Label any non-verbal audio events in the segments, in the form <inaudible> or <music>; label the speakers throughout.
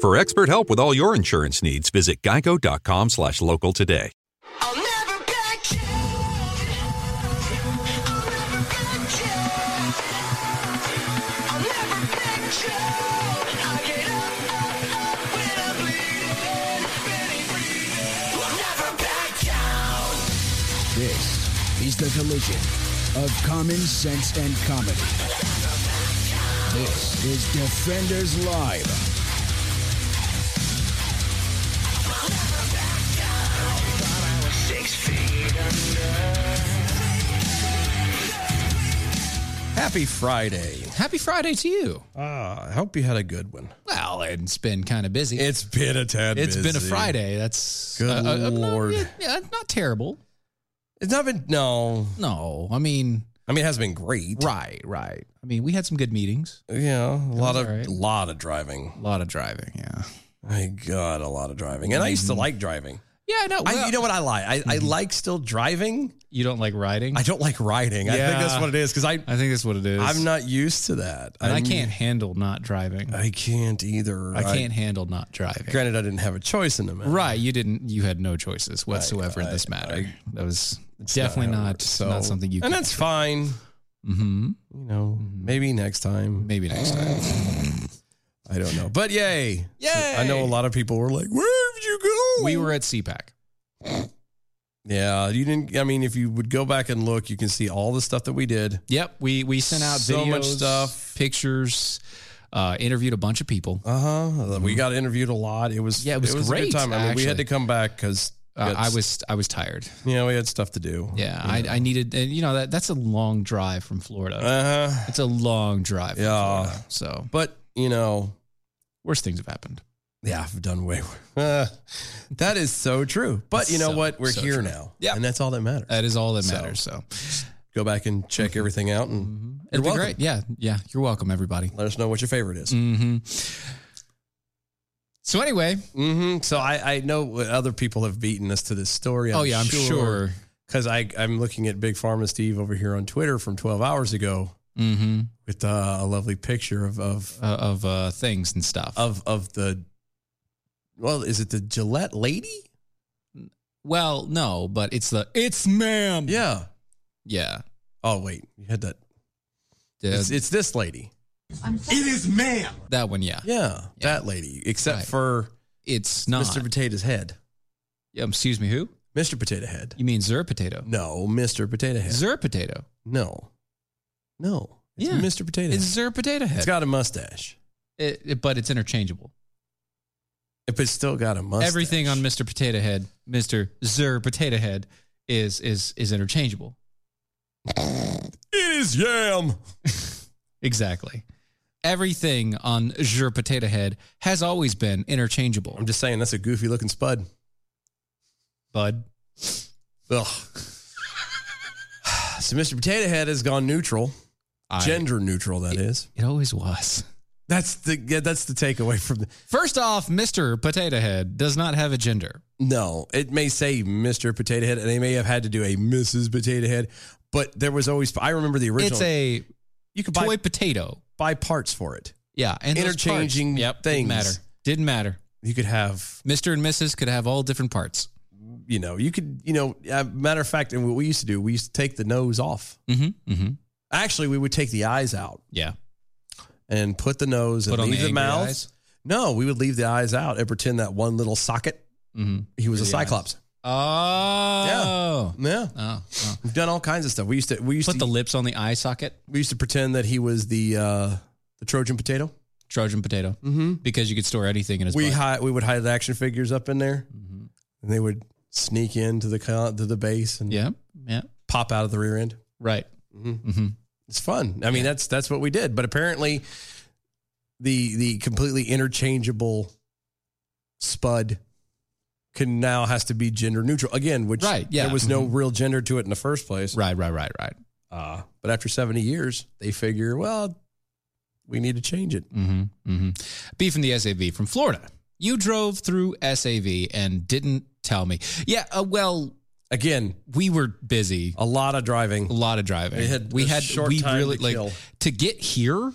Speaker 1: For expert help with all your insurance needs, visit geico.com slash local today.
Speaker 2: I'll never back you. I'll never back you. I'll never back you. I get up, up, up when I'm bleeding, really bleeding. I'll never back down.
Speaker 3: This is the collision of common sense and comedy. This is Defenders Live.
Speaker 4: Happy Friday.
Speaker 5: Happy Friday to you.
Speaker 4: Ah, I hope you had a good one.
Speaker 5: Well, it's been kind of busy.
Speaker 4: It's been a tad.
Speaker 5: It's
Speaker 4: It's
Speaker 5: been a Friday. That's uh,
Speaker 4: Good Lord.
Speaker 5: Not, yeah, not terrible.
Speaker 4: It's not been. No,
Speaker 5: No, I mean,
Speaker 4: I mean it hasn't been great.
Speaker 5: right, right. I mean, we had some good meetings.
Speaker 4: Yeah, a lot of
Speaker 5: alright.
Speaker 4: lot of driving.
Speaker 5: A lot of driving. Yeah.
Speaker 4: My God, a lot of driving. And I used to like driving.
Speaker 5: Yeah, no.
Speaker 4: I, you know what? I lie. I, I like still driving.
Speaker 5: you don't like riding.
Speaker 4: I don't like riding. I think that's
Speaker 5: Yeah.
Speaker 4: what it is because I
Speaker 5: I think that's what it is.
Speaker 4: I'm not used to that.
Speaker 5: And I
Speaker 4: I'm-
Speaker 5: can't handle not driving. I,
Speaker 4: I can't either.
Speaker 5: can't handle not driving.
Speaker 4: granted, I didn't have a choice in the matter.
Speaker 5: Right. You didn't. You had no choices whatsoever in this matter. that was definitely
Speaker 4: how it
Speaker 5: not
Speaker 4: works. So-
Speaker 5: not something you.
Speaker 4: and that's fine.
Speaker 5: hmm
Speaker 4: You know, maybe next time.
Speaker 5: Maybe next time.
Speaker 4: <laughs> I don't know. But yay. Yay. I know a lot of people were like, where did you go?
Speaker 5: We were at CPAC.
Speaker 4: Yeah, you didn't. I mean, if you would go back and look, you can see all the stuff that we did.
Speaker 5: Yep, we we sent out
Speaker 4: So
Speaker 5: videos,
Speaker 4: much stuff.
Speaker 5: pictures, uh, interviewed a bunch of people.
Speaker 4: Uh huh. We got interviewed a lot. It was
Speaker 5: Yeah, it was
Speaker 4: a
Speaker 5: great,
Speaker 4: good time. I mean, we had
Speaker 5: actually.
Speaker 4: to come back because
Speaker 5: Uh, I was I was tired.
Speaker 4: you know we had stuff to do.
Speaker 5: Yeah, I, I needed and you know that that's a long drive from Florida.
Speaker 4: Uh huh.
Speaker 5: It's a long drive. From
Speaker 4: Yeah.
Speaker 5: Florida, so
Speaker 4: But you know,
Speaker 5: worse things have happened.
Speaker 4: yeah, I've done way. worse. <laughs> Uh, that is so true. But
Speaker 5: That's
Speaker 4: you know
Speaker 5: so-
Speaker 4: what? We're
Speaker 5: so
Speaker 4: here
Speaker 5: true.
Speaker 4: now.
Speaker 5: Yeah. Uh,
Speaker 4: and that's all that matters.
Speaker 5: That is all that
Speaker 4: So,
Speaker 5: matters. So,
Speaker 4: go back and check
Speaker 5: mm-hmm.
Speaker 4: everything out, and
Speaker 5: it'd be
Speaker 4: welcome.
Speaker 5: great. Yeah, yeah. You're welcome, everybody.
Speaker 4: let us know what your favorite is.
Speaker 5: hmm So anyway,
Speaker 4: hmm So I, I know other people have beaten us to this story.
Speaker 5: oh yeah, I'm sure.
Speaker 4: because I I'm looking at Big Pharma Steve over here on Twitter from 12 hours ago
Speaker 5: hmm
Speaker 4: with uh, a lovely picture of of
Speaker 5: Uh, of uh, things and stuff.
Speaker 4: of of the well is it the Gillette lady?
Speaker 5: well, no, but it's the it's ma'am.
Speaker 4: Yeah.
Speaker 5: yeah.
Speaker 4: Oh wait, you had that.
Speaker 5: Yeah,
Speaker 4: It's, it's this lady.
Speaker 5: that one. Yeah,
Speaker 4: Yeah, that lady. Except
Speaker 5: Right.
Speaker 4: for
Speaker 5: it's not.
Speaker 4: Mr. Potato's head.
Speaker 5: Um, excuse me, who?
Speaker 4: Mr. Potato Head.
Speaker 5: You mean Zer potato?
Speaker 4: No, Mr. Potato Head.
Speaker 5: Zer potato.
Speaker 4: no, no. It's
Speaker 5: Yeah.
Speaker 4: Mr. Potato Head.
Speaker 5: It's Zer potato head.
Speaker 4: it's got a mustache.
Speaker 5: It- it- but it's interchangeable.
Speaker 4: If it's still got a mustache.
Speaker 5: Everything on Mr. Potato Head, Mr. Zer potato head, is is is interchangeable.
Speaker 4: It is yam.
Speaker 5: Exactly. Everything on Zer potato head has always been interchangeable.
Speaker 4: I'm just saying that's a goofy looking spud.
Speaker 5: Bud.
Speaker 4: Ugh. <sighs> so Mr. Potato Head has gone neutral,
Speaker 5: I-
Speaker 4: gender neutral. That is.
Speaker 5: It always was.
Speaker 4: That's the yeah, that's the takeaway from the.
Speaker 5: First off, Mr. Potato Head does not have a gender.
Speaker 4: No, it may say Mr. Potato Head, and they may have had to do a Mrs. Potato Head, but there was always. I remember the original.
Speaker 5: It's a
Speaker 4: you could
Speaker 5: toy
Speaker 4: buy,
Speaker 5: potato.
Speaker 4: buy parts for it.
Speaker 5: Yeah, and those parts-
Speaker 4: Interchanging
Speaker 5: yep,
Speaker 4: things.
Speaker 5: Didn't matter. Didn't matter.
Speaker 4: You could have,
Speaker 5: Mr. and Mrs. could have all different parts.
Speaker 4: you know, you could, you know. uh, Matter of fact, and what we used to do, we used to take the nose off.
Speaker 5: Mm-hmm. Mm-hmm.
Speaker 4: Actually, we would take the eyes out
Speaker 5: Yeah.
Speaker 4: and put the nose
Speaker 5: Put
Speaker 4: and
Speaker 5: on
Speaker 4: leave
Speaker 5: the
Speaker 4: the,
Speaker 5: angry
Speaker 4: mouth.
Speaker 5: eyes?
Speaker 4: No, we would leave the eyes out and pretend that one little socket.
Speaker 5: Mm-hmm.
Speaker 4: He was a
Speaker 5: Really eyes.
Speaker 4: cyclops.
Speaker 5: Oh.
Speaker 4: Yeah,
Speaker 5: Oh. oh.
Speaker 4: we've done all kinds of stuff. We used to we used
Speaker 5: Put
Speaker 4: to
Speaker 5: the lips on the eye socket.
Speaker 4: we used to pretend that he was the uh, the Trojan potato.
Speaker 5: Trojan potato. Mm-hmm. Because you could store anything in his
Speaker 4: We
Speaker 5: butt.
Speaker 4: hide we would hide action figures up in there,
Speaker 5: Mm-hmm.
Speaker 4: and they would sneak into the co- to the base and
Speaker 5: yeah. Yeah.
Speaker 4: pop out of the rear end.
Speaker 5: Right.
Speaker 4: Mm-hmm.
Speaker 5: Mm-hmm.
Speaker 4: It's fun. I mean, that's that's what we did. But apparently, the the completely interchangeable Spud can now has to be gender neutral again, which
Speaker 5: Right, yeah. Mm-hmm.
Speaker 4: there was no real gender to it in the first place.
Speaker 5: Right, right, right, right.
Speaker 4: Uh, but after 70 years, they figure, well, we need to change it.
Speaker 5: Mm-hmm, B from the SAV from Florida. You drove through SAV and didn't tell me. Yeah, uh, well,
Speaker 4: Again,
Speaker 5: we were busy.
Speaker 4: a lot of driving.
Speaker 5: a lot of driving.
Speaker 4: We had
Speaker 5: we
Speaker 4: a
Speaker 5: had
Speaker 4: short
Speaker 5: we
Speaker 4: time
Speaker 5: really
Speaker 4: to
Speaker 5: like
Speaker 4: kill.
Speaker 5: to get here.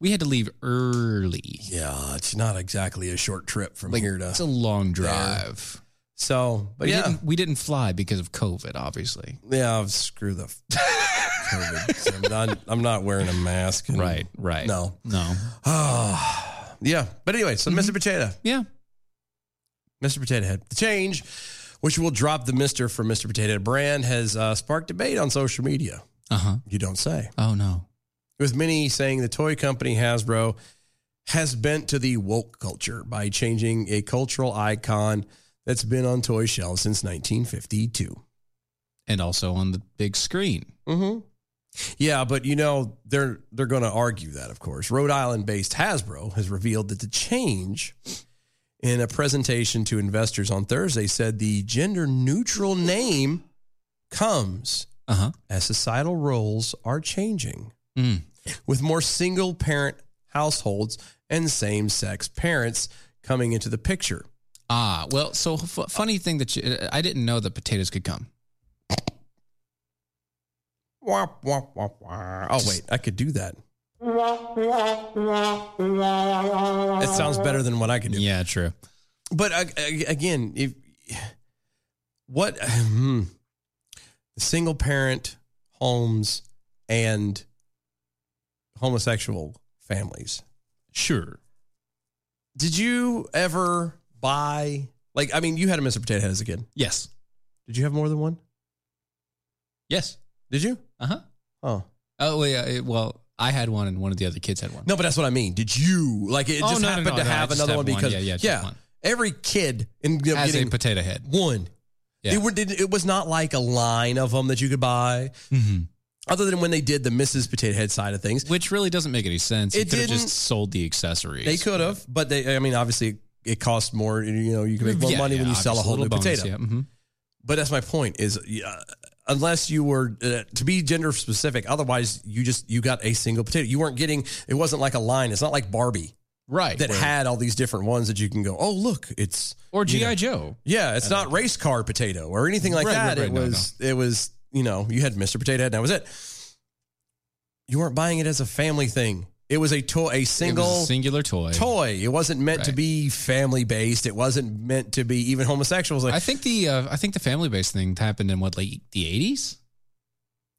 Speaker 5: We had to leave early.
Speaker 4: Yeah, it's not exactly a short trip from
Speaker 5: Like
Speaker 4: here to.
Speaker 5: it's a long drive.
Speaker 4: so, but
Speaker 5: We
Speaker 4: yeah,
Speaker 5: didn't we didn't fly because of COVID, obviously.
Speaker 4: yeah, screw the.
Speaker 5: <laughs>
Speaker 4: f- COVID. I'm, not, I'm not wearing a mask. and-
Speaker 5: right.
Speaker 4: Mm-hmm. No.
Speaker 5: no.
Speaker 4: Ah, yeah. But anyway, so Mr. Potato,
Speaker 5: Yeah,
Speaker 4: Mr. Potato Head, the change, which will drop the Mister from Mr. Potato Head brand, has uh, sparked debate on social media.
Speaker 5: uh huh.
Speaker 4: You don't say.
Speaker 5: Oh no.
Speaker 4: with many saying the toy company Hasbro has bent to the woke culture by changing a cultural icon that's been on toy shelves since 1952.
Speaker 5: And also on the big screen.
Speaker 4: Yeah, but you know they're they're going to argue that, of course. Rhode Island-based Hasbro has revealed that the change in a presentation to investors on Thursday said the gender-neutral name comes
Speaker 5: Uh huh.
Speaker 4: as societal roles are changing
Speaker 5: Mm.
Speaker 4: with more single parent households and same sex parents coming into the picture.
Speaker 5: Ah, well. So f- funny thing that you, uh, I didn't know that potatoes could come.
Speaker 4: Wah, wah, wah, wah. Oh, wait, I could do that. It sounds better than what I could do.
Speaker 5: Yeah, true.
Speaker 4: But ag- ag- again, if what hmm, single parent homes and homosexual families.
Speaker 5: Sure.
Speaker 4: Did you ever buy like I mean you had a Mr. Potato Head as a kid.
Speaker 5: Yes.
Speaker 4: Did you have more than one?
Speaker 5: Yes.
Speaker 4: Did you?
Speaker 5: Uh huh.
Speaker 4: Oh.
Speaker 5: Oh well, yeah. it- Well, I had one, and one of the other kids had one.
Speaker 4: No, but that's what I mean. Did you like it
Speaker 5: Oh,
Speaker 4: just
Speaker 5: no, no,
Speaker 4: happened
Speaker 5: no,
Speaker 4: to
Speaker 5: no, I
Speaker 4: have
Speaker 5: just
Speaker 4: another
Speaker 5: have
Speaker 4: one
Speaker 5: one.
Speaker 4: because
Speaker 5: Yeah, yeah, just one.
Speaker 4: every kid ended up
Speaker 5: as a
Speaker 4: getting
Speaker 5: potato head.
Speaker 4: one.
Speaker 5: Yeah.
Speaker 4: They were, did, it was not like a line of them that you could buy,
Speaker 5: Mhm.
Speaker 4: other than when they did the Mrs. Potato Head side of things.
Speaker 5: Which really doesn't make any sense.
Speaker 4: It
Speaker 5: It could have
Speaker 4: didn't-
Speaker 5: just sold the accessories.
Speaker 4: They could have, but they, I mean, obviously it costs more. You know, you can make more
Speaker 5: Yeah,
Speaker 4: money when
Speaker 5: yeah,
Speaker 4: you sell a
Speaker 5: obviously.
Speaker 4: whole new
Speaker 5: Little bonus,
Speaker 4: potato.
Speaker 5: yeah, mhm.
Speaker 4: But that's my point is uh, unless you were uh, to be gender specific, otherwise you just, you got a single potato. You weren't getting, it wasn't like a line. It's not like Barbie.
Speaker 5: Right.
Speaker 4: that had all these different ones that you can go, oh look, it's
Speaker 5: or GI
Speaker 4: you know,
Speaker 5: Joe.
Speaker 4: Yeah, it's not race car potato or anything like
Speaker 5: Right,
Speaker 4: that.
Speaker 5: right, right.
Speaker 4: It
Speaker 5: No,
Speaker 4: was it was you know you had Mr. Potato Head and that was it. You weren't buying it as a family thing. It was a toy, a
Speaker 5: It
Speaker 4: single
Speaker 5: was a singular toy.
Speaker 4: toy. It wasn't meant to
Speaker 5: Right.
Speaker 4: be family based. It wasn't meant to be even homosexuals. Like,
Speaker 5: I
Speaker 4: I,
Speaker 5: think the uh, I think the family based thing happened in what like the eighties.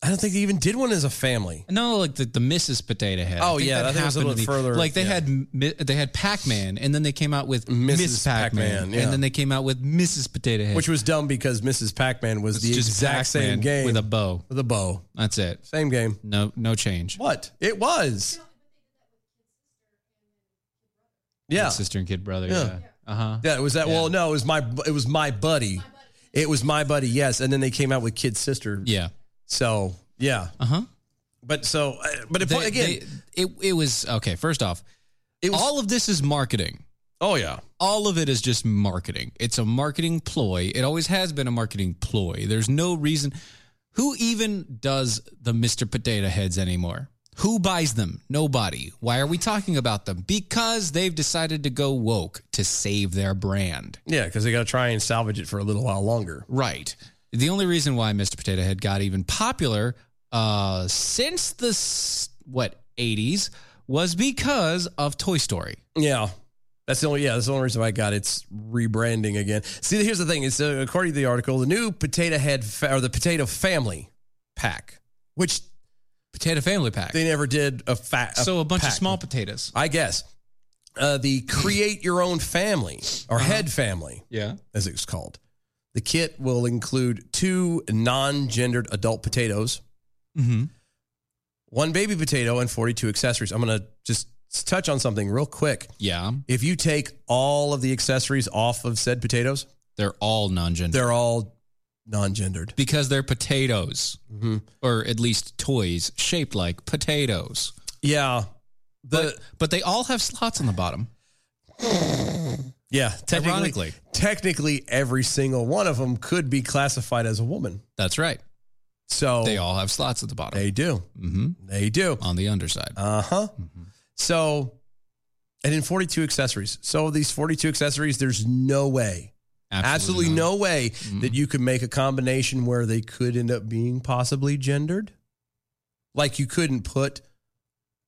Speaker 4: don't think they even did one as a family.
Speaker 5: No, like the, the Mrs. Potato Head. I
Speaker 4: Oh,
Speaker 5: think
Speaker 4: yeah, I think it was a
Speaker 5: happened
Speaker 4: little
Speaker 5: in the-
Speaker 4: further-
Speaker 5: Like they
Speaker 4: yeah.
Speaker 5: had Mi- they had Pac Man, and then they came out with
Speaker 4: Mrs.
Speaker 5: Mrs. Pac Man,
Speaker 4: Pac-Man, yeah.
Speaker 5: and then they came out with Mrs. Potato Head,
Speaker 4: Which was dumb because Mrs. Pac-Man was
Speaker 5: It's
Speaker 4: the exact
Speaker 5: Pac-Man
Speaker 4: same game
Speaker 5: with a bow.
Speaker 4: with a bow.
Speaker 5: That's it.
Speaker 4: Same game.
Speaker 5: No, no change.
Speaker 4: What? It was.
Speaker 5: Kid
Speaker 4: Yeah.
Speaker 5: sister and kid brother.
Speaker 4: Yeah.
Speaker 5: Yeah. Uh huh.
Speaker 4: Yeah, it was that. Well,
Speaker 5: Yeah.
Speaker 4: no, it was my it was my buddy. It was my buddy, yes. And then they came out with Kid Sister.
Speaker 5: Yeah.
Speaker 4: So, yeah.
Speaker 5: Uh huh.
Speaker 4: But so uh, but if, again,
Speaker 5: it it was okay. First off,
Speaker 4: it was
Speaker 5: all of this is marketing.
Speaker 4: Oh yeah.
Speaker 5: all of it is just marketing. It's a marketing ploy. It always has been a marketing ploy. There's no reason. Who even does the Mr. Potato Heads anymore? Who buys them? Nobody. Why are we talking about them? Because they've decided to go woke to save their brand.
Speaker 4: Yeah, cuz they got to try and salvage it for a little while longer.
Speaker 5: Right. The only reason why Mr. Potato Head got even popular uh, since the s- what 80s was because of Toy Story.
Speaker 4: Yeah. That's the only yeah, that's the only reason why I got it's rebranding again. See, here's the thing. It's uh, according to the article, the new potato head fa- or the potato family pack, which
Speaker 5: Potato Family Pack.
Speaker 4: they never did a fat
Speaker 5: so a bunch of
Speaker 4: pack.
Speaker 5: small potatoes.
Speaker 4: I guess. Uh, the create your own family or
Speaker 5: Uh-huh.
Speaker 4: head family,
Speaker 5: Yeah.
Speaker 4: as it's called. The kit will include two non gendered adult potatoes,
Speaker 5: Mm-hmm.
Speaker 4: one baby potato, and 42 accessories. I'm going to just touch on something real quick.
Speaker 5: Yeah.
Speaker 4: If you take all of the accessories off of said potatoes,
Speaker 5: They're all non-gender
Speaker 4: they're all non gendered.
Speaker 5: because they're potatoes,
Speaker 4: Mm-hmm.
Speaker 5: or at least toys shaped like potatoes.
Speaker 4: Yeah. The,
Speaker 5: But they all have slots on the bottom.
Speaker 4: Yeah, technically,
Speaker 5: Ironically.
Speaker 4: technically every single one of them could be classified as a woman.
Speaker 5: That's right.
Speaker 4: So
Speaker 5: They all have slots at the bottom.
Speaker 4: Oh. they do,
Speaker 5: mm-hmm.
Speaker 4: they do.
Speaker 5: On the underside.
Speaker 4: Uh huh. So, and in 42 accessories. So these 42 accessories, there's no way, absolutely,
Speaker 5: not. Mm-hmm.
Speaker 4: no way that you could make a combination where they could end up being possibly gendered. Like you couldn't put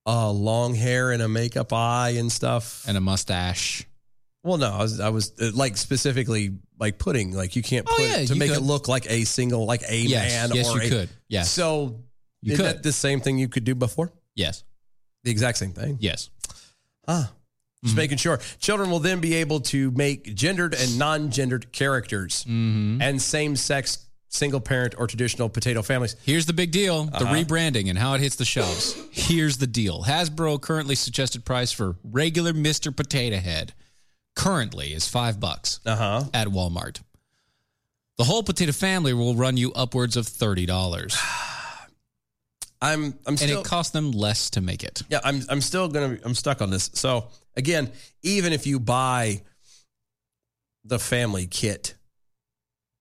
Speaker 4: uh, long hair and a makeup eye and stuff.
Speaker 5: And a mustache.
Speaker 4: well, no, I was, I was uh, like specifically like putting like you can't
Speaker 5: Oh,
Speaker 4: put
Speaker 5: yeah,
Speaker 4: it to
Speaker 5: you
Speaker 4: make it
Speaker 5: could.
Speaker 4: look like a single like a
Speaker 5: Yes,
Speaker 4: man.
Speaker 5: yes,
Speaker 4: or
Speaker 5: you
Speaker 4: a-
Speaker 5: could. Yes.
Speaker 4: So
Speaker 5: You
Speaker 4: is
Speaker 5: could.
Speaker 4: that the same thing you could do before?
Speaker 5: Yes.
Speaker 4: The exact same thing.
Speaker 5: Yes.
Speaker 4: Ah. Just making sure. Children will then be able to make gendered and non gendered characters
Speaker 5: Mm-hmm.
Speaker 4: and same sex, single parent, or traditional potato families.
Speaker 5: Here's the big deal the
Speaker 4: Uh-huh.
Speaker 5: rebranding and how it hits the shelves. Here's the deal Hasbro currently suggested price for regular Mr. Potato Head currently is five bucks
Speaker 4: Uh huh.
Speaker 5: at Walmart. The whole potato family will run you upwards of $30,
Speaker 4: I'm I'm
Speaker 5: and
Speaker 4: still
Speaker 5: it costs them less to make it.
Speaker 4: yeah I'm I'm still gonna be, I'm stuck on this. So again, even if you buy the family kit,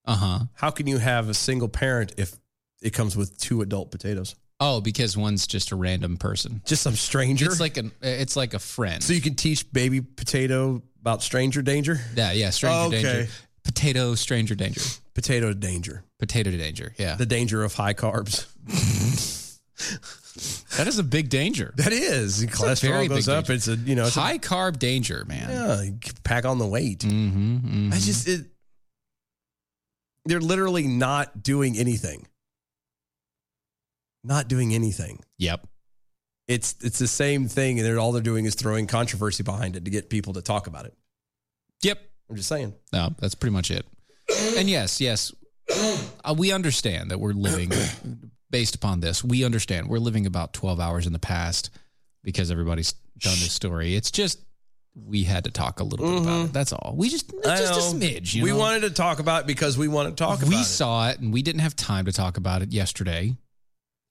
Speaker 5: Uh huh.
Speaker 4: how can you have a single parent if it comes with two adult potatoes?
Speaker 5: Oh, because one's just a random person.
Speaker 4: Just some stranger.
Speaker 5: It's like an it's like a friend.
Speaker 4: so you can teach baby potato about stranger danger,
Speaker 5: yeah, yeah, stranger
Speaker 4: Oh, Okay.
Speaker 5: danger. Potato stranger danger.
Speaker 4: potato danger,
Speaker 5: Potato danger. Yeah.
Speaker 4: the danger of high carbs. <laughs>
Speaker 5: that is a big danger.
Speaker 4: That is.
Speaker 5: a very
Speaker 4: cholesterol goes
Speaker 5: big
Speaker 4: up.
Speaker 5: danger.
Speaker 4: It's a you know it's a-
Speaker 5: High carb danger, man.
Speaker 4: yeah, you can pack on the weight.
Speaker 5: Mm-hmm,
Speaker 4: I just it, they're literally not doing anything. Not doing anything.
Speaker 5: Yep.
Speaker 4: It's it's the same thing, and they're, all they're doing is throwing controversy behind it to get people to talk about it.
Speaker 5: Yep.
Speaker 4: I'm just saying.
Speaker 5: No, that's pretty much it. And yes, yes, uh, we understand that we're living based upon this. We understand we're living about 12 hours in the past because everybody's done this story. It's just we had to talk a little bit about it. That's all. We just it's
Speaker 4: Mm-hmm. I
Speaker 5: just a
Speaker 4: know.
Speaker 5: smidge. You
Speaker 4: we
Speaker 5: know?
Speaker 4: wanted to talk about it because we want to talk about
Speaker 5: we
Speaker 4: it.
Speaker 5: saw it and we didn't have time to talk about it yesterday,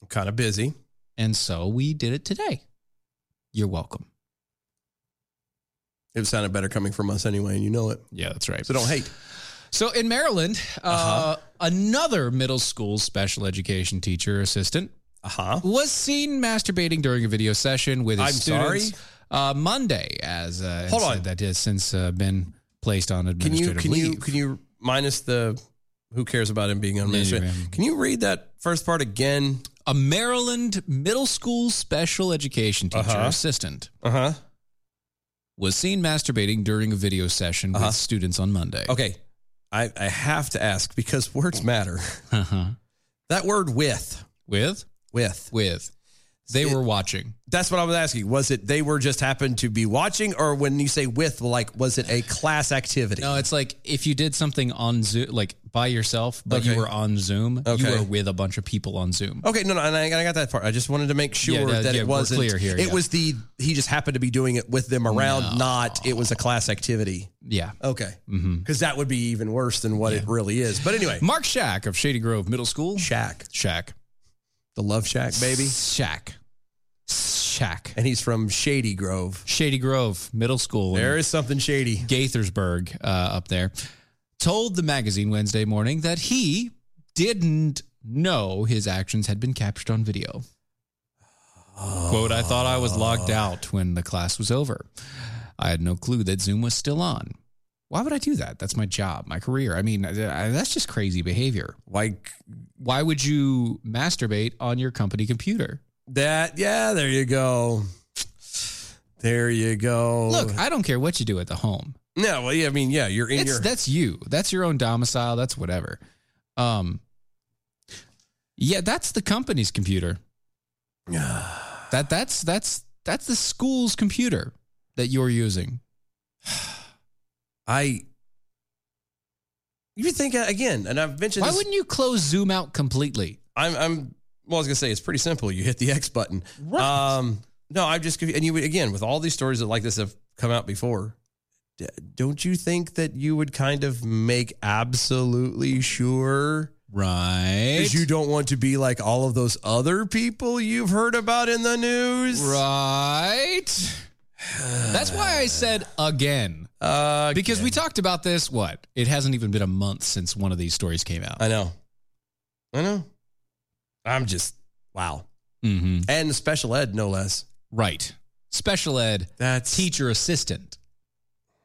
Speaker 4: I'm kind of busy.
Speaker 5: and so we did it today. You're welcome.
Speaker 4: It sounded better coming from us anyway, and you know it.
Speaker 5: Yeah, that's right.
Speaker 4: So don't hate.
Speaker 5: So in Maryland, uh,
Speaker 4: Uh-huh.
Speaker 5: another middle school special education teacher assistant
Speaker 4: Uh huh.
Speaker 5: was seen masturbating during a video session with his
Speaker 4: I'm
Speaker 5: students
Speaker 4: sorry?
Speaker 5: Uh, Monday. As uh,
Speaker 4: Hold
Speaker 5: incident
Speaker 4: on.
Speaker 5: that has since uh, been placed on
Speaker 4: Can you
Speaker 5: administrative
Speaker 4: can
Speaker 5: leave.
Speaker 4: you can you minus the who cares about him being on administrative?
Speaker 5: Yeah, yeah.
Speaker 4: Can you read that first part again?
Speaker 5: a Maryland middle school special education teacher
Speaker 4: Uh-huh.
Speaker 5: assistant
Speaker 4: Uh huh.
Speaker 5: was seen masturbating during a video session
Speaker 4: Uh-huh.
Speaker 5: with students on Monday.
Speaker 4: Okay, I I have to ask because words matter. <laughs>
Speaker 5: Uh-huh.
Speaker 4: That word with
Speaker 5: With
Speaker 4: with
Speaker 5: with they
Speaker 4: It-
Speaker 5: were watching.
Speaker 4: that's what I was asking. Was it they were just happened to be watching, or when you say with, like was it a class activity?
Speaker 5: No, it's like if you did something on Zoom, like by yourself, but
Speaker 4: Okay.
Speaker 5: you were on Zoom, you
Speaker 4: Okay.
Speaker 5: were with a bunch of people on Zoom.
Speaker 4: Okay, no, no, and I, and I got that part. I just wanted to make sure
Speaker 5: Yeah, that-
Speaker 4: that
Speaker 5: yeah,
Speaker 4: it
Speaker 5: we're
Speaker 4: wasn't
Speaker 5: clear here,
Speaker 4: It
Speaker 5: yeah.
Speaker 4: was the he just happened to be doing it with them around. Not it was a class activity.
Speaker 5: Yeah.
Speaker 4: Okay, because
Speaker 5: Mm-hmm.
Speaker 4: that would be even worse than what it really is. But anyway,
Speaker 5: Mark Shack of Shady Grove Middle School.
Speaker 4: Shaq,
Speaker 5: Shack.
Speaker 4: the Love Shack baby,
Speaker 5: Shack. Shack.
Speaker 4: and he's from Shady Grove.
Speaker 5: Shady Grove Middle School. in
Speaker 4: There is something shady.
Speaker 5: Gaithersburg uh, up there, told the magazine Wednesday morning that he didn't know his actions had been captured on video. Quote, I thought I was logged
Speaker 4: Oh.
Speaker 5: out when the class was over. I had no clue that Zoom was still on. Why would I do that? That's my job, my career. I mean, I- I- that's just crazy behavior.
Speaker 4: Like
Speaker 5: Why would you masturbate on your company computer?
Speaker 4: that. Yeah, there you go. There you go.
Speaker 5: Look, I don't care what you do at the home.
Speaker 4: no, well, yeah, I mean, yeah, you're Oh. in
Speaker 5: it's,
Speaker 4: your.
Speaker 5: that's you. That's your own domicile. That's whatever. Um, yeah, that's the
Speaker 4: <sighs>
Speaker 5: company's computer. that that's that's that's the school's computer that you're using.
Speaker 4: I. You think uh, again, and I've mentioned.
Speaker 5: Why
Speaker 4: this,
Speaker 5: wouldn't you close Zoom out completely?
Speaker 4: I'm, I'm well, I was gonna say it's pretty simple. You hit the X button.
Speaker 5: Right.
Speaker 4: Um, no, I'm just confused. And you would again with all these stories that like this have come out before. d- Don't you think that you would kind of make absolutely sure?
Speaker 5: Right.
Speaker 4: Because you don't want to be like all of those other people you've heard about in the news.
Speaker 5: <sighs> right. That's why I said again.
Speaker 4: Uh,
Speaker 5: Because we talked about this, what? It hasn't even been a month since one of these stories came out.
Speaker 4: I know. I know. I'm just, wow.
Speaker 5: Mm-hmm.
Speaker 4: And special ed, no less.
Speaker 5: Right. Special ed
Speaker 4: That's
Speaker 5: teacher assistant.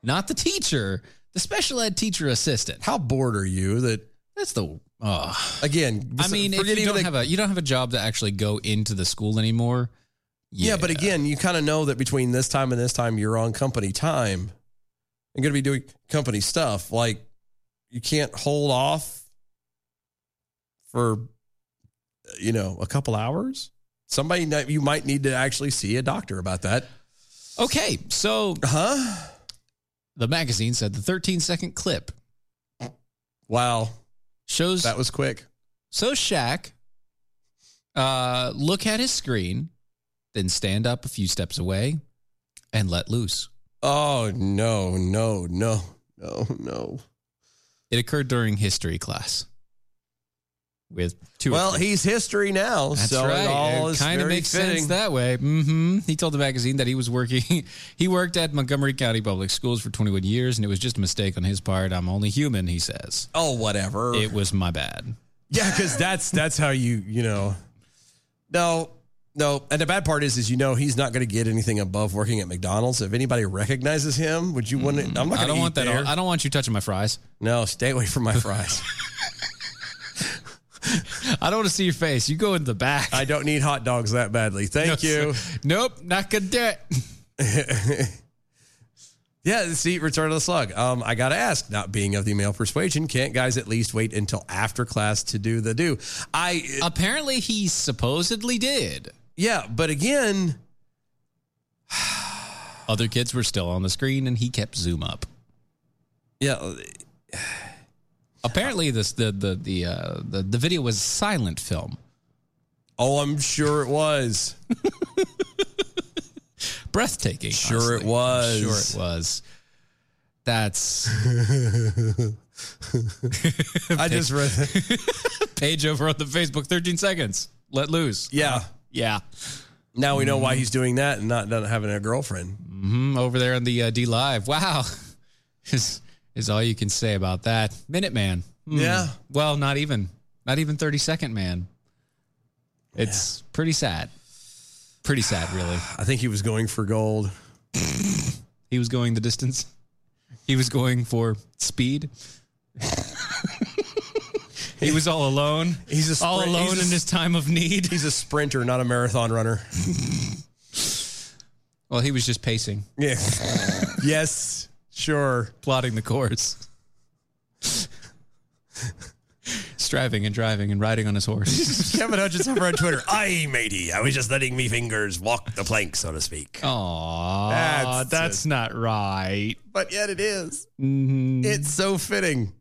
Speaker 5: Not the teacher, the special ed teacher assistant.
Speaker 4: How bored are you that,
Speaker 5: That's the oh.
Speaker 4: again,
Speaker 5: I mean, if
Speaker 4: forgetting
Speaker 5: you don't
Speaker 4: that-
Speaker 5: have a you don't have a job to actually go into the school anymore.
Speaker 4: yeah, but again, you kind of know that between this time and this time, you're on company time and going to be doing company stuff. Like, you can't hold off for, you know, a couple hours. Somebody that you might need to actually see a doctor about that.
Speaker 5: Okay, so
Speaker 4: Huh?
Speaker 5: the magazine said the 13 second clip
Speaker 4: Wow.
Speaker 5: shows
Speaker 4: That was quick.
Speaker 5: so Shaq uh, look at his screen, then stand up a few steps away, and let loose.
Speaker 4: Oh no, no, no, no, no.
Speaker 5: It occurred during history class with two. or
Speaker 4: Well,
Speaker 5: three-
Speaker 4: he's history now,
Speaker 5: That's
Speaker 4: so
Speaker 5: right.
Speaker 4: it all is
Speaker 5: kind of
Speaker 4: very
Speaker 5: makes
Speaker 4: fitting.
Speaker 5: sense that way. hmm He told the magazine that he was working. <laughs> He worked at Montgomery County Public Schools for 21 years, and it was just a mistake on his part. I'm only human, he says.
Speaker 4: oh, whatever.
Speaker 5: It was my <laughs> bad.
Speaker 4: yeah, because that's that's how you you know. No, no, and the bad part is is you know he's not going to get anything above working at McDonald's. If anybody recognizes him, would you want? to I'm not. Gonna
Speaker 5: Mm-hmm. I don't
Speaker 4: eat
Speaker 5: want that.
Speaker 4: there.
Speaker 5: I don't want you touching my fries. <laughs>
Speaker 4: no, stay away from my fries.
Speaker 5: I don't want to see your face. You go in the back. <laughs>
Speaker 4: I don't need hot dogs that badly. Thank you.
Speaker 5: Nope, not gonna do it. <laughs>
Speaker 4: Yeah, see, Return of the Slug. Um, I gotta ask, not being of the male persuasion, can't guys at least wait until after class to do the do? I
Speaker 5: Um, Apparently, he supposedly did.
Speaker 4: yeah, but again,
Speaker 5: Other kids were still on the screen, and he kept Zoom up.
Speaker 4: yeah,
Speaker 5: Apparently, this the the the uh, the, the video was silent film.
Speaker 4: oh, I'm sure it
Speaker 5: <laughs>
Speaker 4: was.
Speaker 5: breathtaking.
Speaker 4: Sure
Speaker 5: honestly.
Speaker 4: it was.
Speaker 5: I'm sure it was.
Speaker 4: <laughs>
Speaker 5: That's
Speaker 4: I just read.
Speaker 5: page over on the Facebook. Thirteen seconds. Let loose.
Speaker 4: Yeah,
Speaker 5: Yeah.
Speaker 4: now we know why he's doing that and not, not having a girlfriend.
Speaker 5: Mm, over there on the uh, D Live. Wow. <laughs> is is all you can say about that. Minuteman. Hmm.
Speaker 4: Yeah.
Speaker 5: Well, not even. Not even thirty second man. It's pretty sad. Pretty sad, really.
Speaker 4: I think he was going for gold.
Speaker 5: He was going the distance. <laughs> He was going for speed. <laughs> he was all alone.
Speaker 4: <laughs> He's a
Speaker 5: all
Speaker 4: sprint-
Speaker 5: alone
Speaker 4: he's a
Speaker 5: in his time of need.
Speaker 4: He's a sprinter, not a marathon runner.
Speaker 5: <laughs> Well, he was just pacing,
Speaker 4: Yeah. <laughs> yes. Sure.
Speaker 5: plotting the course, <laughs> striving and driving and riding on his <laughs> horse.
Speaker 4: Kevin Hutchinson over on Twitter. <laughs> Aye, matey. I was just letting me fingers walk the plank, so to speak.
Speaker 5: Aww,
Speaker 4: That's
Speaker 5: that's, not right.
Speaker 4: <laughs> But yet it is. It's so fitting.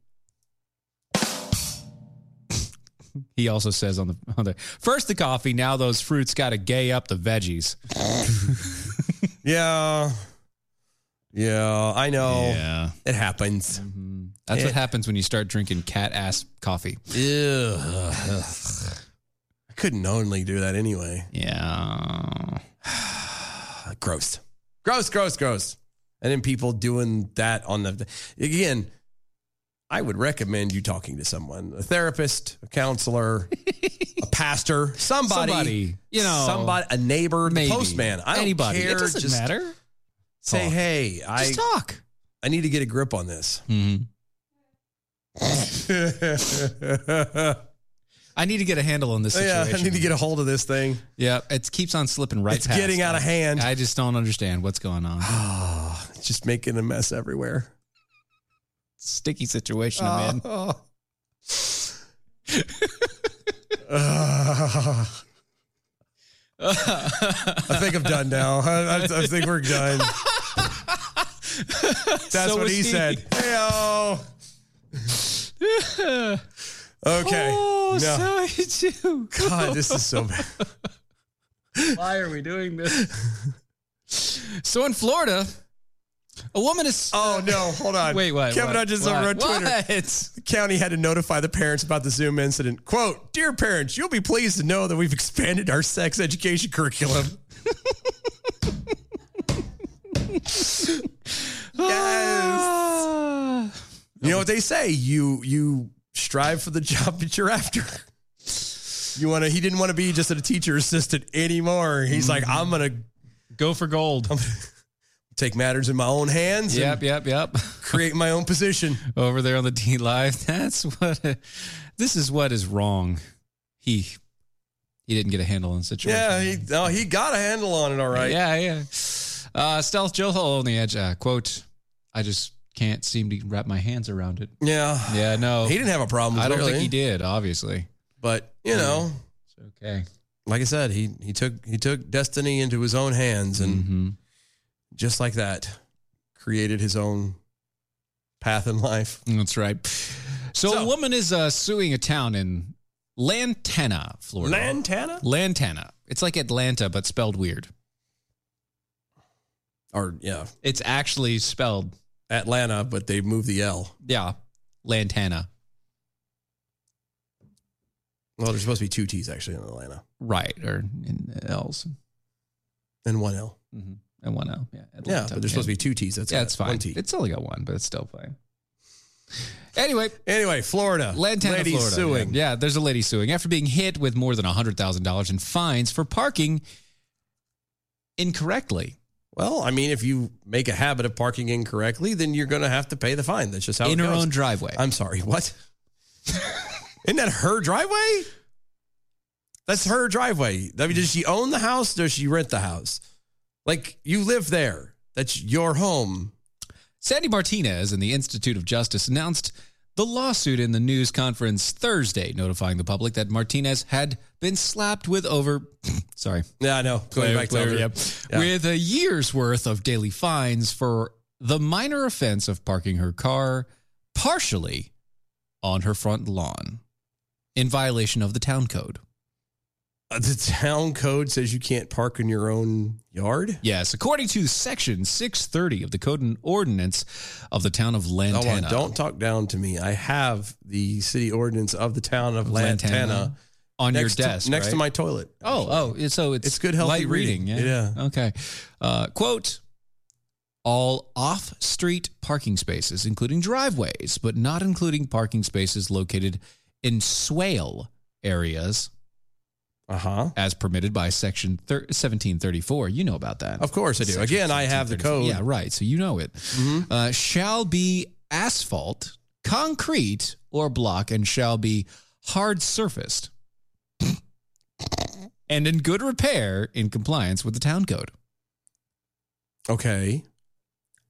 Speaker 5: He also says on the on the first the coffee, now those fruits got to gay up the veggies.
Speaker 4: Yeah. Yeah, Mm-hmm. I know. It happens.
Speaker 5: Oh, that's what happens when you start drinking cat ass coffee.
Speaker 4: Ew. I couldn't knowingly do that anyway.
Speaker 5: Yeah.
Speaker 4: Uh, Gross. Gross, gross, gross. And then people doing that on the again. I would recommend you talking to someone, a therapist, a counselor,
Speaker 5: <laughs>
Speaker 4: a pastor, somebody,
Speaker 5: Somebody, you know,
Speaker 4: somebody, a neighbor, the
Speaker 5: Maybe.
Speaker 4: postman. I don't
Speaker 5: Anybody.
Speaker 4: care.
Speaker 5: It doesn't
Speaker 4: Just
Speaker 5: matter.
Speaker 4: Say,
Speaker 5: Talk.
Speaker 4: hey, I,
Speaker 5: Just talk.
Speaker 4: I need to get a grip on
Speaker 5: <laughs>
Speaker 4: this.
Speaker 5: Mm-hmm. I need to get a handle on this
Speaker 4: Yeah,
Speaker 5: situation.
Speaker 4: I need to get a hold of this thing.
Speaker 5: Yeah, it keeps on slipping right.
Speaker 4: It's
Speaker 5: past
Speaker 4: getting out of hand.
Speaker 5: I just don't understand what's going on.
Speaker 4: <sighs> It's just making a mess everywhere.
Speaker 5: Sticky situation,
Speaker 4: Oh, <laughs>
Speaker 5: man.
Speaker 4: Ah. I think I'm done now. I, I, I think we're done. That's
Speaker 5: So
Speaker 4: what
Speaker 5: was
Speaker 4: he,
Speaker 5: he.
Speaker 4: said. <laughs> Heyo. okay.
Speaker 5: Oh,
Speaker 4: no. God,
Speaker 5: <laughs>
Speaker 4: this is so bad.
Speaker 5: Why are we doing this? so in Florida, a woman is.
Speaker 4: <laughs> Oh no, hold on.
Speaker 5: wait, what?
Speaker 4: Kevin
Speaker 5: what,
Speaker 4: Hudgens
Speaker 5: what,
Speaker 4: over on Twitter.
Speaker 5: What?
Speaker 4: The county had to notify the parents about the Zoom incident. Quote, Dear parents, you'll be pleased to know that we've expanded our sex <laughs> education curriculum. Ah. You know what they say? You you strive for the job that you're after. You want to. He didn't want to be just a teacher assistant anymore. He's like,
Speaker 5: Mm-hmm.
Speaker 4: I'm gonna
Speaker 5: Go for gold.
Speaker 4: take matters in my own hands
Speaker 5: Yep,
Speaker 4: and
Speaker 5: yep, yep. <laughs>
Speaker 4: create my own position.
Speaker 5: Over there on the D Live. <laughs> That's what. this is what is wrong. He he didn't get a handle on the situation.
Speaker 4: Yeah, he no, he got a handle on it. All right.
Speaker 5: Yeah, yeah. Uh, Stealth Joe Hole on the edge. Uh, quote, I just can't seem to wrap my hands around it.
Speaker 4: Yeah.
Speaker 5: Yeah, no.
Speaker 4: He didn't have a problem.
Speaker 5: I don't
Speaker 4: clearly.
Speaker 5: think he did, obviously.
Speaker 4: But
Speaker 5: Mm.
Speaker 4: you know,
Speaker 5: It's okay.
Speaker 4: like I said, he he took he took destiny into his own hands and
Speaker 5: hmm
Speaker 4: just like that created his own path in life.
Speaker 5: That's right. So,
Speaker 4: So-
Speaker 5: a woman is uh, suing a town in Lantana, Florida.
Speaker 4: Lantana?
Speaker 5: Lantana. It's like Atlanta, but spelled weird.
Speaker 4: Or yeah,
Speaker 5: It's actually spelled,
Speaker 4: Atlanta, but they moved the L.
Speaker 5: yeah, Lantana.
Speaker 4: Well, there's supposed to be two T's actually in Atlanta
Speaker 5: Right. Or in L's
Speaker 4: and one L.
Speaker 5: and one L. Yeah.
Speaker 4: Yeah, but there's supposed to be two T's. That's
Speaker 5: Yeah,
Speaker 4: got
Speaker 5: it's fine.
Speaker 4: One T.
Speaker 5: It's only got one, but it's still fine. Anyway,
Speaker 4: Anyway, Florida.
Speaker 5: Lantana,
Speaker 4: Lady
Speaker 5: Florida.
Speaker 4: suing.
Speaker 5: Yeah, there's a lady suing after being hit with more than $100,000 in fines for parking incorrectly.
Speaker 4: Well, I mean, if you make a habit of parking incorrectly, then you're going to have to pay the fine. That's just how
Speaker 5: in
Speaker 4: it
Speaker 5: her
Speaker 4: goes.
Speaker 5: own driveway.
Speaker 4: I'm sorry. What? <laughs> Isn't that her driveway? That's her driveway. I mean, does she own the house? Does she rent the house? Like you live there. That's your home.
Speaker 5: Sandy Martinez and the Institute of Justice announced the lawsuit in the news conference Thursday, notifying the public that Martinez had been slapped with over, <clears throat> sorry,
Speaker 4: Yeah, I know. Going back to
Speaker 5: Clear,
Speaker 4: her.
Speaker 5: yep.
Speaker 4: Yeah.
Speaker 5: with a year's worth of daily fines for the minor offense of parking her car partially on her front lawn in violation of the town code.
Speaker 4: Uh, the town code says you can't park in your own yard.
Speaker 5: Yes, according to section 630 of the code and ordinance of the town of
Speaker 4: Oh,
Speaker 5: Lantana.
Speaker 4: don't talk down to me. I have the city ordinance of the town of
Speaker 5: Lantana
Speaker 4: Lantana,
Speaker 5: on
Speaker 4: next
Speaker 5: your
Speaker 4: to-
Speaker 5: desk
Speaker 4: next to
Speaker 5: right?
Speaker 4: my toilet.
Speaker 5: Oh, oh, so it's
Speaker 4: It's good, healthy
Speaker 5: light reading.
Speaker 4: reading.
Speaker 5: Yeah. Okay. Uh, quote: All off-street parking spaces, including driveways, but not including parking spaces located in swale areas,
Speaker 4: uh huh.
Speaker 5: as permitted by Section thir- 1734. You know about that?
Speaker 4: Of course I do. Again, I have the code. Mm-hmm.
Speaker 5: Yeah, right. So you know it. Uh, shall be asphalt, concrete, or block, and shall be hard surfaced and in good repair in compliance with the town code.
Speaker 4: Okay.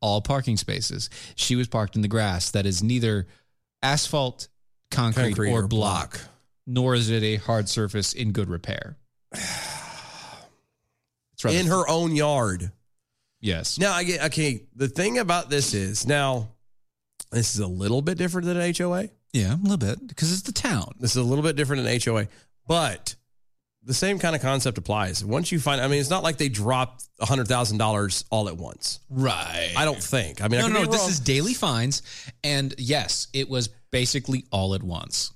Speaker 5: All parking spaces. She was parked in the grass that is neither asphalt, concrete,
Speaker 4: Concrete
Speaker 5: or,
Speaker 4: or
Speaker 5: block,
Speaker 4: block.
Speaker 5: nor is it a hard surface in good repair. <sighs> It's rather-
Speaker 4: In her own yard.
Speaker 5: yes.
Speaker 4: Now, I get, okay, the thing about this is now, this is a little bit different than HOA.
Speaker 5: Yeah, a little bit because it's the town.
Speaker 4: This is a little bit different than HOA, but the same kind of concept applies. Once you find, I mean, it's not like they dropped $100,000 all at once.
Speaker 5: Right.
Speaker 4: I don't think. I mean,
Speaker 5: No,
Speaker 4: I could
Speaker 5: no,
Speaker 4: be
Speaker 5: this
Speaker 4: wrong.
Speaker 5: is daily fines. And yes, it was basically all at once.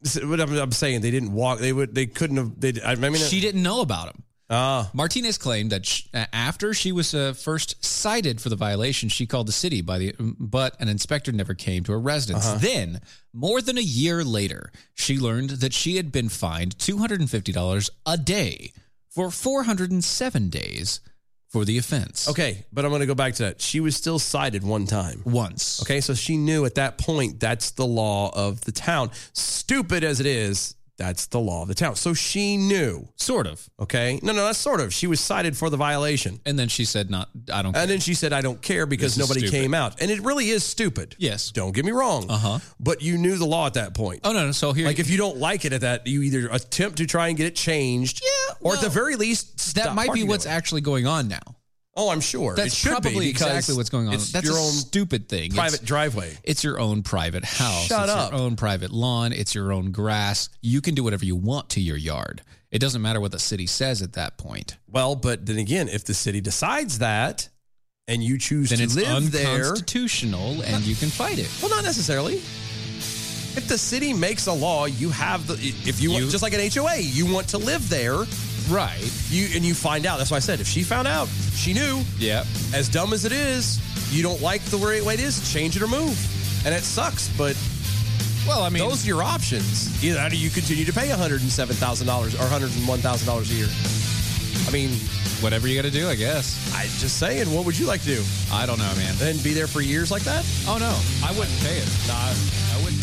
Speaker 4: This is what I'm, I'm saying. They didn't walk. They would, they couldn't have, they, I mean, uh,
Speaker 5: she didn't know about him.
Speaker 4: Ah,
Speaker 5: Martinez claimed that sh uh, after she was uh, first cited for the violation, she called the city by the um, but an inspector never came to her residence.
Speaker 4: Uh-huh.
Speaker 5: Then, more than a year later, she learned that she had been fined $250 a day for 407 days for the offense.
Speaker 4: okay. But I'm going to go back to that. She was still cited one time.
Speaker 5: Once.
Speaker 4: Okay, so she knew at that point that's the law of the town. Stupid as it is, that's the law of the town. So she knew.
Speaker 5: Sort of.
Speaker 4: Okay, no, no, that's sort of. She was cited for the violation,
Speaker 5: And then she said not I don't
Speaker 4: and then she said, "I don't care because
Speaker 5: This is
Speaker 4: nobody
Speaker 5: stupid.
Speaker 4: came out." And it really is stupid.
Speaker 5: Yes.
Speaker 4: Don't get me wrong. Uh
Speaker 5: Uh-huh.
Speaker 4: But you knew the law at that point.
Speaker 5: Oh no, no. So here
Speaker 4: Like if you don't like it at that, you either attempt to try and get it changed,
Speaker 5: Yeah,
Speaker 4: or at the
Speaker 5: well,
Speaker 4: very least,
Speaker 5: that
Speaker 4: stop
Speaker 5: might be
Speaker 4: parking
Speaker 5: what's
Speaker 4: there.
Speaker 5: actually going on now.
Speaker 4: Oh, I'm sure It
Speaker 5: That's
Speaker 4: should be
Speaker 5: probably
Speaker 4: because
Speaker 5: exactly what's going on.
Speaker 4: It's
Speaker 5: That's
Speaker 4: your
Speaker 5: a
Speaker 4: own
Speaker 5: stupid thing. It's-
Speaker 4: private driveway.
Speaker 5: It's, your own private house.
Speaker 4: Shut
Speaker 5: it's
Speaker 4: up.
Speaker 5: your own private lawn. It's your own grass. You can do whatever you want to your yard. It doesn't matter what the city says at that point.
Speaker 4: Well, but then again, if the city decides that and you choose
Speaker 5: Then
Speaker 4: to
Speaker 5: it's
Speaker 4: live there,
Speaker 5: unconstitutional, and you can
Speaker 4: <laughs>
Speaker 5: fight it.
Speaker 4: well, not necessarily. If the city makes a law, you have the if you,
Speaker 5: You-
Speaker 4: just like an HOA, you want to live there,
Speaker 5: Right.
Speaker 4: you and you find out. That's why I said if she found out, she knew.
Speaker 5: Yeah.
Speaker 4: As dumb as it is, if you don't like the way way it is, change it or move. And it sucks, but
Speaker 5: Well, I mean,
Speaker 4: those are your options. Either do you continue to pay $107,000 or $101,000 a year? I mean,
Speaker 5: whatever you got to do, I guess.
Speaker 4: I just saying, what would you like to do?
Speaker 5: I don't know, man.
Speaker 4: And be there for years like that?
Speaker 5: Oh no, I wouldn't pay it.
Speaker 4: Nah, I wouldn't.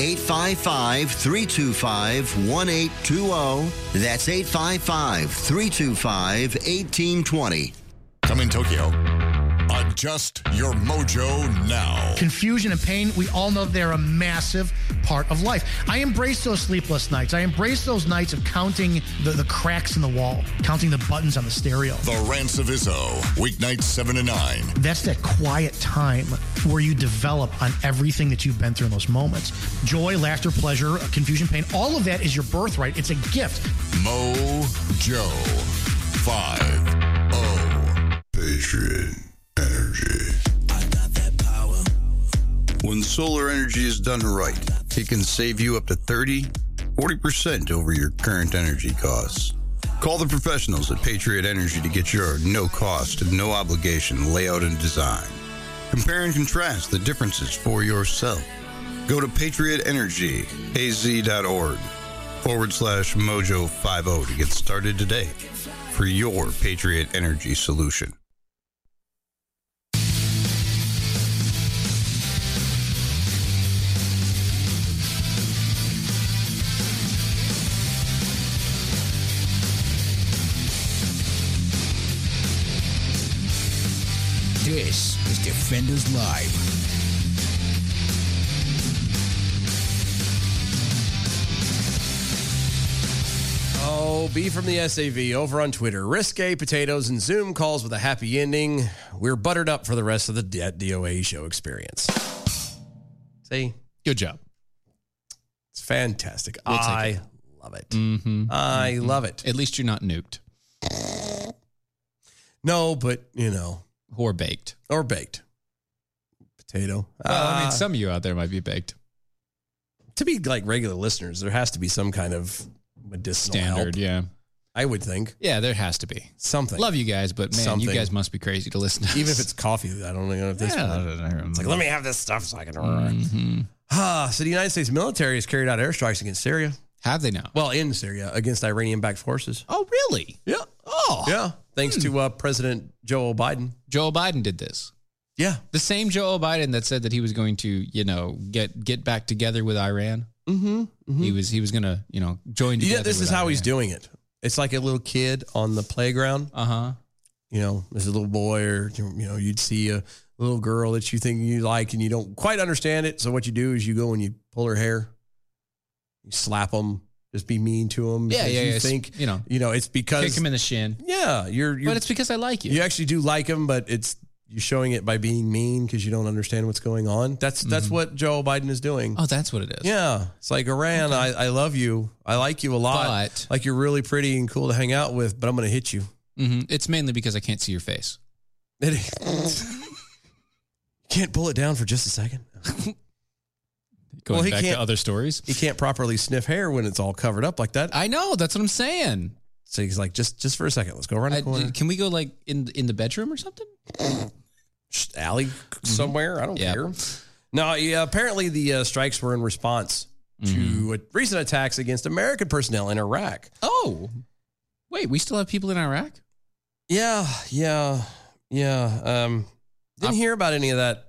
Speaker 6: 855 325
Speaker 7: oh.
Speaker 6: 1820. That's 855 325 1820.
Speaker 8: Come in Tokyo. Adjust your mojo now.
Speaker 9: Confusion and pain, we all know they're a massive part of life. I embrace those sleepless nights. I embrace those nights of counting the, the cracks in the wall, counting the buttons on the stereo.
Speaker 8: The Rancevizo, weeknights 7 to 9.
Speaker 9: That's that quiet time where you develop on everything that you've been through in those moments. Joy, laughter, pleasure, confusion, pain, all of that is your birthright. It's a gift.
Speaker 8: Mojo 5 0. Patriot Energy.
Speaker 10: When solar energy is done right, it can save you up to 30, 40% over your current energy costs. Call the professionals at Patriot Energy to get your no cost, no obligation layout and design. Compare and contrast the differences for yourself. Go to patriotenergyaz.org forward slash mojo 50 to get started today for your Patriot Energy solution.
Speaker 3: This is Defenders Live.
Speaker 4: Oh, B from the SAV over on Twitter. Risque potatoes and Zoom calls with a happy ending. We're buttered up for the rest of the D- DOA show experience. See,
Speaker 5: Good job.
Speaker 4: it's fantastic.
Speaker 5: We'll take
Speaker 4: I
Speaker 5: it.
Speaker 4: love it.
Speaker 5: Mm-hmm.
Speaker 4: I love it.
Speaker 5: At least you're not nuked
Speaker 4: No, but you know,
Speaker 5: or baked.
Speaker 4: or baked potato.
Speaker 5: Well, I mean,
Speaker 4: Uh,
Speaker 5: some of you out there might be baked.
Speaker 4: to be like regular listeners, there has to be some kind of medicinal help.
Speaker 5: Standard, yeah,
Speaker 4: I would think
Speaker 5: yeah. There has to be.
Speaker 4: something.
Speaker 5: Love you guys, but man,
Speaker 4: Something.
Speaker 5: you guys must be crazy to listen to.
Speaker 4: even if
Speaker 5: us.
Speaker 4: it's coffee. I don't know if this.
Speaker 5: Yeah, I
Speaker 4: one-
Speaker 5: don't know.
Speaker 4: It's like let me have this stuff so I can.
Speaker 5: Mhm.
Speaker 4: Ah, so the United States military has carried out airstrikes against Syria.
Speaker 5: Have they now?
Speaker 4: Well, in Syria against Iranian-backed forces.
Speaker 5: Oh, really?
Speaker 4: Yeah.
Speaker 5: Oh,
Speaker 4: Yeah. Thanks to uh, President Joe Biden.
Speaker 5: Joe Biden did this.
Speaker 4: Yeah.
Speaker 5: The same Joe Biden that said that he was going to, you know, get get back together with Iran.
Speaker 4: Mm-hmm.
Speaker 5: He was he was going to, you know, join.
Speaker 4: Yeah.
Speaker 5: Together
Speaker 4: This is how he's doing it. It's like a little kid on the playground.
Speaker 5: Uh huh.
Speaker 4: you know, as a little boy, or you know, you'd see a little girl that you think you like, and you don't quite understand it. So what you do is you go and you pull her hair, you slap them, just be mean to them.
Speaker 5: Yeah, yeah,
Speaker 4: You
Speaker 5: yeah. It's,
Speaker 4: think
Speaker 5: you know,
Speaker 4: you know it's
Speaker 5: kick
Speaker 4: because
Speaker 5: him in the shin.
Speaker 4: yeah, you're, you're
Speaker 5: But it's because I like you.
Speaker 4: you actually do like him, but it's you're showing it by being mean because you don't understand what's going on. That's that's what Joe Biden is doing.
Speaker 5: Mm-hmm. Oh, that's what it is.
Speaker 4: Yeah, it's like Iran. I, I love you. I like you a lot.
Speaker 5: But-
Speaker 4: like you're really pretty and cool to hang out with. But I'm gonna hit you.
Speaker 5: hmm It's mainly because I can't see your face.
Speaker 4: It, <laughs> can't pull it down for just a second.
Speaker 5: Going
Speaker 4: Well, he
Speaker 5: back
Speaker 4: can't-
Speaker 5: to other stories.
Speaker 4: He can't properly sniff hair when it's all covered up like that.
Speaker 5: I know. That's what I'm saying.
Speaker 4: So he's like, just just for a second, let's go around
Speaker 5: I-
Speaker 4: the corner,
Speaker 5: Uh, can we go like in in the bedroom or something?
Speaker 4: Just alley somewhere. I don't
Speaker 5: Yeah.
Speaker 4: care. No, yeah, apparently the uh, strikes were in response to
Speaker 5: Mm-hmm.
Speaker 4: to uh, recent attacks against American personnel in Iraq.
Speaker 5: Oh, wait, we still have people in Iraq?
Speaker 4: Yeah, yeah, yeah. Um, didn't hear about any of that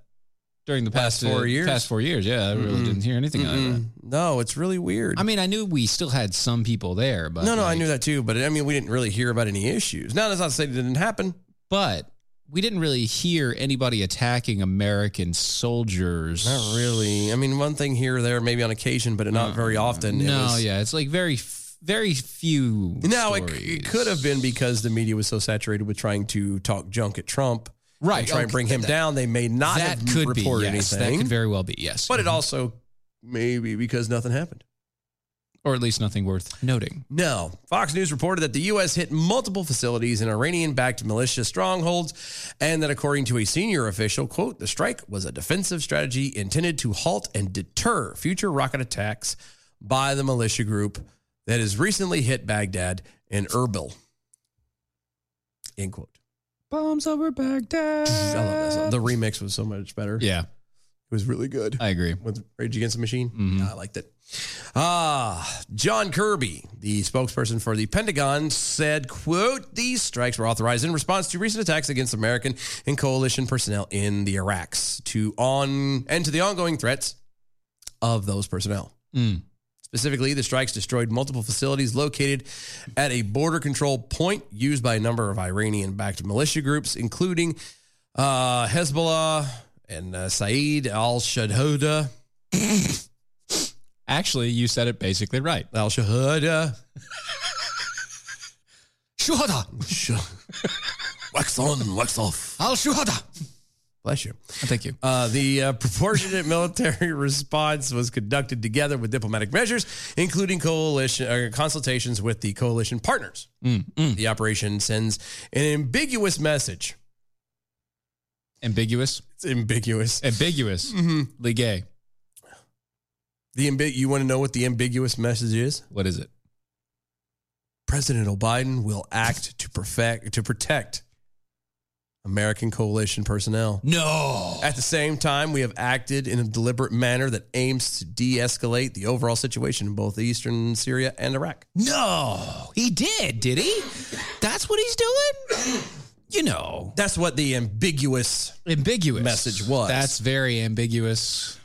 Speaker 5: during the past,
Speaker 4: four
Speaker 5: uh,
Speaker 4: years.
Speaker 5: past four years, yeah, I really didn't hear anything out of that.
Speaker 4: No, it's really weird.
Speaker 5: I mean, I knew we still had some people there, but
Speaker 4: no, no, I
Speaker 5: like-
Speaker 4: knew that too, but I mean, we didn't really hear about any issues. Now, that's not to say it didn't happen.
Speaker 5: but we didn't really hear anybody attacking American soldiers.
Speaker 4: Not really. I mean, one thing here or there, maybe on occasion, but not very often. It
Speaker 5: Mm-hmm. No,
Speaker 4: was-
Speaker 5: yeah, it's like very, f- very few.
Speaker 4: Now, it,
Speaker 5: stories.
Speaker 4: it could have been because the media was so saturated with trying to talk junk at Trump,
Speaker 5: Right,
Speaker 4: And try and
Speaker 5: okay,
Speaker 4: bring him
Speaker 5: that-
Speaker 4: down. They may not
Speaker 5: that
Speaker 4: have
Speaker 5: could
Speaker 4: reported
Speaker 5: be yes,
Speaker 4: anything,
Speaker 5: That could very Mm-hmm. well be yes,
Speaker 4: but it also maybe because nothing happened.
Speaker 5: or at least nothing worth noting.
Speaker 4: No. Fox News reported that the U.S. hit multiple facilities in Iranian backed militia strongholds, and that according to a senior official, quote, the strike was a defensive strategy intended to halt and deter future rocket attacks by the militia group that has recently hit Baghdad and Erbil. End quote.
Speaker 5: Bombs over Baghdad.
Speaker 4: I love that song. The remix was so much better.
Speaker 5: Yeah,
Speaker 4: It was really good.
Speaker 5: I agree.
Speaker 4: with Rage Against the Machine. I liked it. Ah, John Kirby, the spokesperson for the Pentagon, said, quote, these strikes were authorized in response to recent attacks against American and coalition personnel in the Iraqs to on and to the ongoing threats of those personnel.
Speaker 5: Mm.
Speaker 4: Specifically, the strikes destroyed multiple facilities located at a border control point used by a number of Iranian backed militia groups, including uh, Hezbollah and uh, Saeed al Shadhoda.
Speaker 5: Actually, you said it basically right.
Speaker 4: Al Shahada.
Speaker 5: Shuhada,
Speaker 4: wax on, wax off.
Speaker 5: al shuhada.
Speaker 4: Bless you.
Speaker 5: Thank you.
Speaker 4: Uh, the uh, proportionate military <laughs> response was conducted together with diplomatic measures, including coalition uh, consultations with the coalition partners.
Speaker 5: Mm,
Speaker 4: The operation sends an ambiguous message.
Speaker 5: Ambiguous,
Speaker 4: It's ambiguous.
Speaker 5: ambiguous,
Speaker 4: Mm-hmm.
Speaker 5: Lee Gay.
Speaker 4: The ambi- you want to know what the ambiguous message is?
Speaker 5: What is it?
Speaker 4: President Biden will act to perfect to protect American coalition personnel.
Speaker 5: No.
Speaker 4: At the same time, we have acted in a deliberate manner that aims to de escalate the overall situation in both eastern Syria and Iraq.
Speaker 5: No, he did, did he? That's what he's doing? You know,
Speaker 4: That's what the ambiguous.
Speaker 5: ambiguous
Speaker 4: Message was.
Speaker 5: That's very ambiguous.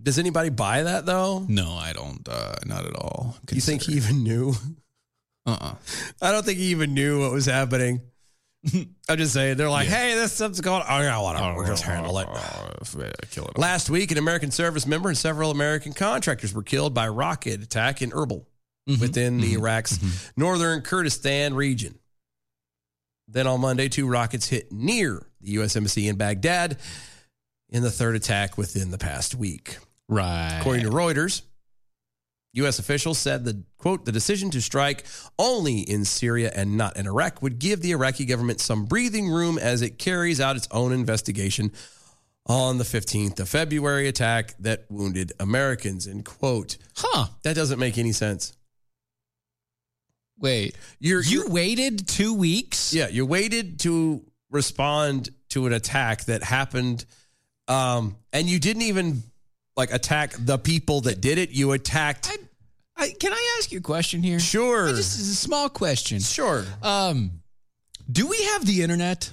Speaker 4: Does anybody buy that though?
Speaker 5: No, I don't. Uh, not at all.
Speaker 4: You think he even knew? <laughs>
Speaker 5: Uh-uh.
Speaker 4: I don't think he even knew what was happening. I'm just saying, they're like, hey, this stuff's going Oh, on. I want to just handle it. Uh,
Speaker 5: Kill it.
Speaker 4: Last week, an American service member and several American contractors were killed by a rocket attack in Erbil within the Iraq's northern Kurdistan region. Then on Monday, two rockets hit near the U.S. Embassy in Baghdad in the third attack within the past week.
Speaker 5: Right.
Speaker 4: According to Reuters, U.S. officials said the quote, the decision to strike only in Syria and not in Iraq would give the Iraqi government some breathing room as it carries out its own investigation on the 15th of February attack that wounded Americans. End quote.
Speaker 5: huh.
Speaker 4: That doesn't make any sense.
Speaker 5: Wait.
Speaker 4: You're,
Speaker 5: you
Speaker 4: you're-
Speaker 5: waited two weeks?
Speaker 4: yeah, you waited to respond to an attack that happened, um, and you didn't even like attack the people that did it. You attacked.
Speaker 5: I, I, can I ask you a question here?
Speaker 4: Sure.
Speaker 5: I just- This is a small question.
Speaker 4: Sure.
Speaker 5: Um, do we have the internet?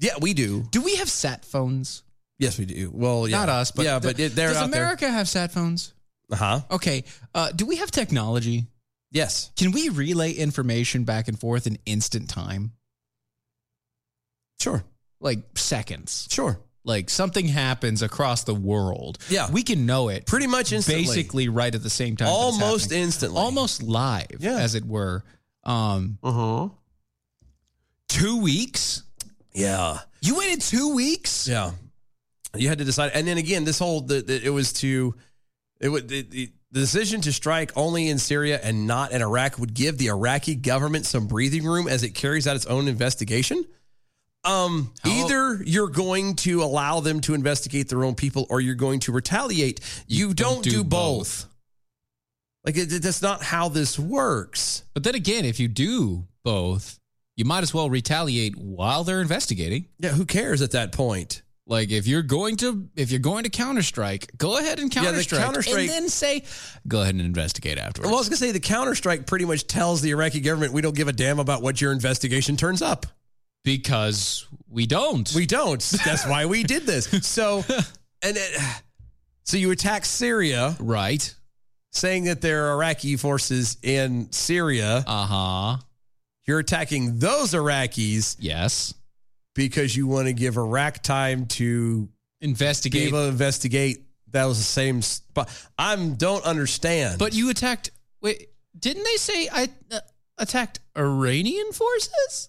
Speaker 4: Yeah, we do.
Speaker 5: Do we have sat phones?
Speaker 4: Yes, we do. Well, yeah.
Speaker 5: Not us, but
Speaker 4: yeah, but it- they're
Speaker 5: does
Speaker 4: out
Speaker 5: America have sat phones?
Speaker 4: there. Uh huh.
Speaker 5: Okay. Uh, do we have technology?
Speaker 4: Yes.
Speaker 5: Can we relay information back and forth in instant time?
Speaker 4: Sure.
Speaker 5: Like seconds.
Speaker 4: Sure.
Speaker 5: Like something happens across the world.
Speaker 4: Yeah.
Speaker 5: We can know it
Speaker 4: Pretty much instantly.
Speaker 5: basically right at the same time. that it's
Speaker 4: Almost
Speaker 5: happening.
Speaker 4: instantly.
Speaker 5: Almost live,
Speaker 4: Yeah.
Speaker 5: as it were. Um,
Speaker 4: Uh huh.
Speaker 5: two weeks?
Speaker 4: Yeah.
Speaker 5: You waited two weeks?
Speaker 4: Yeah. You had to decide, and then again, this whole the, the- it was to it would the, the the decision to strike only in Syria and not in Iraq would give the Iraqi government some breathing room as it carries out its own investigation. Um,
Speaker 5: How-
Speaker 4: either you're going to allow them to investigate their own people, or you're going to retaliate. You, don't, do both. Like it, it- that's not how this works.
Speaker 5: But then again, if you do both, you might as well retaliate while they're investigating.
Speaker 4: Yeah, who cares at that point?
Speaker 5: Like if you're going to if you're going to Counter Strike, go ahead and
Speaker 4: Yeah, the
Speaker 5: Counter Strike,
Speaker 4: Counter-Strike-
Speaker 5: and then say, go ahead and investigate afterwards.
Speaker 4: Well, I was going to say the counter strike pretty much tells the Iraqi government we don't give a damn about what your investigation turns up
Speaker 5: because we don't.
Speaker 4: We
Speaker 5: <laughs>
Speaker 4: don't. That's why we did this. So and it, so you attack Syria,
Speaker 5: right?
Speaker 4: Saying that there are Iraqi forces in Syria.
Speaker 5: Uh huh.
Speaker 4: You're attacking those Iraqis
Speaker 5: Yes.
Speaker 4: because you want to give Iraq time to be
Speaker 5: Investigate.
Speaker 4: able to investigate. That was the same spot. I'm don't understand.
Speaker 5: But you attacked. Wait, didn't they say I uh, attacked Iranian forces?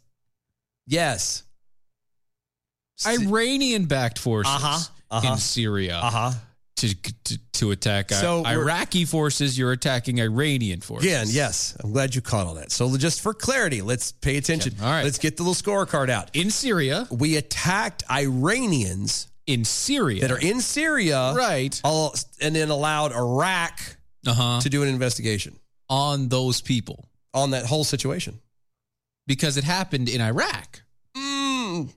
Speaker 4: yes,
Speaker 5: Iranian backed forces
Speaker 4: Uh-huh, uh-huh.
Speaker 5: in Syria
Speaker 4: uh huh.
Speaker 5: to, to to attack uh,
Speaker 4: So we're-
Speaker 5: Iraqi forces. You're attacking Iranian forces.
Speaker 4: Again, yes. I'm glad you caught all that. So just for clarity, let's pay attention.
Speaker 5: Okay, all right.
Speaker 4: Let's get the little scorecard out.
Speaker 5: in Syria.
Speaker 4: We attacked Iranians
Speaker 5: In Syria,
Speaker 4: that are in Syria,
Speaker 5: right.
Speaker 4: all- and then allowed Iraq
Speaker 5: Uh huh.
Speaker 4: to do an investigation
Speaker 5: On those people
Speaker 4: on that whole situation.
Speaker 5: because it happened in Iraq,
Speaker 4: Mm.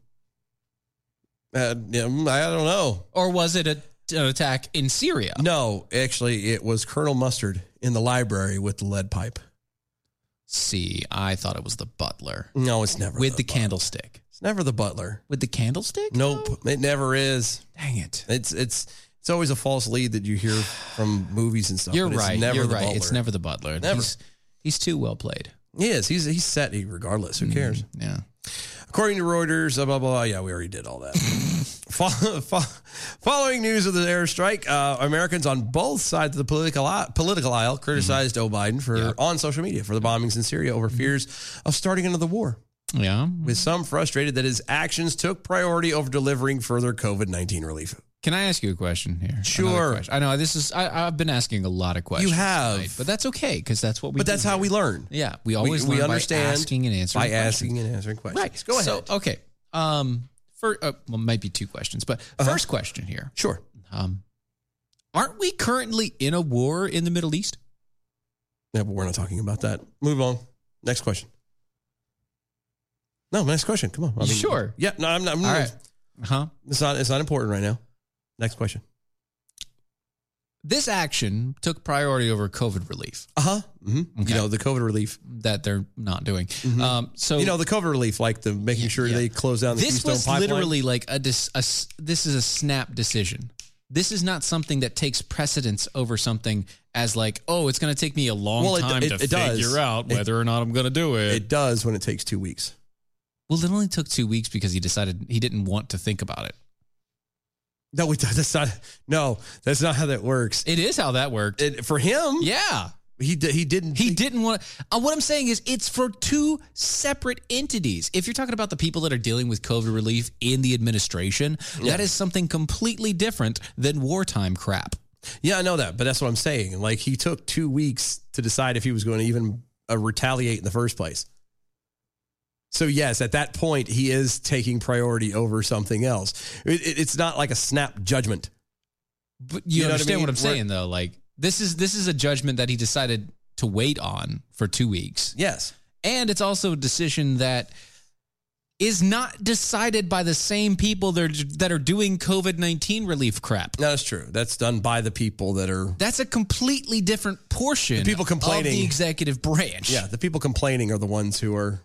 Speaker 4: Uh, yeah, mm, I don't know.
Speaker 5: or was it a, an attack in Syria?
Speaker 4: No, actually, it was Colonel Mustard in the library with the lead pipe.
Speaker 5: See, I thought it was the butler
Speaker 4: No, it's never
Speaker 5: with the
Speaker 4: butler.
Speaker 5: candlestick.
Speaker 4: It's never the butler.
Speaker 5: With the candlestick?
Speaker 4: Nope, it never is.
Speaker 5: Dang it.
Speaker 4: It's it's it's always a false lead that you hear from movies and stuff.
Speaker 5: You're
Speaker 4: but it's
Speaker 5: right.
Speaker 4: Never
Speaker 5: You're
Speaker 4: the
Speaker 5: right. It's
Speaker 4: butler.
Speaker 5: never the butler.
Speaker 4: Never.
Speaker 5: He's, he's too well played.
Speaker 4: He is. He's he's set regardless.
Speaker 5: Mm-hmm.
Speaker 4: Who cares?
Speaker 5: Yeah.
Speaker 4: According to Reuters, uh, blah, blah, blah. Yeah, we already did all
Speaker 5: <laughs>
Speaker 4: that. Fol- fol- Following news of the airstrike, uh, Americans on both sides of the political aisle, political
Speaker 5: Mm-hmm.
Speaker 4: aisle criticized Joe Biden for on social media for the bombings in Syria over
Speaker 5: Mm-hmm.
Speaker 4: fears of starting another war.
Speaker 5: Yeah.
Speaker 4: With some frustrated that his actions took priority over delivering further COVID nineteen relief.
Speaker 5: Can I ask you a question here? Another
Speaker 4: Sure.
Speaker 5: question. I know this is. I, I've been asking a lot of questions.
Speaker 4: have.
Speaker 5: tonight, but that's okay because that's what we.
Speaker 4: But
Speaker 5: do
Speaker 4: that's how
Speaker 5: here.
Speaker 4: we learn.
Speaker 5: Yeah, we always learn by asking and answering
Speaker 4: by
Speaker 5: questions.
Speaker 4: asking and answering questions.
Speaker 5: Right.
Speaker 4: Go ahead.
Speaker 5: So, okay. Um. For uh, well, maybe two questions, but
Speaker 4: Uh-huh.
Speaker 5: first question here.
Speaker 4: sure.
Speaker 5: Um. Aren't we currently in a war in the Middle East?
Speaker 4: Yeah, but we're not talking about that. Move on. Next question. No, next question. Come on. I mean-
Speaker 5: Sure.
Speaker 4: Yeah. No, I'm not. I'm
Speaker 5: All
Speaker 4: not-
Speaker 5: right. Huh.
Speaker 4: It's not. It's not important right now. Next question.
Speaker 5: This action took priority over COVID relief
Speaker 4: Uh huh. hmm
Speaker 5: Okay.
Speaker 4: You know the COVID relief.
Speaker 5: that they're not doing. Um. So
Speaker 4: Mm-hmm. you know the COVID relief, like the making
Speaker 5: Yeah,
Speaker 4: sure
Speaker 5: yeah.
Speaker 4: they close down the
Speaker 5: this
Speaker 4: Keystone
Speaker 5: was
Speaker 4: pipeline.
Speaker 5: literally like a, dis, a s- this is a snap decision this is not something that takes precedence over something as like oh it's going to take me a long
Speaker 4: Well, it-
Speaker 5: time
Speaker 4: it-
Speaker 5: to
Speaker 4: it
Speaker 5: figure
Speaker 4: does.
Speaker 5: out
Speaker 4: It-
Speaker 5: whether or not i'm going to do it.
Speaker 4: It does when it takes two weeks.
Speaker 5: well it only took two weeks because he decided he didn't want to think about it
Speaker 4: No, it does. That's not. No, that's not how that works.
Speaker 5: it is how that worked
Speaker 4: It- for him,
Speaker 5: yeah
Speaker 4: he di- he didn't.
Speaker 5: he
Speaker 4: think-
Speaker 5: didn't want uh, what i'm saying is it's for two separate entities if you're talking about the people that are dealing with covid relief in the administration that is something completely different than wartime crap
Speaker 4: Yeah, I know that, but that's what I'm saying. Like he took two weeks to decide if he was going to even uh, retaliate in the first place. So yes, at that point, he is taking priority over something else. It- it- it's not like a snap judgment.
Speaker 5: But you,
Speaker 4: You know what I
Speaker 5: understand
Speaker 4: mean?
Speaker 5: what, I
Speaker 4: We're-
Speaker 5: am saying though. Like this is this is a judgment that he decided to wait on for two weeks,
Speaker 4: Yes.
Speaker 5: and it's also a decision that is not decided by the same people that are, that are doing COVID nineteen relief crap.
Speaker 4: No, that's true. That's done by the people that are.
Speaker 5: That's a completely different portion.
Speaker 4: The people
Speaker 5: of the
Speaker 4: complaining-
Speaker 5: executive branch.
Speaker 4: Yeah, the people complaining are the ones who are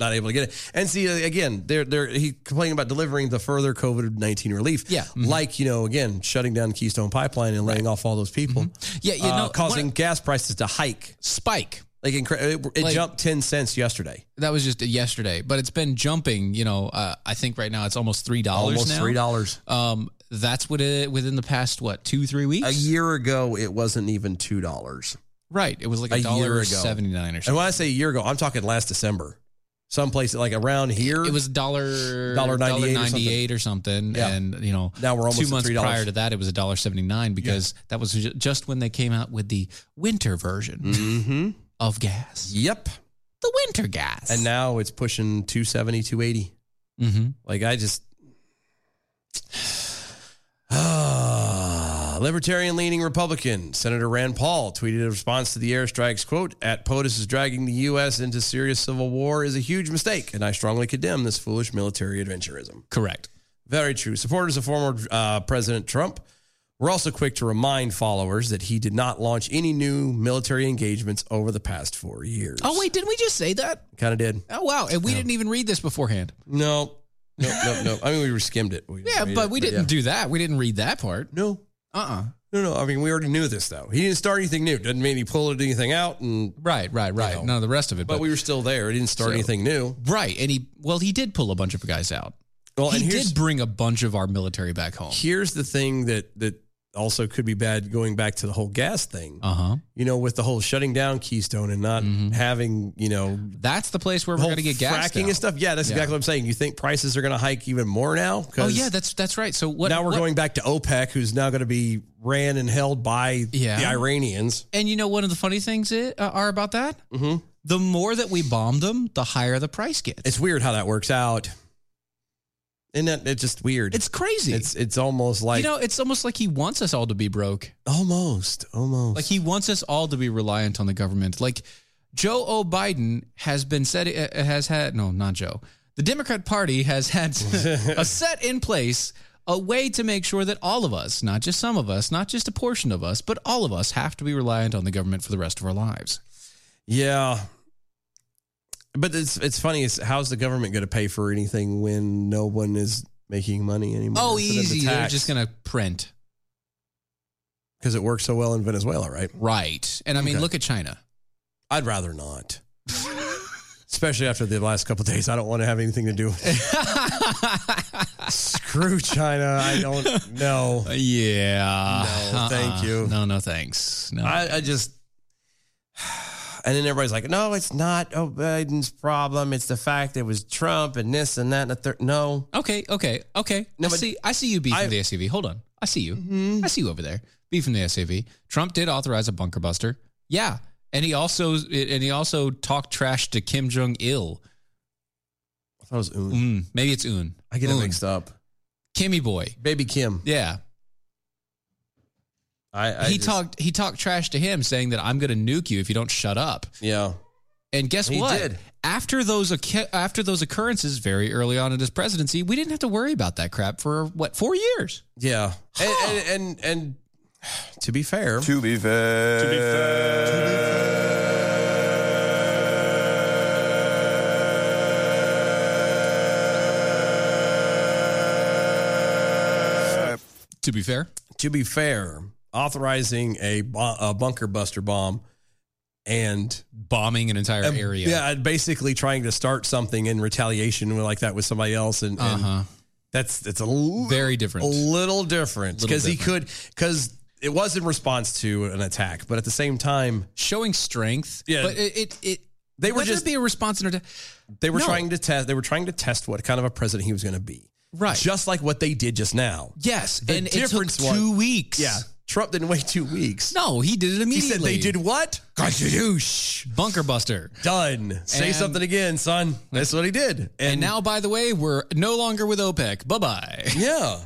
Speaker 4: not able to get it. And see, uh, again, they're they're he complaining about delivering the further COVID nineteen relief.
Speaker 5: Yeah. Mhm.
Speaker 4: like you know, again, shutting down Keystone Pipeline and laying off all those people.
Speaker 5: yeah, you
Speaker 4: uh,
Speaker 5: know,
Speaker 4: causing
Speaker 5: what-
Speaker 4: gas prices to hike.
Speaker 5: spike.
Speaker 4: Like incre- it, it
Speaker 5: Like-
Speaker 4: jumped ten cents yesterday.
Speaker 5: That was just yesterday, but it's been jumping. You know, uh, I think right now it's almost three dollars.
Speaker 4: Almost three dollars.
Speaker 5: Um, that's what it within the past what two three weeks.
Speaker 4: A year ago, it wasn't even two dollars.
Speaker 5: Right. It was like
Speaker 4: A
Speaker 5: a
Speaker 4: year
Speaker 5: dollar
Speaker 4: ago.
Speaker 5: seventy nine or
Speaker 4: And
Speaker 5: something.
Speaker 4: when I say a year ago, I'm talking last December. Someplace like around here,
Speaker 5: It was dollar
Speaker 4: Dollar 98 or
Speaker 5: ninety eight or something.
Speaker 4: Yeah.
Speaker 5: And you know,
Speaker 4: Now we're almost
Speaker 5: two
Speaker 4: at
Speaker 5: months
Speaker 4: $3.
Speaker 5: prior to that, it was a dollar seventy nine because that was ju- just when they came out with the winter version
Speaker 4: Mm-hmm.
Speaker 5: of gas,
Speaker 4: Yep.
Speaker 5: the winter gas.
Speaker 4: And now it's pushing 270, 280.
Speaker 5: hmm
Speaker 4: Like I just <sighs> ah, libertarian leaning Republican Senator Rand Paul tweeted in response to the airstrikes quote at POTUS is dragging the US into serious civil war is a huge mistake and I strongly condemn this foolish military adventurism.
Speaker 5: correct.
Speaker 4: Very true. Supporters of former uh, President Trump were also quick to remind followers that he did not launch any new military engagements over the past four years.
Speaker 5: Oh wait, didn't we just say that?
Speaker 4: Kind of did.
Speaker 5: Oh wow, and we didn't even read this beforehand.
Speaker 4: No, no, no, no. I mean, we skimmed it. We
Speaker 5: Yeah,
Speaker 4: read
Speaker 5: but
Speaker 4: it,
Speaker 5: we didn't
Speaker 4: yeah.
Speaker 5: do that. We didn't read that part.
Speaker 4: No.
Speaker 5: Uh uh
Speaker 4: No, no. I mean, we already knew this though. He didn't start anything new. Doesn't mean he pulled anything out. And
Speaker 5: Right, right, right.
Speaker 4: No.
Speaker 5: None of the rest of it.
Speaker 4: but, we were still there. He didn't start
Speaker 5: So-
Speaker 4: anything new.
Speaker 5: right, and he well, he did pull a bunch of guys out.
Speaker 4: Well,
Speaker 5: he
Speaker 4: and here's,
Speaker 5: did bring a bunch of our military back home.
Speaker 4: here's the thing that that also could be bad. Going back to the whole gas thing.
Speaker 5: Uh huh.
Speaker 4: you know, with the whole shutting down Keystone and not having, you know,
Speaker 5: That's the place where we're
Speaker 4: whole
Speaker 5: going to get gas
Speaker 4: fracking and stuff. Yeah, that's
Speaker 5: Yeah.
Speaker 4: exactly what I'm saying. You think prices are going to hike even more now? 'Cause
Speaker 5: Oh yeah, that's that's right. So what?
Speaker 4: now we're
Speaker 5: what-
Speaker 4: going back to OPEC, who's now going to be ran and held by
Speaker 5: Yeah.
Speaker 4: the Iranians.
Speaker 5: And you know, one of the funny things i- uh, are about that. Mm-hmm. The more that we bomb them, the higher the price gets.
Speaker 4: It's weird how that works out. Isn't that it's just weird?
Speaker 5: It's crazy.
Speaker 4: it's it's almost like
Speaker 5: you know, it's almost like he wants us all to be broke.
Speaker 4: almost almost
Speaker 5: Like he wants us all to be reliant on the government. Like Joe O. Biden has been said uh, has had no, not Joe. The Democrat Party has had <laughs> a set in place a way to make sure that all of us, not just some of us, not just a portion of us, but all of us have to be reliant on the government for the rest of our lives.
Speaker 4: yeah. But it's it's funny. Is how's the government going to pay for anything when no one is making money anymore?
Speaker 5: Oh,
Speaker 4: for them to
Speaker 5: easy. They're
Speaker 4: tax?
Speaker 5: just going to print.
Speaker 4: because it works so well in Venezuela, right?
Speaker 5: Right. And I mean,
Speaker 4: Okay.
Speaker 5: look at China.
Speaker 4: I'd rather
Speaker 5: <laughs>
Speaker 4: not. Especially after the last couple of days, I don't want to have anything to do with it.
Speaker 5: <laughs>
Speaker 4: Screw China. I don't know.
Speaker 5: Yeah.
Speaker 4: No, Uh, <laughs> thank you.
Speaker 5: No, no, thanks. No.
Speaker 4: I, I just. <sighs> And then everybody's like, no, it's not oh, Biden's problem. It's the fact it was Trump and this and that and the third. No.
Speaker 5: okay, okay, okay.
Speaker 4: No,
Speaker 5: I
Speaker 4: but-
Speaker 5: see. I see you beefing
Speaker 4: I- Mm-hmm.
Speaker 5: the SUV. Hold on. I see you. I see you over there beefing the SUV. Trump did authorize a bunker buster. Yeah, and he also and he also talked trash to Kim Jong Il.
Speaker 4: I thought it was Un.
Speaker 5: Mm, maybe it's Un.
Speaker 4: I get it
Speaker 5: Un.
Speaker 4: mixed up.
Speaker 5: Kimmy boy.
Speaker 4: Baby Kim.
Speaker 5: Yeah,
Speaker 4: I, I
Speaker 5: he
Speaker 4: just-
Speaker 5: talked he talked trash to him, saying that I'm going to nuke you if you don't shut up.
Speaker 4: Yeah.
Speaker 5: And guess
Speaker 4: He
Speaker 5: what?
Speaker 4: did.
Speaker 5: After those occ- after those occurrences, very early on in his presidency, we didn't have to worry about that crap for what four years. <sighs>
Speaker 4: Yeah. And, and, and, and <sighs> to be fair,
Speaker 8: To be fair. To be
Speaker 5: To be fair,
Speaker 4: to be fair, authorizing a, bo- a bunker buster bomb and
Speaker 5: bombing an entire
Speaker 4: and-
Speaker 5: area.
Speaker 4: Um, yeah, and basically trying to start something in retaliation like that with somebody else, and,
Speaker 5: Uh
Speaker 4: and
Speaker 5: huh.
Speaker 4: that's it's a little,
Speaker 5: Very different.
Speaker 4: a little different
Speaker 5: Little
Speaker 4: because he could because it was in response to an attack, but at the same time
Speaker 5: Showing strength.
Speaker 4: Yeah.
Speaker 5: But it it, it
Speaker 4: They were
Speaker 5: whether
Speaker 4: just-
Speaker 5: it be a response or not-
Speaker 4: they were
Speaker 5: No.
Speaker 4: trying to test they were trying to test what kind of a president he was going to be,
Speaker 5: Right.
Speaker 4: Just like what they did just now.
Speaker 5: yes.
Speaker 4: The
Speaker 5: and
Speaker 4: difference
Speaker 5: it took two
Speaker 4: was-
Speaker 5: weeks.
Speaker 4: Yeah, Trump didn't wait two weeks.
Speaker 5: No, he did it
Speaker 4: he said
Speaker 5: immediately.
Speaker 4: they did what? Gadoosh.
Speaker 5: bunker buster.
Speaker 4: Done. Say
Speaker 5: And-
Speaker 4: something again, son. That's what he did. And,
Speaker 5: And now, by the way, we're no longer with OPEC. Bye bye.
Speaker 4: yeah.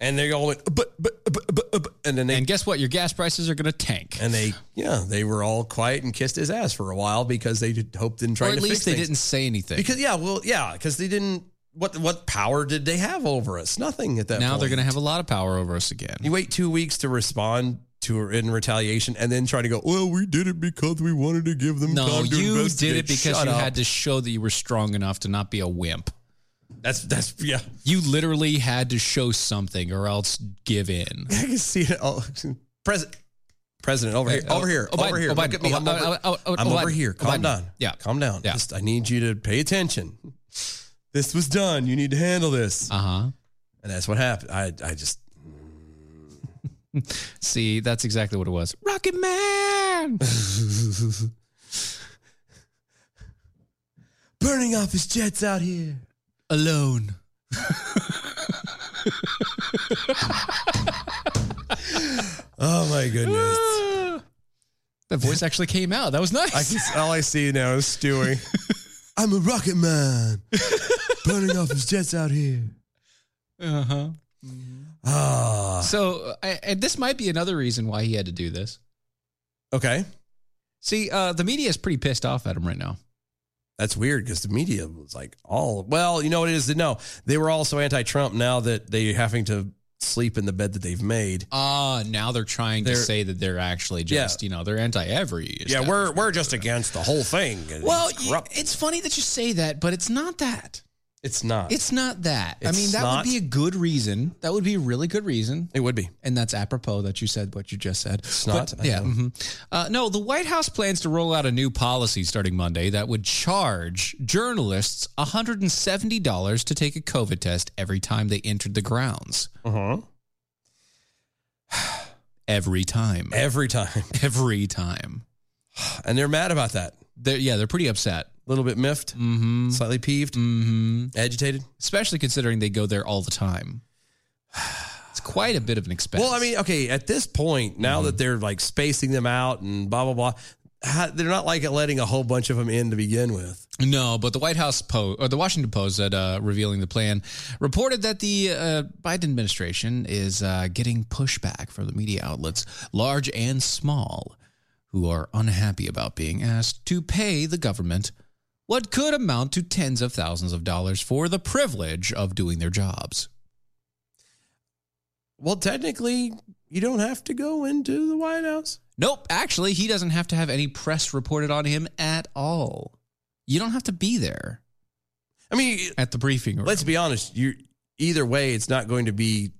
Speaker 4: And they all went, but, but, but, but, but," and then they,
Speaker 5: And
Speaker 4: and,
Speaker 5: guess what? Your gas prices are going to tank.
Speaker 4: they, yeah, they were all quiet and kissed his ass for a while because they did, hoped and
Speaker 5: or
Speaker 4: tried
Speaker 5: at
Speaker 4: to
Speaker 5: least
Speaker 4: fix
Speaker 5: they
Speaker 4: things.
Speaker 5: didn't say anything.
Speaker 4: Because, yeah, well, yeah, because they didn't, what, what power did they have over us? Nothing at that
Speaker 5: now they're
Speaker 4: point.
Speaker 5: going to have a lot of power over us again.
Speaker 4: You wait two weeks to respond to her in retaliation and then try to go, well, we did it because we wanted to give them
Speaker 5: No,
Speaker 4: time to
Speaker 5: you
Speaker 4: investigate.
Speaker 5: did it because
Speaker 4: Shut
Speaker 5: you
Speaker 4: up.
Speaker 5: had to show that you were strong enough to not be a wimp.
Speaker 4: That's, that's, yeah. <laughs>
Speaker 5: You literally had to show something or else give in.
Speaker 4: I can see it <laughs> all. President, president, over here,
Speaker 5: Oh,
Speaker 4: over here,
Speaker 5: oh, Biden,
Speaker 4: over here.
Speaker 5: oh,
Speaker 4: Look
Speaker 5: Biden,
Speaker 4: at me.
Speaker 5: oh,
Speaker 4: I'm
Speaker 5: oh,
Speaker 4: over,
Speaker 5: oh, oh,
Speaker 4: I'm
Speaker 5: oh,
Speaker 4: over
Speaker 5: Biden,
Speaker 4: here.
Speaker 5: oh,
Speaker 4: Calm
Speaker 5: Biden.
Speaker 4: down.
Speaker 5: Yeah.
Speaker 4: calm down.
Speaker 5: Yeah.
Speaker 4: Just, I need you to pay attention. This was done. You need to handle this,
Speaker 5: Uh huh.
Speaker 4: and that's what happened. I, I just
Speaker 5: See, that's exactly what it was. Rocket Man.
Speaker 4: burning off his jets out here.
Speaker 5: Alone.
Speaker 4: <laughs> Oh my goodness!
Speaker 5: That voice actually came out. That was
Speaker 4: I
Speaker 5: nice.
Speaker 4: can, all I see now is Stewie. I'm a rocket man, burning off his jets out here.
Speaker 5: Uh huh.
Speaker 4: <laughs> Ah,
Speaker 5: So, I, and this might be another reason why he had to do this.
Speaker 4: okay.
Speaker 5: See, uh, the media is pretty pissed off at him right now.
Speaker 4: That's weird because the media was like all well, you know what it is that no, they were also anti-Trump now that they're having to sleep in the bed that they've made.
Speaker 5: Uh now they're trying to
Speaker 4: They're-
Speaker 5: say that they're actually just, you know, they're anti every.
Speaker 4: Yeah, we're we're just against the whole thing. and
Speaker 5: Well,
Speaker 4: it's
Speaker 5: y-
Speaker 4: corrupt.
Speaker 5: it's funny that you say that, but it's not that.
Speaker 4: it's not.
Speaker 5: It's not that. I
Speaker 4: It's
Speaker 5: mean, that
Speaker 4: not.
Speaker 5: would be a good reason. That would be a really good reason.
Speaker 4: it would be.
Speaker 5: And that's apropos that you said what you just said.
Speaker 4: It's not.
Speaker 5: But- yeah. mhm. Uh, no, the White House plans to roll out a new policy starting Monday that would charge journalists $170 to take a COVID test every time they entered the grounds.
Speaker 4: Uh-huh.
Speaker 5: <sighs> Every time.
Speaker 4: Every time, <laughs>
Speaker 5: Every time.
Speaker 4: and they're mad about that.
Speaker 5: They're, yeah, they're pretty upset.
Speaker 4: A little bit miffed,
Speaker 5: Mm-hmm.
Speaker 4: slightly peeved,
Speaker 5: Mm-hmm.
Speaker 4: agitated.
Speaker 5: Especially considering they go there all the time. <sighs> It's quite a bit of an expense.
Speaker 4: Well, I mean, okay, at this point,
Speaker 5: Mm-hmm.
Speaker 4: now that they're like spacing them out and blah blah blah, how, they're not like letting a whole bunch of them in to begin with.
Speaker 5: No, but the White House po- or the Washington Post that uh, revealing the plan reported that the uh, Biden administration is uh, getting pushback from the media outlets, large and small, who are unhappy about being asked to pay the government what could amount to tens of thousands of dollars for the privilege of doing their jobs.
Speaker 4: Well, technically, you don't have to go into the White House.
Speaker 5: Nope, actually, he doesn't have to have any press reported on him at all. You don't have to be there
Speaker 4: I mean,
Speaker 5: at the briefing room.
Speaker 4: let's be honest. You either way, it's not going to be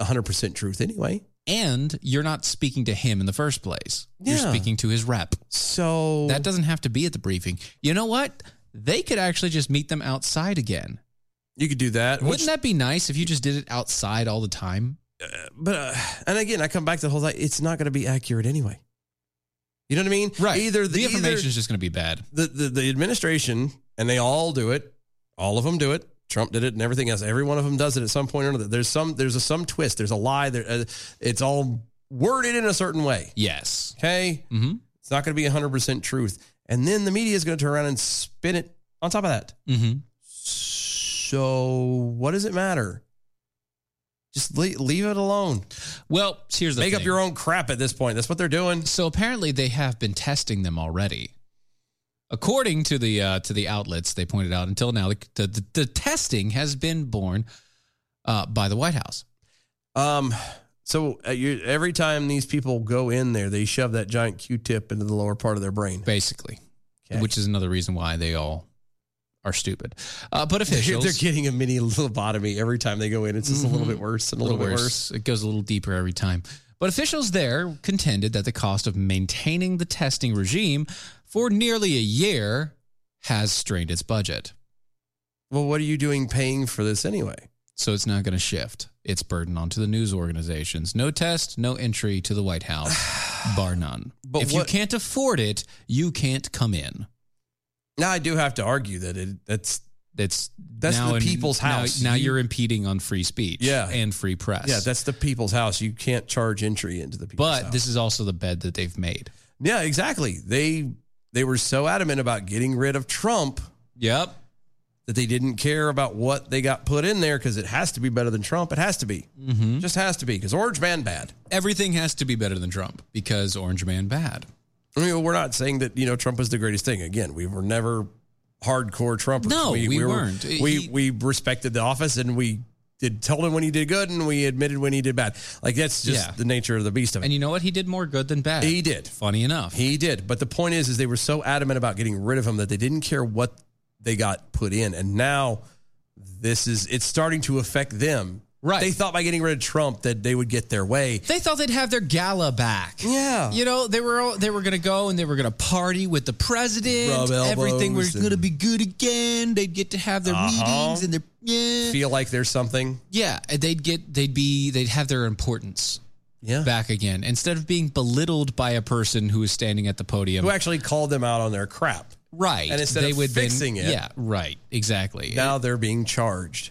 Speaker 4: hundred percent truth anyway.
Speaker 5: and you're not speaking to him in the first place. You're
Speaker 4: Yeah. Oh.
Speaker 5: speaking to his rep.
Speaker 4: So
Speaker 5: That doesn't have to be at the briefing. You know what? They could actually just meet them outside again.
Speaker 4: you could do that. which-
Speaker 5: Wouldn't that be nice if you just did it outside all the time?
Speaker 4: but uh, and again, I come back to the whole thing. It's not going to be accurate anyway. You know what I mean? Either the,
Speaker 5: the information
Speaker 4: either
Speaker 5: is just going to be bad.
Speaker 4: the, the the administration and they all do it. All of them do it. Trump did it, and everything else. Every one of them does it at some point or another. There's some. There's a some twist. There's a lie. There. Uh, it's all worded in a certain way.
Speaker 5: Yes.
Speaker 4: Okay.
Speaker 5: Mm-hmm.
Speaker 4: It's not going to be 100% truth. And then the media is going to turn around and spin it on top of that.
Speaker 5: Mm-hmm.
Speaker 4: So what does it matter? Just leave, leave it alone.
Speaker 5: Well, here's the
Speaker 4: Make up
Speaker 5: thing.
Speaker 4: your own crap at this point. That's what they're doing.
Speaker 5: So apparently they have been testing them already. According to the uh, to the outlets, they pointed out until now the the, the, the testing has been borne uh, by the White House.
Speaker 4: Um, so uh, you, every time these people go in there, they shove that giant Q-tip into the lower part of their brain.
Speaker 5: basically,
Speaker 4: Okay.
Speaker 5: which is another reason why they all are stupid. Uh, but
Speaker 4: <laughs> They're,
Speaker 5: officials,
Speaker 4: they're getting a mini lobotomy every time they go in. It's just a little bit worse and a little, bit worse.
Speaker 5: It goes a little deeper every time. But officials there contended that the cost of maintaining the testing regime for nearly a year has strained its budget.
Speaker 4: Well, what are you doing paying for this anyway?
Speaker 5: So it's not going to shift its burden onto the news organizations. No test, no entry to the White
Speaker 4: <sighs>
Speaker 5: House, bar none.
Speaker 4: But
Speaker 5: if you
Speaker 4: what-
Speaker 5: can't afford it, you can't come in.
Speaker 4: Now I do have to argue that it that's
Speaker 5: That's
Speaker 4: That's the people's
Speaker 5: now-
Speaker 4: house.
Speaker 5: Now,
Speaker 4: You-
Speaker 5: you, are impeding on free speech
Speaker 4: Yeah.
Speaker 5: and free press.
Speaker 4: Yeah, that's the people's house. You can't charge entry into the people's
Speaker 5: but
Speaker 4: house.
Speaker 5: this is also the bed that they've made.
Speaker 4: Yeah, exactly. They they were so adamant about getting rid of Trump
Speaker 5: Yep.
Speaker 4: that they didn't care about what they got put in there because it has to be better than Trump. It has to be. Just has to be because Orange Man bad.
Speaker 5: Everything has to be better than Trump because Orange Man bad.
Speaker 4: I mean, we're not saying that you know Trump was the greatest thing. Again, we were never hardcore Trumpers.
Speaker 5: No, we
Speaker 4: were-
Speaker 5: weren't.
Speaker 4: We
Speaker 5: He-
Speaker 4: we respected the office and we did told him when he did good and we admitted when he did bad. Like that's just
Speaker 5: Yeah.
Speaker 4: the nature of the beast of it.
Speaker 5: And you know what? He did more good than bad.
Speaker 4: He did.
Speaker 5: Funny enough.
Speaker 4: He did. But the point is, is they were so adamant about getting rid of him that they didn't care what they got put in. And now this is it's starting to affect them.
Speaker 5: Right.
Speaker 4: They thought by getting rid of Trump that they would get their way.
Speaker 5: they thought they'd have their gala back.
Speaker 4: Yeah.
Speaker 5: You know, they were all, they were going to go and they were going to party with the president.
Speaker 4: Rub
Speaker 5: Everything was
Speaker 4: elbows
Speaker 5: going to
Speaker 4: and- Uh-huh.
Speaker 5: be good again. They'd get to have their meetings and their yeah.
Speaker 4: Feel like there's something.
Speaker 5: yeah, they'd get they'd be they'd have their importance.
Speaker 4: Yeah.
Speaker 5: back again instead of being belittled by a person who is standing at the podium.
Speaker 4: Who actually called them out on their crap.
Speaker 5: right.
Speaker 4: and instead of fixing it-
Speaker 5: Yeah, right. Exactly.
Speaker 4: Now they're being charged,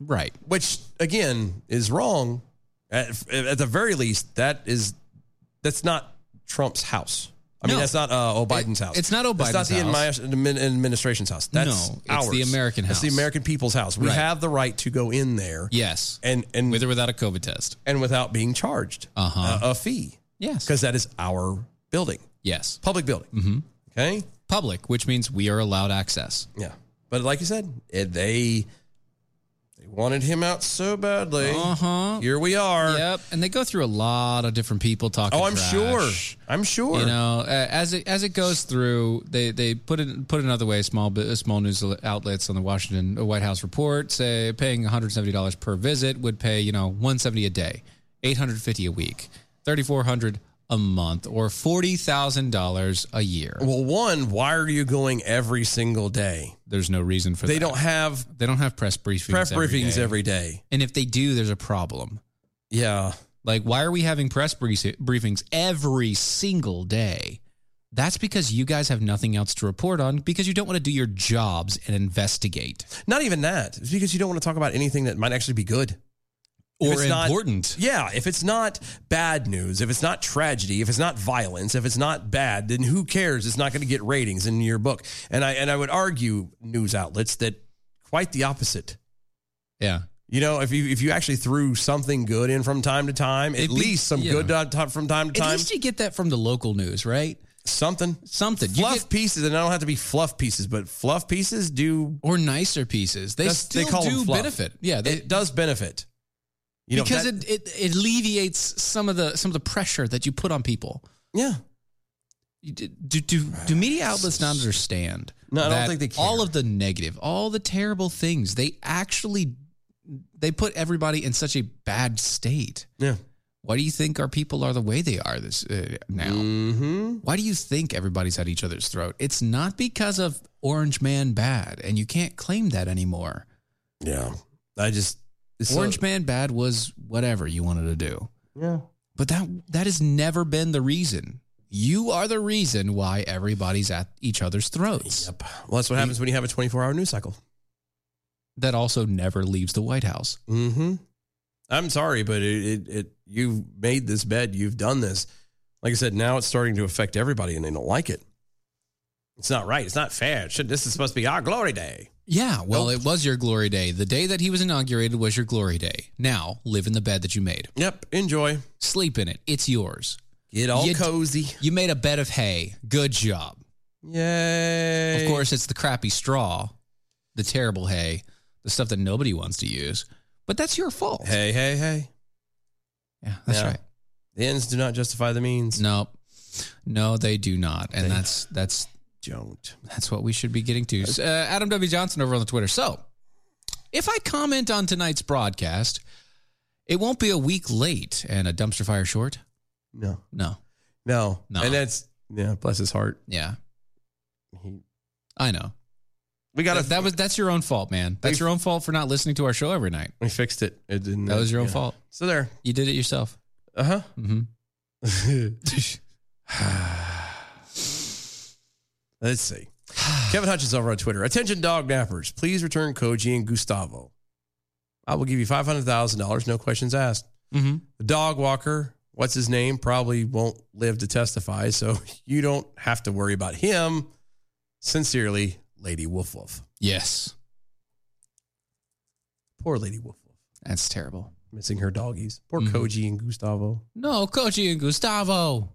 Speaker 5: right.
Speaker 4: which again is wrong. At, at the very least, that is that's not Trump's house. I mean,
Speaker 5: No.
Speaker 4: that's not uh, O'Biden's
Speaker 5: It-
Speaker 4: house.
Speaker 5: it's not
Speaker 4: That's not
Speaker 5: O'Biden's
Speaker 4: the
Speaker 5: house.
Speaker 4: admi- admin- administration's house. That's
Speaker 5: No, it's
Speaker 4: ours.
Speaker 5: the American
Speaker 4: That's the
Speaker 5: house.
Speaker 4: American people's house. We
Speaker 5: Right.
Speaker 4: have the right to go in there
Speaker 5: Yes.
Speaker 4: and and
Speaker 5: With or without a COVID test.
Speaker 4: and without being charged uh,
Speaker 5: Uh-huh.
Speaker 4: a, a fee
Speaker 5: Yes.
Speaker 4: because that is our building,
Speaker 5: Yes. Mm-hmm.
Speaker 4: public building. Okay,
Speaker 5: public, which means we are allowed access.
Speaker 4: Yeah. But like you said, it, they they wanted him out so badly.
Speaker 5: Uh-huh.
Speaker 4: Here we are.
Speaker 5: Yep. And they go through a lot of different people talking.
Speaker 4: Oh, I'm
Speaker 5: trash.
Speaker 4: sure. I'm sure.
Speaker 5: You know, uh, as it as it goes through, they they put it put another way. Small bu- uh, small news outlets on the Washington uh, White House report say paying 170 dollars per visit would pay you know 170 a day, 850 a week, 3400 a month, or forty thousand dollars a year.
Speaker 4: Well, one, why are you going every single day?
Speaker 5: There's no reason for
Speaker 4: they
Speaker 5: that.
Speaker 4: don't have
Speaker 5: they don't have press briefings.
Speaker 4: prep briefings
Speaker 5: day.
Speaker 4: every day.
Speaker 5: and if they do, there's a problem.
Speaker 4: Yeah.
Speaker 5: Like, why are we having press brief- briefings every single day? That's because you guys have nothing else to report on because you don't want to do your jobs and investigate
Speaker 4: Not even that. It's because you don't want to talk about anything that might actually be good. If
Speaker 5: or
Speaker 4: it's not-
Speaker 5: important.
Speaker 4: Yeah, if it's not bad news, if it's not tragedy, if it's not violence, if it's not bad, then who cares? It's not going to get ratings in your book. And I and I would argue news outlets that quite the opposite.
Speaker 5: yeah.
Speaker 4: You know, if you if you actually threw something good in from time to time, at
Speaker 5: It'd be-
Speaker 4: least some
Speaker 5: yeah.
Speaker 4: good on top- from time to
Speaker 5: At
Speaker 4: time,
Speaker 5: least you get that from the local news, right?
Speaker 4: something
Speaker 5: Something. You
Speaker 4: fluff
Speaker 5: get-
Speaker 4: pieces, and I don't have to be fluff pieces, but fluff pieces do
Speaker 5: Or nicer pieces. They
Speaker 4: that's-
Speaker 5: still
Speaker 4: them
Speaker 5: do
Speaker 4: fluff.
Speaker 5: benefit. Yeah. They,
Speaker 4: it does benefit. You
Speaker 5: because
Speaker 4: that-
Speaker 5: it, it, it alleviates some of the some of the pressure that you put on people.
Speaker 4: yeah,
Speaker 5: You d- do do do media outlets not understand?
Speaker 4: No, I don't
Speaker 5: that
Speaker 4: think they care.
Speaker 5: All of the negative, all the terrible things, they actually they put everybody in such a bad state.
Speaker 4: yeah.
Speaker 5: Why do you think our people are the way they are this uh, now?
Speaker 4: Mm-hmm.
Speaker 5: Why do you think everybody's at each other's throat? It's not because of Orange Man Bad, and you can't claim that anymore.
Speaker 4: Yeah, I just it's so-
Speaker 5: Orange Man Bad was whatever you wanted to do.
Speaker 4: Yeah.
Speaker 5: But that that has never been the reason. You are the reason why everybody's at each other's throats.
Speaker 4: Yep. Well, that's what happens when you have a 24 hour news cycle.
Speaker 5: That also never leaves the White House.
Speaker 4: Mm-hmm. I'm sorry, but it, it, it you've made this bed. You've done this. Like I said, now it's starting to affect everybody, and they don't like it. It's not right. It's not fair. It should, this is supposed to be our glory day.
Speaker 5: Yeah, well,
Speaker 4: Nope.
Speaker 5: it was your glory day. The day that he was inaugurated was your glory day. Now, live in the bed that you made.
Speaker 4: Yep. Enjoy.
Speaker 5: Sleep in it. It's yours.
Speaker 4: Get all
Speaker 5: You d-
Speaker 4: cozy.
Speaker 5: You made a bed of hay. Good job.
Speaker 4: Yay.
Speaker 5: Of course, it's the crappy straw, the terrible hay, the stuff that nobody wants to use. But that's your fault.
Speaker 4: Hey, hey, hey.
Speaker 5: Yeah, that's
Speaker 4: Yeah.
Speaker 5: right.
Speaker 4: The ends do not justify the means.
Speaker 5: No, no, they do not, and that's that's
Speaker 4: Don't.
Speaker 5: that's what we should be getting to. Uh, Adam W. Johnson over on the Twitter. So, if I comment on tonight's broadcast, it won't be a week late and a dumpster fire short.
Speaker 4: No.
Speaker 5: No,
Speaker 4: No.
Speaker 5: No.
Speaker 4: And that's, yeah, bless his heart.
Speaker 5: yeah,
Speaker 4: He-
Speaker 5: I know.
Speaker 4: we got
Speaker 5: That, that was that's your own fault, man. That's your own fault for not listening to our show every night.
Speaker 4: We fixed it. It didn't.
Speaker 5: That was your own
Speaker 4: yeah.
Speaker 5: fault.
Speaker 4: So there.
Speaker 5: You did it yourself.
Speaker 4: Uh <laughs> huh.
Speaker 5: hmm
Speaker 4: Let's see. Kevin Hutchins over on Twitter. Attention, dog nappers. Please return Koji and Gustavo. I will give you $500,000, no questions asked.
Speaker 5: Mhm.
Speaker 4: The dog walker, what's his name, probably won't live to testify, so <laughs> you don't have to worry about him. Sincerely, Lady Wolf Wolf.
Speaker 5: <laughs> Yes,
Speaker 4: Poor Lady Wolf Wolf.
Speaker 5: that's terrible.
Speaker 4: Missing her doggies. Poor
Speaker 5: Mhm.
Speaker 4: Koji and Gustavo.
Speaker 5: No, Koji and Gustavo,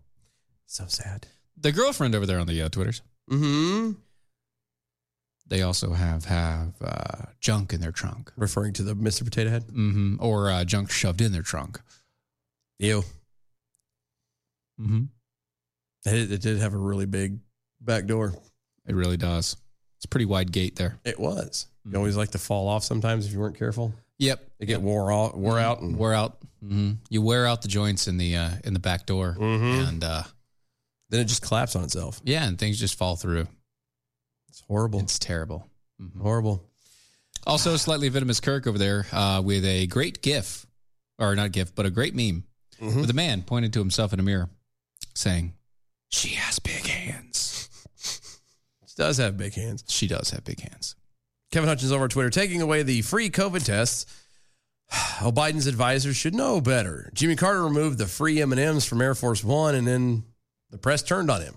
Speaker 4: So sad.
Speaker 5: the girlfriend over there on the uh, Twitters.
Speaker 4: Mm hmm.
Speaker 5: They also have have uh, junk in their trunk,
Speaker 4: Referring to the Mr. Potato Head.
Speaker 5: hmm or uh, junk shoved in their trunk.
Speaker 4: Ew.
Speaker 5: Mm-hmm.
Speaker 4: It, it did have a really big back door.
Speaker 5: It really does. It's a pretty wide gate there.
Speaker 4: It was.
Speaker 5: Mm-hmm.
Speaker 4: You always like to fall off sometimes if you weren't careful.
Speaker 5: Yep,
Speaker 4: They get wore out, wore
Speaker 5: Mm-hmm.
Speaker 4: out, and
Speaker 5: wear out. hmm You wear out the joints in the uh, in the back door,
Speaker 4: Mhm.
Speaker 5: and uh,
Speaker 4: then it just collapsed on itself.
Speaker 5: yeah, and things just fall through.
Speaker 4: It's horrible.
Speaker 5: It's terrible. Mm-hmm.
Speaker 4: horrible.
Speaker 5: Also, slightly venomous Kirk over there uh, with a great GIF, or not GIF, but a great meme
Speaker 4: Mm-hmm.
Speaker 5: with a man pointing to himself in a mirror, saying, "She has
Speaker 4: <laughs>
Speaker 5: big hands.
Speaker 4: It does have big hands.
Speaker 5: She does have big hands."
Speaker 4: Kevin Hutchins over on Twitter taking away the free COVID tests. <sighs> Oh, Biden's advisors should know better. Jimmy Carter removed the free M and M's from Air Force One, and then the press turned on him.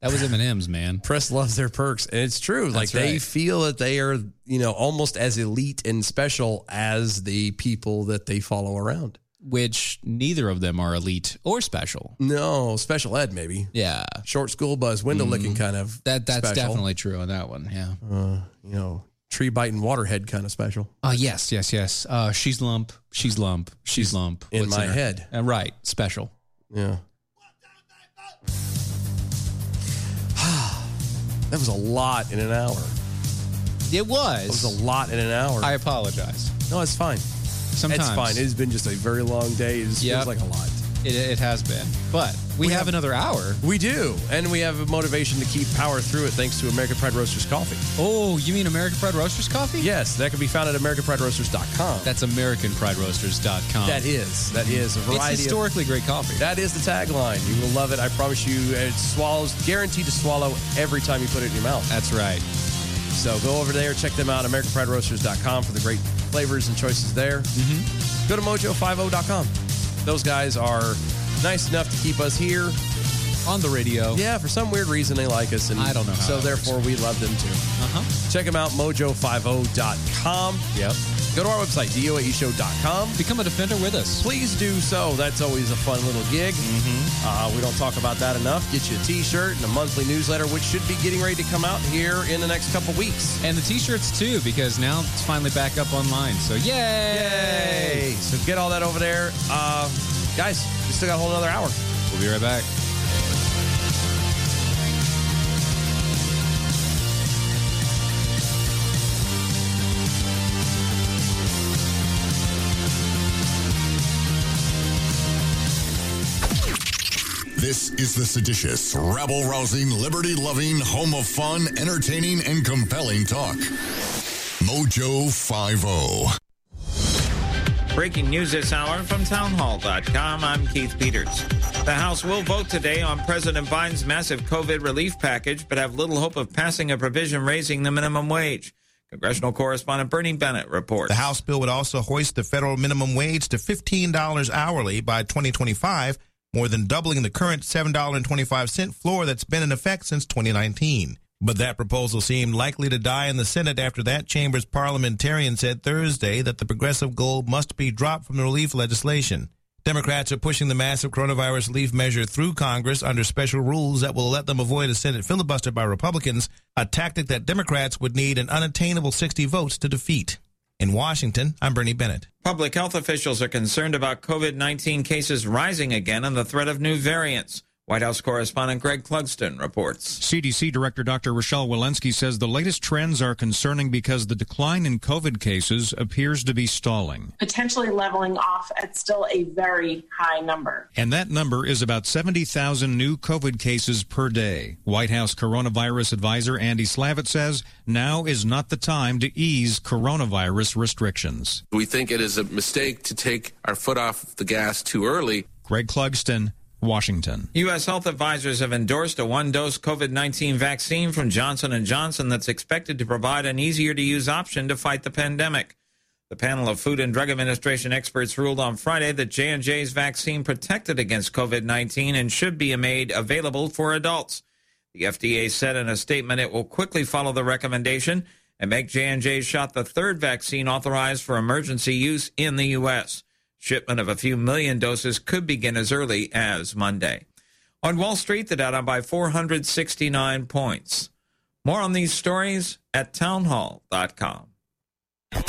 Speaker 5: That was M and M's, man.
Speaker 4: press loves their perks and it's true like
Speaker 5: That's
Speaker 4: they
Speaker 5: right.
Speaker 4: feel that they are you know almost as elite and special as the people that they follow around
Speaker 11: which neither of them are elite or special.
Speaker 4: No, special ed maybe.
Speaker 11: Yeah,
Speaker 4: short school bus, window
Speaker 11: Mm.
Speaker 4: licking kind of.
Speaker 11: That that's
Speaker 4: special.
Speaker 11: definitely true on that one. Yeah.
Speaker 4: Uh, you know, tree biting waterhead kind of special.
Speaker 11: Oh yes, yes, yes. Uh, she's lump. She's lump. She's, lump.
Speaker 4: in my
Speaker 11: her?
Speaker 4: head.
Speaker 11: Uh, right. Special.
Speaker 4: Yeah. <sighs> that was a lot in an hour.
Speaker 11: It was.
Speaker 4: It was a lot in an hour.
Speaker 11: I apologize.
Speaker 4: no, it's fine.
Speaker 11: Sometimes
Speaker 4: It's fine. It's been just a very long day. It just
Speaker 11: Yep.
Speaker 4: feels like a lot.
Speaker 11: It, it has been, but we, have, another hour.
Speaker 4: We do. And we have a motivation to keep power through it thanks to American Pride Roasters Coffee.
Speaker 11: Oh, you mean American Pride Roasters coffee?
Speaker 4: Yes, that can be found at AmericanPrideRoasters.com.
Speaker 11: That's AmericanPrideRoasters.com.
Speaker 4: That is. That is a variety
Speaker 11: It's
Speaker 4: of-
Speaker 11: historically great coffee.
Speaker 4: That is the tagline. You will love it. I promise you. It swallows, guaranteed to swallow every time you put it in your mouth.
Speaker 11: That's right.
Speaker 4: So go over there, check them out, AmericanPrideRoasters.com for the great flavors and choices there.
Speaker 11: Mm-hmm.
Speaker 4: Go to Mojo50.com. Those guys are nice enough to keep us here.
Speaker 11: On the radio.
Speaker 4: Yeah, for some weird reason they like us. And
Speaker 11: I don't know how
Speaker 4: so
Speaker 11: that
Speaker 4: therefore we love them too.
Speaker 11: Uh-huh.
Speaker 4: Check them out, Mojo50.com.
Speaker 11: Yep.
Speaker 4: Go to our website, DOAEshow.com.
Speaker 11: Become a defender with us.
Speaker 4: Please do so. That's always a fun little gig. Uh, we don't talk about that enough. Get you a T-shirt and a monthly newsletter, which should be getting ready to come out here in the next couple weeks.
Speaker 11: And the t-shirts too, because now it's finally back up online. So yay!
Speaker 4: Yay! So get all that over there, uh, guys. We still got a whole another hour.
Speaker 11: We'll be right back.
Speaker 8: This is the seditious, rabble rousing, liberty loving, home of fun, entertaining, and compelling talk. Mojo oh. 50.
Speaker 5: Breaking news this hour from townhall.com. I'm Keith Peters. The House will vote today on President Biden's massive COVID relief package, but have little hope of passing a provision raising the minimum wage. Congressional correspondent Bernie Bennett reports.
Speaker 7: The House bill would also hoist the federal minimum wage to $15 hourly by 2025, more than doubling the current $7.25 floor that's been in effect since 2019. But that proposal seemed likely to die in the Senate after that chamber's parliamentarian said Thursday that the progressive goal must be dropped from the relief legislation. Democrats are pushing the massive coronavirus relief measure through Congress under special rules that will let them avoid a Senate filibuster by Republicans, a tactic that Democrats would need an unattainable 60 votes to defeat. In Washington, I'm Bernie Bennett.
Speaker 5: Public health officials are concerned about COVID 19 cases rising again and the threat of new variants. White House correspondent Greg Clugston reports.
Speaker 12: CDC Director Dr. Rochelle Walensky says the latest trends are concerning because the decline in COVID cases appears to be stalling.
Speaker 13: potentially leveling off at still a very high number.
Speaker 12: And that number is about 70,000 new COVID cases per day. White House coronavirus advisor Andy Slavitt says now is not the time to ease coronavirus restrictions.
Speaker 2: We think it is a mistake to take our foot off the gas too early.
Speaker 12: Greg Clugston, Washington.
Speaker 5: U.S. health advisors have endorsed a one-dose COVID-19 vaccine from Johnson & Johnson that's expected to provide an easier-to-use option to fight the pandemic. The panel of Food and Drug Administration experts ruled on Friday that J&J's vaccine protected against COVID-19 and should be made available for adults. The FDA said in a statement it will quickly follow the recommendation and make J&J shot the third vaccine authorized for emergency use in the U.S. Shipment of a few million doses could begin as early as Monday. On Wall Street, the Dow down by 469 points. More on these stories at townhall.com.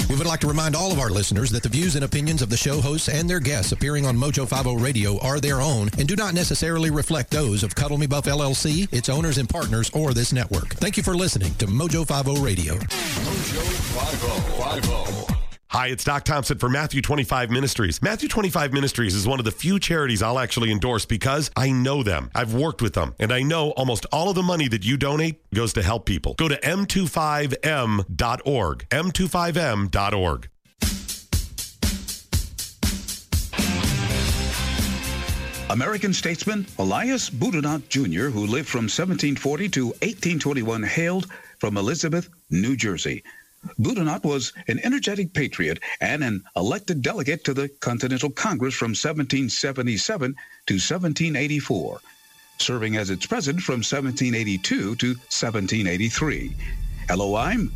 Speaker 14: We would like to remind all of our listeners that the views and opinions of the show hosts and their guests appearing on Mojo 50 Radio are their own and do not necessarily reflect those of Cuddle Me Buff LLC, its owners and partners, or this network. Thank you for listening to Mojo 50 Radio.
Speaker 15: Hi, it's Doc Thompson for Matthew 25 Ministries. Matthew 25 Ministries is one of the few charities I'll actually endorse because I know them. I've worked with them, and I know almost all of the money that you donate goes to help people. Go to m25m.org. m25m.org.
Speaker 16: American statesman Elias Boudinot Jr., who lived from 1740 to 1821, hailed from Elizabeth, New Jersey. Boudinot was an energetic patriot and an elected delegate to the Continental Congress from 1777 to 1784, serving as its president from 1782 to 1783. Hello, I'm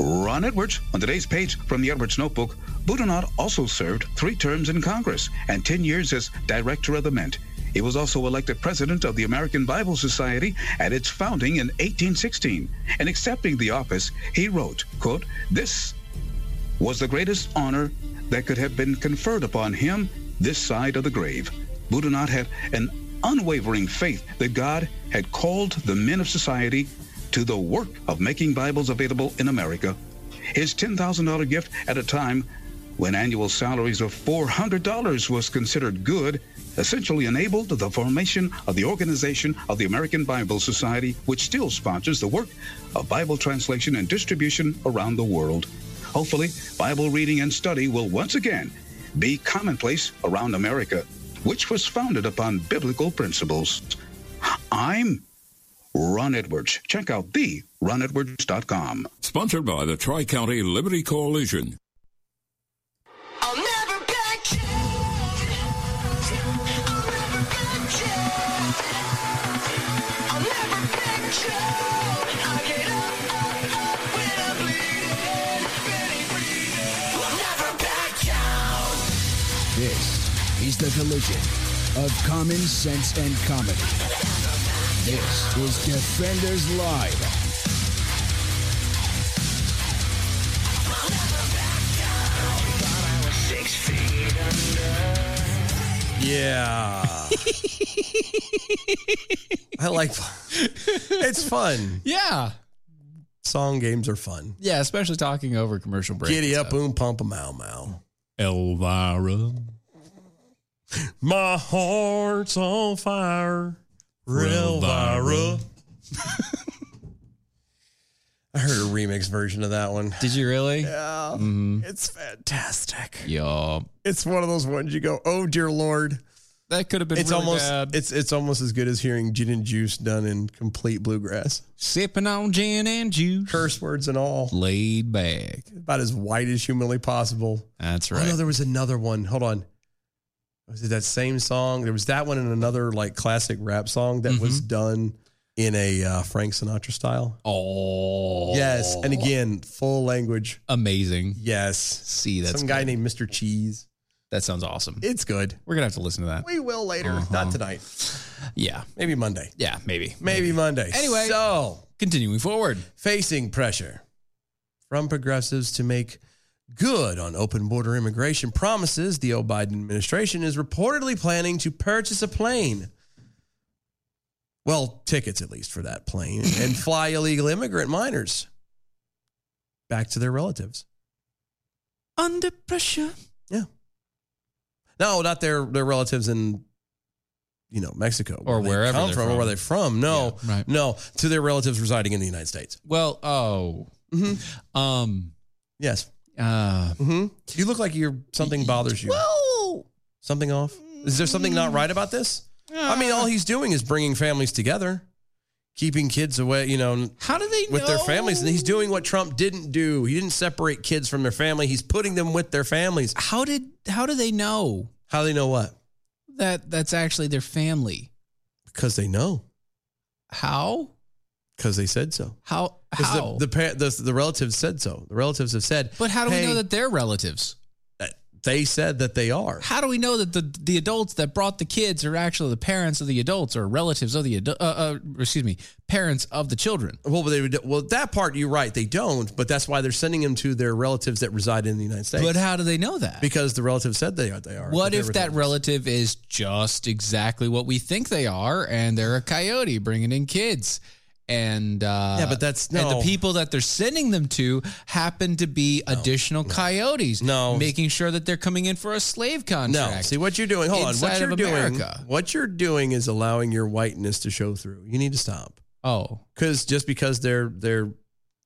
Speaker 16: Ron Edwards. On today's page from the Edwards Notebook, Boudinot also served three terms in Congress and 10 years as director of the Mint. He was also elected president of the American Bible Society at its founding in 1816. And accepting the office, he wrote, quote, This was the greatest honor that could have been conferred upon him this side of the grave. Boudinot had an unwavering faith that God had called the men of society to the work of making Bibles available in America. His $10,000 gift at a time when annual salaries of $400 was considered good essentially enabled the formation of the organization of the American Bible Society, which still sponsors the work of Bible translation and distribution around the world. Hopefully, Bible reading and study will once again be commonplace around America, which was founded upon biblical principles. I'm Ron Edwards. Check out the ronedwards.com.
Speaker 17: Sponsored by the Tri County Liberty Coalition.
Speaker 2: I'll never back down. I'll never back down. I'll never back down. I get up, up, up when I'm bleeding, barely breathing. I'll never back down.
Speaker 3: This is the collision of common sense and comedy. This is Defenders Live.
Speaker 2: Six feet under.
Speaker 4: Yeah. I like it's fun.
Speaker 5: Yeah.
Speaker 4: Song games are fun.
Speaker 5: Yeah, especially talking over commercial breaks.
Speaker 4: Giddy up, boom, pump a mow mow.
Speaker 5: Elvira.
Speaker 4: My heart's on fire. Elvira. <laughs> I heard a remix version of that one.
Speaker 5: Did you really?
Speaker 4: Yeah.
Speaker 5: Mhm.
Speaker 4: It's fantastic.
Speaker 5: Yo.
Speaker 4: It's one of those ones you go, oh dear lord.
Speaker 5: That could have been
Speaker 4: it's
Speaker 5: really
Speaker 4: almost
Speaker 5: bad.
Speaker 4: it's it's almost as good as hearing gin and juice done in complete bluegrass.
Speaker 5: Sipping on gin and juice.
Speaker 4: Curse words and all.
Speaker 5: Laid back.
Speaker 4: About as white as humanly possible.
Speaker 5: That's
Speaker 4: Oh no,
Speaker 5: right.
Speaker 4: there was another one. Hold on. Was it that same song? There was that one and another like classic rap song that
Speaker 5: Mm-hmm.
Speaker 4: was done in a uh, Frank Sinatra style.
Speaker 5: Oh.
Speaker 4: Yes, and again, full language.
Speaker 5: Amazing.
Speaker 4: Yes.
Speaker 5: See, that's
Speaker 4: Some guy named Mr. Cheese.
Speaker 5: That sounds awesome.
Speaker 4: It's good.
Speaker 5: We're going to have to listen to that.
Speaker 4: We will later, not tonight.
Speaker 5: Yeah.
Speaker 4: Maybe Monday.
Speaker 5: Yeah, Uh-huh. maybe.
Speaker 4: Maybe Monday.
Speaker 5: Anyway.
Speaker 4: so
Speaker 5: Continuing forward.
Speaker 4: facing pressure from progressives to make good on open border immigration promises, the O Biden administration is reportedly planning to purchase a plane. Well, tickets at least for that
Speaker 5: <laughs>
Speaker 4: plane and fly illegal immigrant minors back to their relatives.
Speaker 5: Under pressure.
Speaker 4: Yeah. No, not their their relatives in you know, Mexico
Speaker 5: Or
Speaker 4: where they
Speaker 5: wherever
Speaker 4: come
Speaker 5: they're
Speaker 4: from, or
Speaker 5: from.
Speaker 4: where they're from. No.
Speaker 5: Yeah, right.
Speaker 4: No, to their relatives residing in the United States.
Speaker 5: Well, oh.
Speaker 4: Mm-hmm.
Speaker 5: Um,
Speaker 4: Yes.
Speaker 5: uh,
Speaker 4: hmm You look like you're something bothers you.
Speaker 5: well,
Speaker 4: Something off? Is there something not right about this? I mean, all he's doing is bringing families together, keeping kids away, you know,
Speaker 5: how do they
Speaker 4: with their
Speaker 5: know?
Speaker 4: families. And he's doing what Trump didn't do. He didn't separate kids from their family. He's putting them with their families.
Speaker 5: How did how do they know
Speaker 4: How do they know what?
Speaker 5: that that's actually their family?
Speaker 4: Because they know.
Speaker 5: How?
Speaker 4: Because they said so.
Speaker 5: How?
Speaker 4: Because
Speaker 5: How?
Speaker 4: the, the, par- the, the relatives said so. The relatives have said.
Speaker 5: but how do
Speaker 4: "Hey,"
Speaker 5: we know that they're relatives?
Speaker 4: They said that they are.
Speaker 5: How do we know that the the adults that brought the kids are actually the parents of the adults or relatives of the adu- uh, uh, excuse me, parents of the children?
Speaker 4: Well, but they would, well that part you're right. They don't, but that's why they're sending them to their relatives that reside in the United States.
Speaker 5: But how do they know that?
Speaker 4: because the relative said they are. They are.
Speaker 5: What
Speaker 4: they
Speaker 5: if
Speaker 4: were
Speaker 5: that
Speaker 4: told.
Speaker 5: relative is just exactly what we think they are, and they're a coyote bringing in kids, and uh,
Speaker 4: Yeah, but that's-
Speaker 5: and
Speaker 4: no.
Speaker 5: the people that they're sending them to happen to be additional coyotes.
Speaker 4: No.
Speaker 5: making sure that they're coming in for a slave contract.
Speaker 4: No, see what you're doing. Hold on.
Speaker 5: inside
Speaker 4: What
Speaker 5: of
Speaker 4: you're doing.
Speaker 5: America.
Speaker 4: What you're doing is allowing your whiteness to show through. You need to stop.
Speaker 5: Oh,
Speaker 4: Because just because they're they're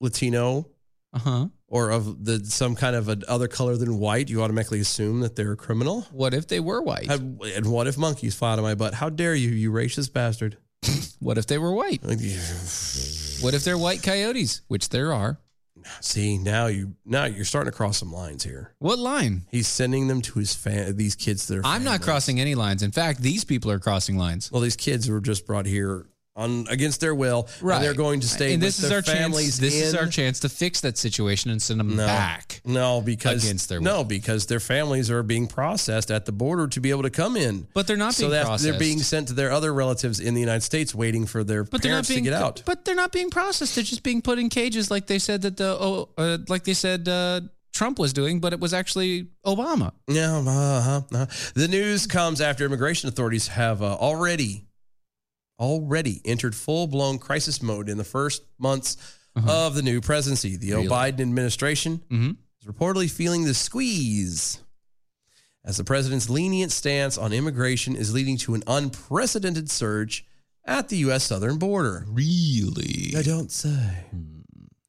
Speaker 4: Latino
Speaker 5: uh huh.
Speaker 4: or of the some kind of a other color than white, you automatically assume that they're a criminal.
Speaker 5: What if they were white?
Speaker 4: Have- And what if monkeys fly out of my butt? How dare you, you racist bastard!
Speaker 5: what if they were white? What if they're white coyotes, which there are?
Speaker 4: <laughs> See now you now you're starting to cross some lines here.
Speaker 5: What line?
Speaker 4: He's sending them to his fan. These kids that are.
Speaker 5: I'm not crossing any lines. In fact, these people are crossing lines.
Speaker 4: Well, these kids were just brought here on against their will.
Speaker 5: Right.
Speaker 4: And they're going to stay
Speaker 5: And
Speaker 4: with
Speaker 5: this is
Speaker 4: their
Speaker 5: our
Speaker 4: families
Speaker 5: chance. This is
Speaker 4: in-
Speaker 5: our chance to fix that situation and send them
Speaker 4: no,
Speaker 5: back.
Speaker 4: No, because
Speaker 5: against their
Speaker 4: no, because their families are being processed at the border to be able to come in.
Speaker 5: But they're not
Speaker 4: so
Speaker 5: being
Speaker 4: that They're
Speaker 5: processed.
Speaker 4: being sent to their other relatives in the United States, waiting for their
Speaker 5: But they're not
Speaker 4: parents
Speaker 5: being
Speaker 4: to get out.
Speaker 5: But they're not being processed. They're just being put in cages, like they said that the oh, uh, like they said uh, Trump was doing, but it was actually Obama.
Speaker 4: Yeah, uh-huh, uh-huh. the news comes after immigration authorities have uh, already, already entered full blown crisis mode in the first months of the new presidency. The
Speaker 5: Really?
Speaker 4: Biden administration is reportedly feeling the squeeze as the president's lenient stance on immigration is leading to an unprecedented surge at the U.S. southern border.
Speaker 5: Really?
Speaker 4: I don't say.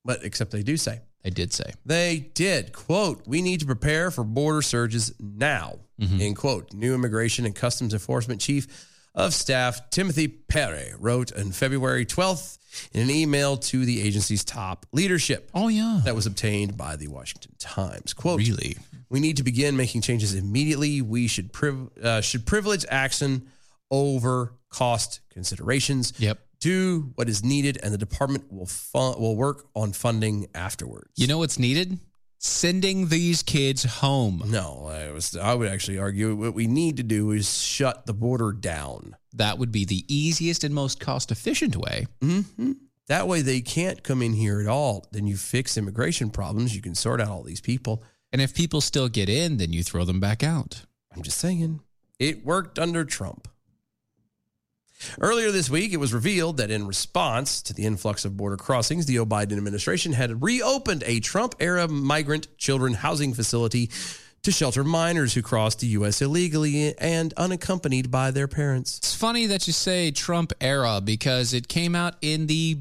Speaker 4: But except they do say.
Speaker 5: They did say.
Speaker 4: They did. Quote, we need to prepare for border surges now.
Speaker 5: Mm-hmm.
Speaker 4: End quote. New Immigration and Customs Enforcement Chief of Staff Timothy Perry wrote on February 12th in an email to the agency's top leadership.
Speaker 5: Oh, yeah.
Speaker 4: That was obtained by the Washington Times. Quote, really? We need to begin making changes immediately. We should, priv- uh, should privilege action over cost considerations. Yep. Do what is needed, and the department will fun- will work on funding afterwards.
Speaker 5: You know what's needed? Sending these kids home.
Speaker 4: No, I was. I would actually argue what we need to do is shut the border down.
Speaker 5: That would be the easiest and most cost efficient way.
Speaker 4: Mm-hmm. That way, they can't come in here at all. Then you fix immigration problems. You can sort out all these people.
Speaker 5: And if people still get in, then you throw them back out.
Speaker 4: I'm just saying. It worked under Trump. Earlier this week, it was revealed that in response to the influx of border crossings, the Biden administration had reopened a Trump era migrant children housing facility to shelter minors who crossed the U.S. illegally and unaccompanied by their parents.
Speaker 5: It's funny that you say Trump era because it came out in the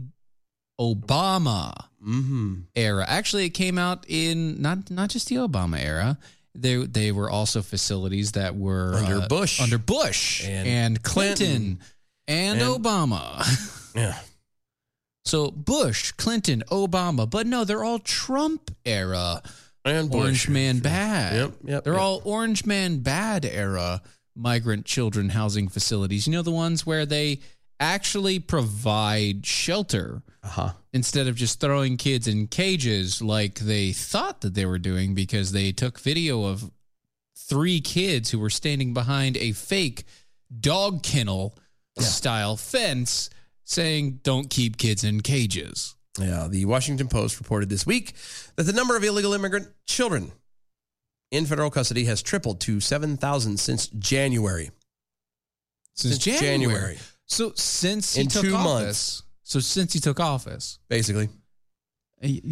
Speaker 5: Obama
Speaker 4: Mm-hmm.
Speaker 5: era. Actually, it came out in not not just the Obama era. They they were also facilities that were
Speaker 4: Under
Speaker 5: uh,
Speaker 4: Bush.
Speaker 5: under Bush
Speaker 4: And
Speaker 5: and, Clinton,
Speaker 4: Clinton.
Speaker 5: and,
Speaker 4: And-
Speaker 5: Obama. <laughs>
Speaker 4: Yeah.
Speaker 5: So Bush, Clinton, Obama, but no, they're all Trump era.
Speaker 4: And Bush.
Speaker 5: Orange Man Bad.
Speaker 4: Yep, yep,
Speaker 5: They're
Speaker 4: yep.
Speaker 5: all Orange Man Bad era migrant children housing facilities. You know the ones where they actually provide shelter
Speaker 4: Uh-huh.
Speaker 5: instead of just throwing kids in cages like they thought that they were doing because they took video of three kids who were standing behind a fake dog kennel style fence saying don't keep kids in cages.
Speaker 4: Yeah, the Washington Post reported this week that the number of illegal immigrant children in federal custody has tripled to 7,000 since January.
Speaker 5: Since January. So since he
Speaker 4: In
Speaker 5: took
Speaker 4: two
Speaker 5: office,
Speaker 4: months.
Speaker 5: So since he took office, Eh,
Speaker 4: basically,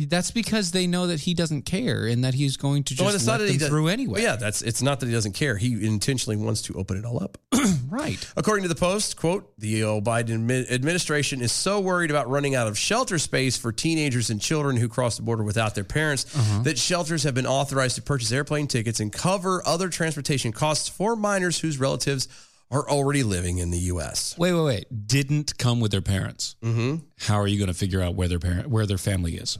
Speaker 5: that's because they know that he doesn't care and that he's going to
Speaker 4: Well,
Speaker 5: just let them
Speaker 4: does-
Speaker 5: through anyway.
Speaker 4: Well, yeah, that's it's not that he doesn't care. He intentionally wants to open it all up.
Speaker 5: <clears throat> right.
Speaker 4: According to the Post, quote, the uh, Biden admi- administration is so worried about running out of shelter space for teenagers and children who cross the border without their parents
Speaker 5: Uh-huh.
Speaker 4: that shelters have been authorized to purchase airplane tickets and cover other transportation costs for minors whose relatives are already living in the U.S.
Speaker 5: Wait, wait, wait. Didn't come with their parents.
Speaker 4: Mm-hmm.
Speaker 5: How are you going to figure out where their parent, where their family is?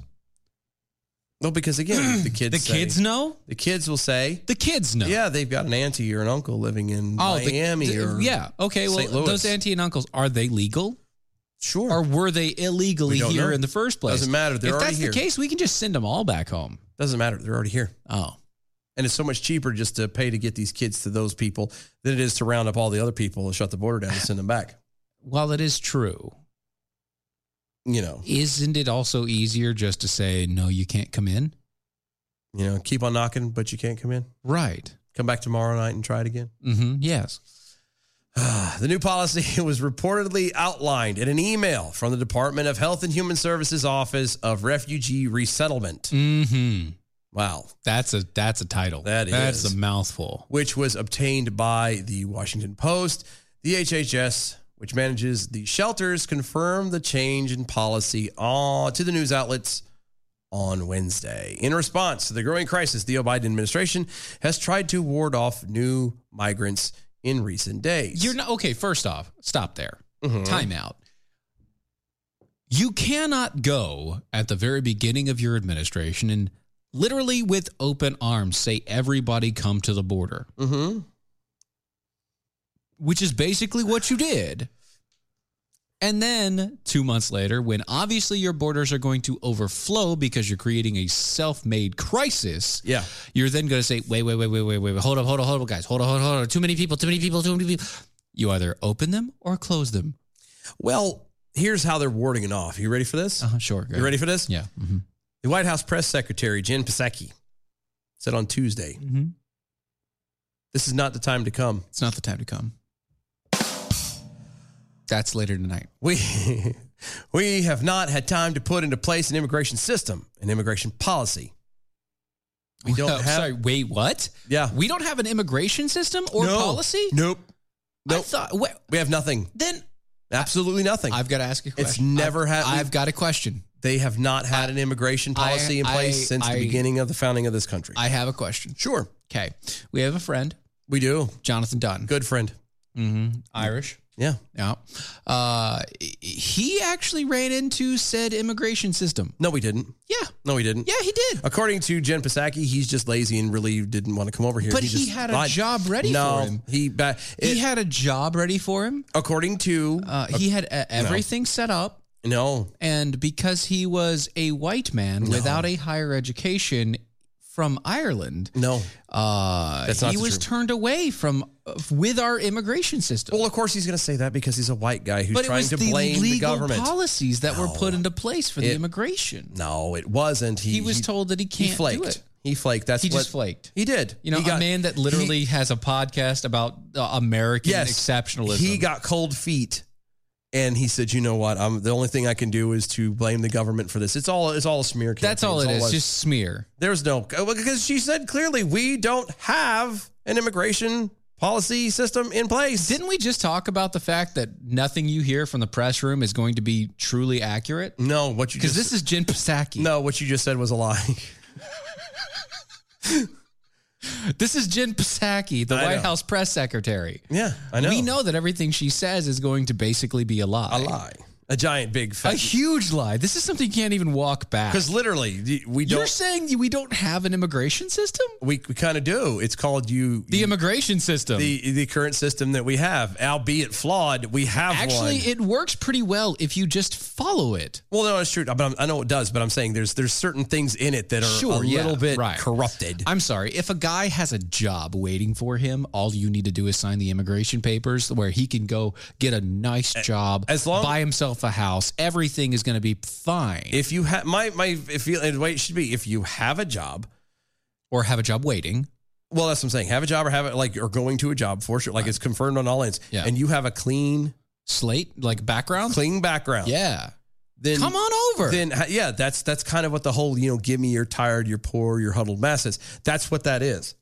Speaker 4: No, because
Speaker 5: <clears throat>
Speaker 4: again, the kids
Speaker 5: The
Speaker 4: say-
Speaker 5: kids know.
Speaker 4: The kids will say
Speaker 5: the kids know. Oh,
Speaker 4: Yeah, they've got an auntie or an uncle living in
Speaker 5: the-
Speaker 4: Miami
Speaker 5: the-
Speaker 4: or
Speaker 5: yeah. Okay. Well,
Speaker 4: St. Louis.
Speaker 5: those auntie and uncles are they legal?
Speaker 4: Sure.
Speaker 5: Or were they illegally
Speaker 4: We don't
Speaker 5: here
Speaker 4: know.
Speaker 5: in the first place?
Speaker 4: Doesn't matter. They're
Speaker 5: if
Speaker 4: already
Speaker 5: that's
Speaker 4: here.
Speaker 5: the case, we can just send them all back home.
Speaker 4: Doesn't matter. They're already here.
Speaker 5: Oh.
Speaker 4: And it's so much cheaper just to pay to get these kids to those people than it is to round up all the other people and shut the border down and send them back.
Speaker 5: While it is true,
Speaker 4: you know,
Speaker 5: isn't it also easier just to say no? You can't come in.
Speaker 4: You know, keep on knocking, but you can't come in.
Speaker 5: Right.
Speaker 4: Come back tomorrow night and try it again. <sighs>
Speaker 5: Mm-hmm. Yes.
Speaker 4: The new policy <laughs> was reportedly outlined in an email from the Department of Health and Human Services Office of Refugee Resettlement.
Speaker 5: Mm-hmm.
Speaker 4: Wow.
Speaker 5: That's a that's a title.
Speaker 4: That
Speaker 5: That's
Speaker 4: is.
Speaker 5: a mouthful.
Speaker 4: which was obtained by the Washington Post. The HHS, which manages the shelters, confirmed the change in policy on, to the news outlets on Wednesday. In response to the growing crisis, the Biden administration has tried to ward off new migrants in recent days.
Speaker 5: You're not okay. First off, stop there.
Speaker 4: Mhm.
Speaker 5: Time out. You cannot go at the very beginning of your administration and literally with open arms say everybody come to the border,
Speaker 4: Mm-hmm.
Speaker 5: which is basically what you did. And then two months later, when obviously your borders are going to overflow because you're creating a self made crisis,
Speaker 4: Yeah.
Speaker 5: you're then going to say, wait, wait, wait, wait, wait, wait, wait, hold up, hold up, hold up, guys, hold on, hold on, hold on, too many people, too many people, too many people. You either open them or close them.
Speaker 4: Well, here's how they're warding it off. You ready for this?
Speaker 5: Uh, sure.
Speaker 4: Uh-huh. You ready for this?
Speaker 5: Yeah.
Speaker 4: The White House press secretary, Jen Psaki, said on Tuesday,
Speaker 5: Mhm.
Speaker 4: this is not the time to come.
Speaker 5: It's not the time to come. That's later tonight.
Speaker 4: We <laughs> we have not had time to put into place an immigration system, an immigration policy. We don't have
Speaker 5: Sorry, wait, what?
Speaker 4: Yeah.
Speaker 5: We don't have an immigration system or
Speaker 4: No.
Speaker 5: policy?
Speaker 4: Nope.
Speaker 5: Nope. I thought, wait,
Speaker 4: We have nothing.
Speaker 5: then
Speaker 4: Absolutely nothing.
Speaker 5: I've got to ask you a question.
Speaker 4: It's never
Speaker 5: I've,
Speaker 4: happened.
Speaker 5: I've got a question.
Speaker 4: They have not had an immigration
Speaker 5: I-
Speaker 4: policy in
Speaker 5: I-
Speaker 4: place since
Speaker 5: I-
Speaker 4: the beginning of the founding of this country.
Speaker 5: I have a question.
Speaker 4: Sure.
Speaker 5: Okay. We have a friend,
Speaker 4: We do.
Speaker 5: Jonathan Dunn.
Speaker 4: Good friend.
Speaker 5: Mm-hmm. Irish.
Speaker 4: Yeah.
Speaker 5: Yeah. Uh, he actually ran into said immigration system.
Speaker 4: No, we didn't.
Speaker 5: Yeah.
Speaker 4: No, we didn't.
Speaker 5: Yeah, he did.
Speaker 4: According to Jen Psaki, he's just lazy and really didn't want to come over here.
Speaker 5: But he
Speaker 4: just
Speaker 5: had a
Speaker 4: lied.
Speaker 5: job ready
Speaker 4: no,
Speaker 5: for him.
Speaker 4: He, ba-
Speaker 5: he
Speaker 4: it-
Speaker 5: had a job ready for him.
Speaker 4: according to
Speaker 5: Uh, he had uh, everything set up.
Speaker 4: no,
Speaker 5: And because he was a white man without a higher education from Ireland,
Speaker 4: no.
Speaker 5: uh,
Speaker 4: Mm. That's not
Speaker 5: he
Speaker 4: the
Speaker 5: was
Speaker 4: truth.
Speaker 5: turned away from with our immigration system.
Speaker 4: Well, of course he's going to say that because he's a white guy who's
Speaker 5: but it
Speaker 4: trying
Speaker 5: was
Speaker 4: to
Speaker 5: the
Speaker 4: blame
Speaker 5: legal
Speaker 4: the government.
Speaker 5: policies that were put into place for the
Speaker 4: It-
Speaker 5: immigration.
Speaker 4: no, it wasn't. He,
Speaker 5: He was told that he
Speaker 4: he
Speaker 5: can't
Speaker 4: flaked.
Speaker 5: do it.
Speaker 4: He flaked. That's
Speaker 5: He
Speaker 4: what,
Speaker 5: just flaked.
Speaker 4: He did.
Speaker 5: You know,
Speaker 4: he
Speaker 5: a man that literally has a podcast about uh, American exceptionalism.
Speaker 4: He got cold feet, and he said, "You know what? I'm the only thing I can do is to blame the government for this. It's all it's all a smear campaign.
Speaker 5: That's all
Speaker 4: It's
Speaker 5: it is.
Speaker 4: was.
Speaker 5: Just smear.
Speaker 4: there's no because she said clearly we don't have an immigration policy system in place.
Speaker 5: Didn't we just talk about the fact that nothing you hear from the press room is going to be truly accurate?
Speaker 4: no, what you
Speaker 5: Because
Speaker 4: Mm, just
Speaker 5: this is Jen Psaki.
Speaker 4: no what you just said was a lie. <laughs>
Speaker 5: This is Jen Psaki, the
Speaker 4: I
Speaker 5: White
Speaker 4: know.
Speaker 5: House press secretary.
Speaker 4: yeah, I know.
Speaker 5: We know that everything she says is going to basically be a lie.
Speaker 4: a lie, a giant big
Speaker 5: A
Speaker 4: fat.
Speaker 5: huge lie. This is something you can't even walk back.
Speaker 4: Because literally the- we
Speaker 5: You're
Speaker 4: don't.
Speaker 5: saying we don't have an immigration system?
Speaker 4: we we kind of do. It's called you.
Speaker 5: The immigration system.
Speaker 4: the the current system that we have, albeit flawed, we have
Speaker 5: Actually,
Speaker 4: one.
Speaker 5: it works pretty well if you just follow it.
Speaker 4: Well, no, it's true. But I'm, I know it does. But I'm saying there's there's certain things in it that are a
Speaker 5: Sure,
Speaker 4: little
Speaker 5: yeah,
Speaker 4: bit
Speaker 5: right.
Speaker 4: corrupted.
Speaker 5: I'm sorry. If a guy has a job waiting for him, all you need to do is sign the immigration papers where he can go get a nice job,
Speaker 4: as long-
Speaker 5: buy himself a house. Everything is going to be fine.
Speaker 4: if you have my my if you, and the way it should be if you have a job.
Speaker 5: or have a job waiting.
Speaker 4: Well, that's what I'm saying. Have a job or have it like or going to a job for sure. Like it's confirmed on all ends.
Speaker 5: Yeah.
Speaker 4: And you have a clean
Speaker 5: Slate, like background.
Speaker 4: clean background.
Speaker 5: Yeah.
Speaker 4: Then
Speaker 5: Come on over.
Speaker 4: Then ha- yeah, that's that's kind of what the whole you know. Give me you're tired, you're poor, you're huddled masses. That's what that is.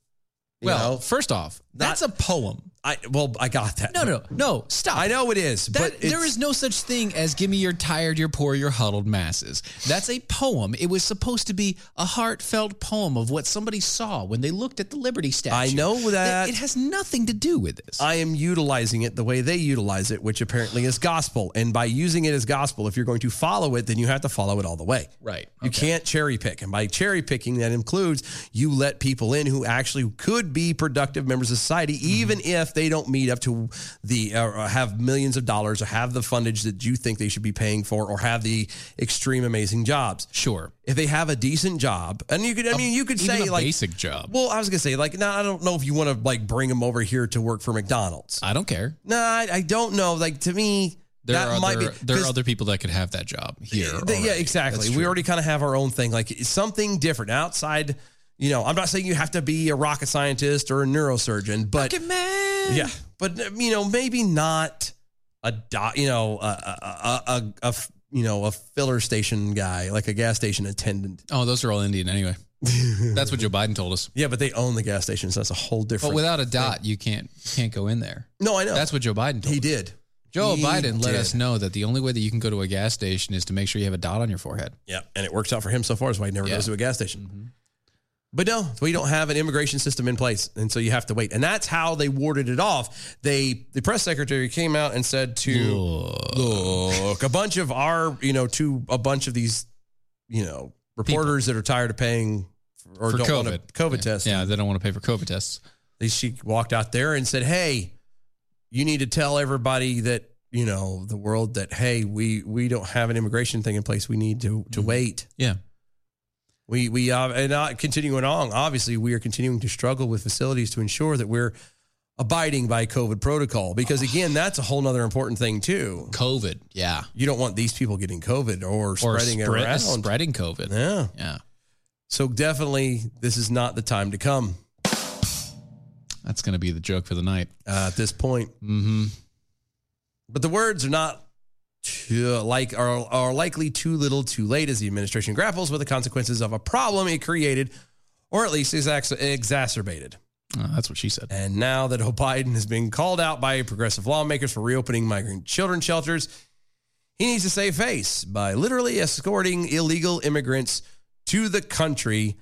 Speaker 4: You
Speaker 5: well,
Speaker 4: know?
Speaker 5: first off, that's a poem.
Speaker 4: I well I got that.
Speaker 5: No, no, no. Stop.
Speaker 4: I know it is,
Speaker 5: That,
Speaker 4: but
Speaker 5: there
Speaker 4: it's-
Speaker 5: is no such thing as "Give me your tired, your poor, your huddled masses." That's a poem. It was supposed to be a heartfelt poem of what somebody saw when they looked at the Liberty Statue.
Speaker 4: I know that-
Speaker 5: it has nothing to do with this.
Speaker 4: I am utilizing it the way they utilize it, which apparently is gospel. And by using it as gospel, if you're going to follow it, then you have to follow it all the way.
Speaker 5: right.
Speaker 4: You can't cherry pick. And by cherry picking, that includes you let people in who actually could be productive members of society, even if they don't meet up to the, uh, or have millions of dollars or have the fundage that you think they should be paying for or have the extreme amazing jobs.
Speaker 5: Sure.
Speaker 4: If they have a decent job, and you could, I mean, you could
Speaker 5: Even
Speaker 4: say
Speaker 5: a
Speaker 4: like,
Speaker 5: basic job.
Speaker 4: well, I was gonna say like, no, I don't know if you want to like bring them over here to work for McDonald's.
Speaker 5: I don't care.
Speaker 4: No, I, I don't know. Like to me,
Speaker 5: There
Speaker 4: that
Speaker 5: are
Speaker 4: might
Speaker 5: other,
Speaker 4: be
Speaker 5: there are
Speaker 4: 'cause-
Speaker 5: other people that could have that job here.
Speaker 4: th- yeah,
Speaker 5: already.
Speaker 4: exactly.
Speaker 5: That's
Speaker 4: We
Speaker 5: true.
Speaker 4: already kind of have our own thing. Like it's something different outside. You know, I'm not saying you have to be a rocket scientist or a neurosurgeon, but
Speaker 5: Fucking man.
Speaker 4: yeah, but you know, maybe not a dot. You know, a a, a, a, a f- you know a filler station guy, like a gas station attendant.
Speaker 5: Oh, those are all
Speaker 4: <laughs>
Speaker 5: Indian anyway. That's what Joe Biden told us.
Speaker 4: Yeah, but they own the gas station, so that's a whole different.
Speaker 5: But without a dot, you can't can't go in there.
Speaker 4: no, I know
Speaker 5: That's what Joe Biden told
Speaker 4: he
Speaker 5: us.
Speaker 4: did.
Speaker 5: Joe
Speaker 4: He
Speaker 5: Biden let
Speaker 4: did.
Speaker 5: us know that the only way that you can go to a gas station is to make sure you have a dot on your forehead.
Speaker 4: Yeah, and it works out for him so far. Is why he never
Speaker 5: Yeah. Mm-hmm.
Speaker 4: goes to a gas station. But no, we don't have an immigration system in place, and so you have to wait. And that's how they warded it off. They the press secretary came out and said to look, a bunch of our you know to a bunch of these you know reporters that are tired of paying or
Speaker 5: for
Speaker 4: don't
Speaker 5: COVID.
Speaker 4: want to COVID
Speaker 5: yeah.
Speaker 4: test.
Speaker 5: Yeah, they don't want to pay for COVID tests.
Speaker 4: They- She walked out there and said, "Hey, you need to tell everybody that you know the world that hey we we don't have an immigration thing in place we need to
Speaker 5: Mm-hmm.
Speaker 4: to wait
Speaker 5: yeah
Speaker 4: we we uh, and uh, continuing on obviously we are continuing to struggle with facilities to ensure that we're abiding by covid protocol because again that's a whole nother important thing too
Speaker 5: covid yeah
Speaker 4: you don't want these people getting covid or, spreading it
Speaker 5: spread-
Speaker 4: around
Speaker 5: spreading covid
Speaker 4: yeah
Speaker 5: yeah
Speaker 4: so definitely this is not the time to come
Speaker 5: that's going to be the joke for the night
Speaker 4: uh, at this point
Speaker 5: mm-hmm
Speaker 4: but the words are not too, like are, are likely too little too late as the administration grapples with the consequences of a problem it created or at least is ex- exacerbated
Speaker 5: Uh, that's what she said
Speaker 4: and now that Biden has been called out by progressive lawmakers for reopening migrant children shelters he needs to save face by literally escorting illegal immigrants to the country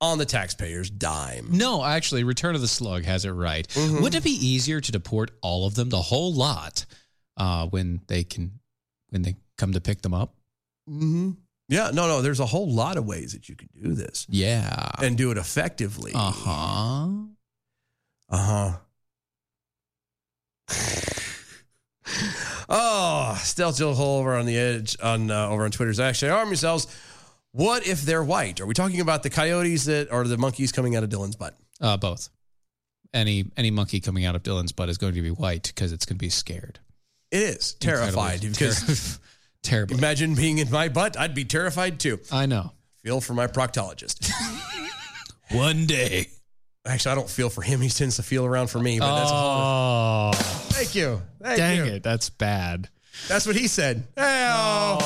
Speaker 4: on the taxpayers dime
Speaker 5: No, actually, Return of the Slug has it right.
Speaker 4: Mm-hmm.
Speaker 5: Wouldn't it be easier to deport all of them, the whole lot, uh, when they can, when they come to pick them up?
Speaker 4: mm-hmm. yeah no no there's a whole lot of ways that you can do this
Speaker 5: Yeah.
Speaker 4: and do it effectively
Speaker 5: Uh huh.
Speaker 4: Uh huh. oh, stealth Jill Hole over on the edge on uh, over on Twitter's actually arm yourselves. What if they're white? Are we talking about the coyotes that are the monkeys coming out of Dylan's butt?
Speaker 5: Uh, both. Any any monkey coming out of Dylan's butt is going to be white because it's going to be scared.
Speaker 4: It is terrified
Speaker 5: <laughs>
Speaker 4: because
Speaker 5: terrible.
Speaker 4: Imagine being in my butt; I'd be terrified too.
Speaker 5: I know.
Speaker 4: Feel for my proctologist.
Speaker 5: One <laughs> day.
Speaker 4: Actually, I don't feel for him. He tends to feel around for me. But that's a whole-
Speaker 5: oh,
Speaker 4: thank you. Thank
Speaker 5: dang
Speaker 4: you.
Speaker 5: it, that's bad.
Speaker 4: That's what he said. Hey-oh.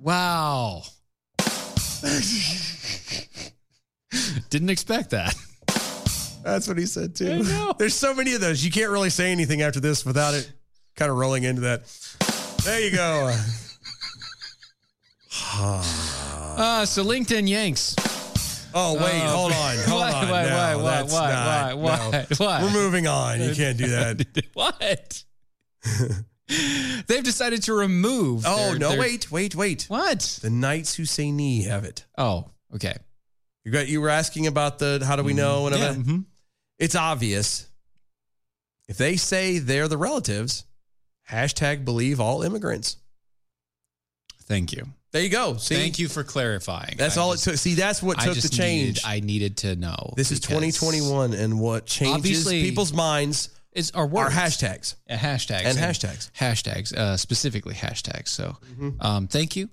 Speaker 5: Wow. <laughs> Didn't expect <laughs> that.
Speaker 4: That's what he said too. <laughs> There's so many of those. You can't really say anything after this without it kind of rolling into that. There you go.
Speaker 5: Uh, so LinkedIn Yanks.
Speaker 4: Oh wait,
Speaker 5: Uh,
Speaker 4: hold
Speaker 5: <laughs>
Speaker 4: on, hold
Speaker 5: why,
Speaker 4: on.
Speaker 5: Why,
Speaker 4: No,
Speaker 5: why, why,
Speaker 4: that's
Speaker 5: why,
Speaker 4: not-
Speaker 5: why, <laughs>
Speaker 4: no.
Speaker 5: why, why?
Speaker 4: We're moving on. You can't do
Speaker 5: <laughs>
Speaker 4: that.
Speaker 5: <laughs> what? They've decided to remove.
Speaker 4: Oh
Speaker 5: their-
Speaker 4: no!
Speaker 5: their-
Speaker 4: Wait, wait, wait.
Speaker 5: What?
Speaker 4: The knights who say knee have it.
Speaker 5: Oh, okay.
Speaker 4: You got. You were asking about the how do we know and all
Speaker 5: Yeah,
Speaker 4: that.
Speaker 5: mhm.
Speaker 4: It's obvious. If they say they're the relatives, hashtag believe all immigrants.
Speaker 5: Thank you.
Speaker 4: There you go. See,
Speaker 5: Thank you for clarifying.
Speaker 4: That's
Speaker 5: I
Speaker 4: all
Speaker 5: just-
Speaker 4: it took. See, that's what
Speaker 5: I
Speaker 4: took the
Speaker 5: just
Speaker 4: change.
Speaker 5: needed- I needed to know.
Speaker 4: This is
Speaker 5: because
Speaker 4: 2021, and what changes
Speaker 5: Obviously-
Speaker 4: people's minds
Speaker 5: It's our
Speaker 4: are
Speaker 5: words.
Speaker 4: hashtags.
Speaker 5: Uh, hashtags
Speaker 4: And hashtags.
Speaker 5: hashtags, uh, specifically hashtags. So, um, thank you,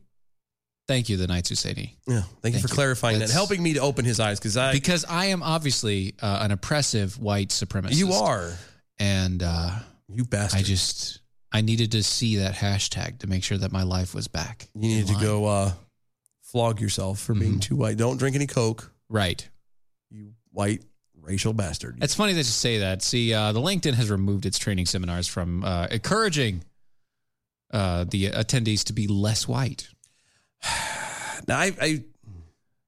Speaker 5: thank you, the Knights Usani,
Speaker 4: Yeah, thank, you for clarifying that,
Speaker 5: That's-
Speaker 4: helping me to open his eyes because I
Speaker 5: because I am obviously uh, an oppressive white supremacist.
Speaker 4: you are
Speaker 5: and uh,
Speaker 4: you bastard.
Speaker 5: I just I needed to see that hashtag to make sure that my life was back.
Speaker 4: you need
Speaker 5: in
Speaker 4: to
Speaker 5: line.
Speaker 4: go uh, flog yourself for being
Speaker 5: Mhm.
Speaker 4: too white. Don't drink any coke,
Speaker 5: right.
Speaker 4: you white racial bastard.
Speaker 5: It's funny that you say that. See, uh, the LinkedIn has removed its training seminars from uh, encouraging uh, the attendees to be less white.
Speaker 4: now I, I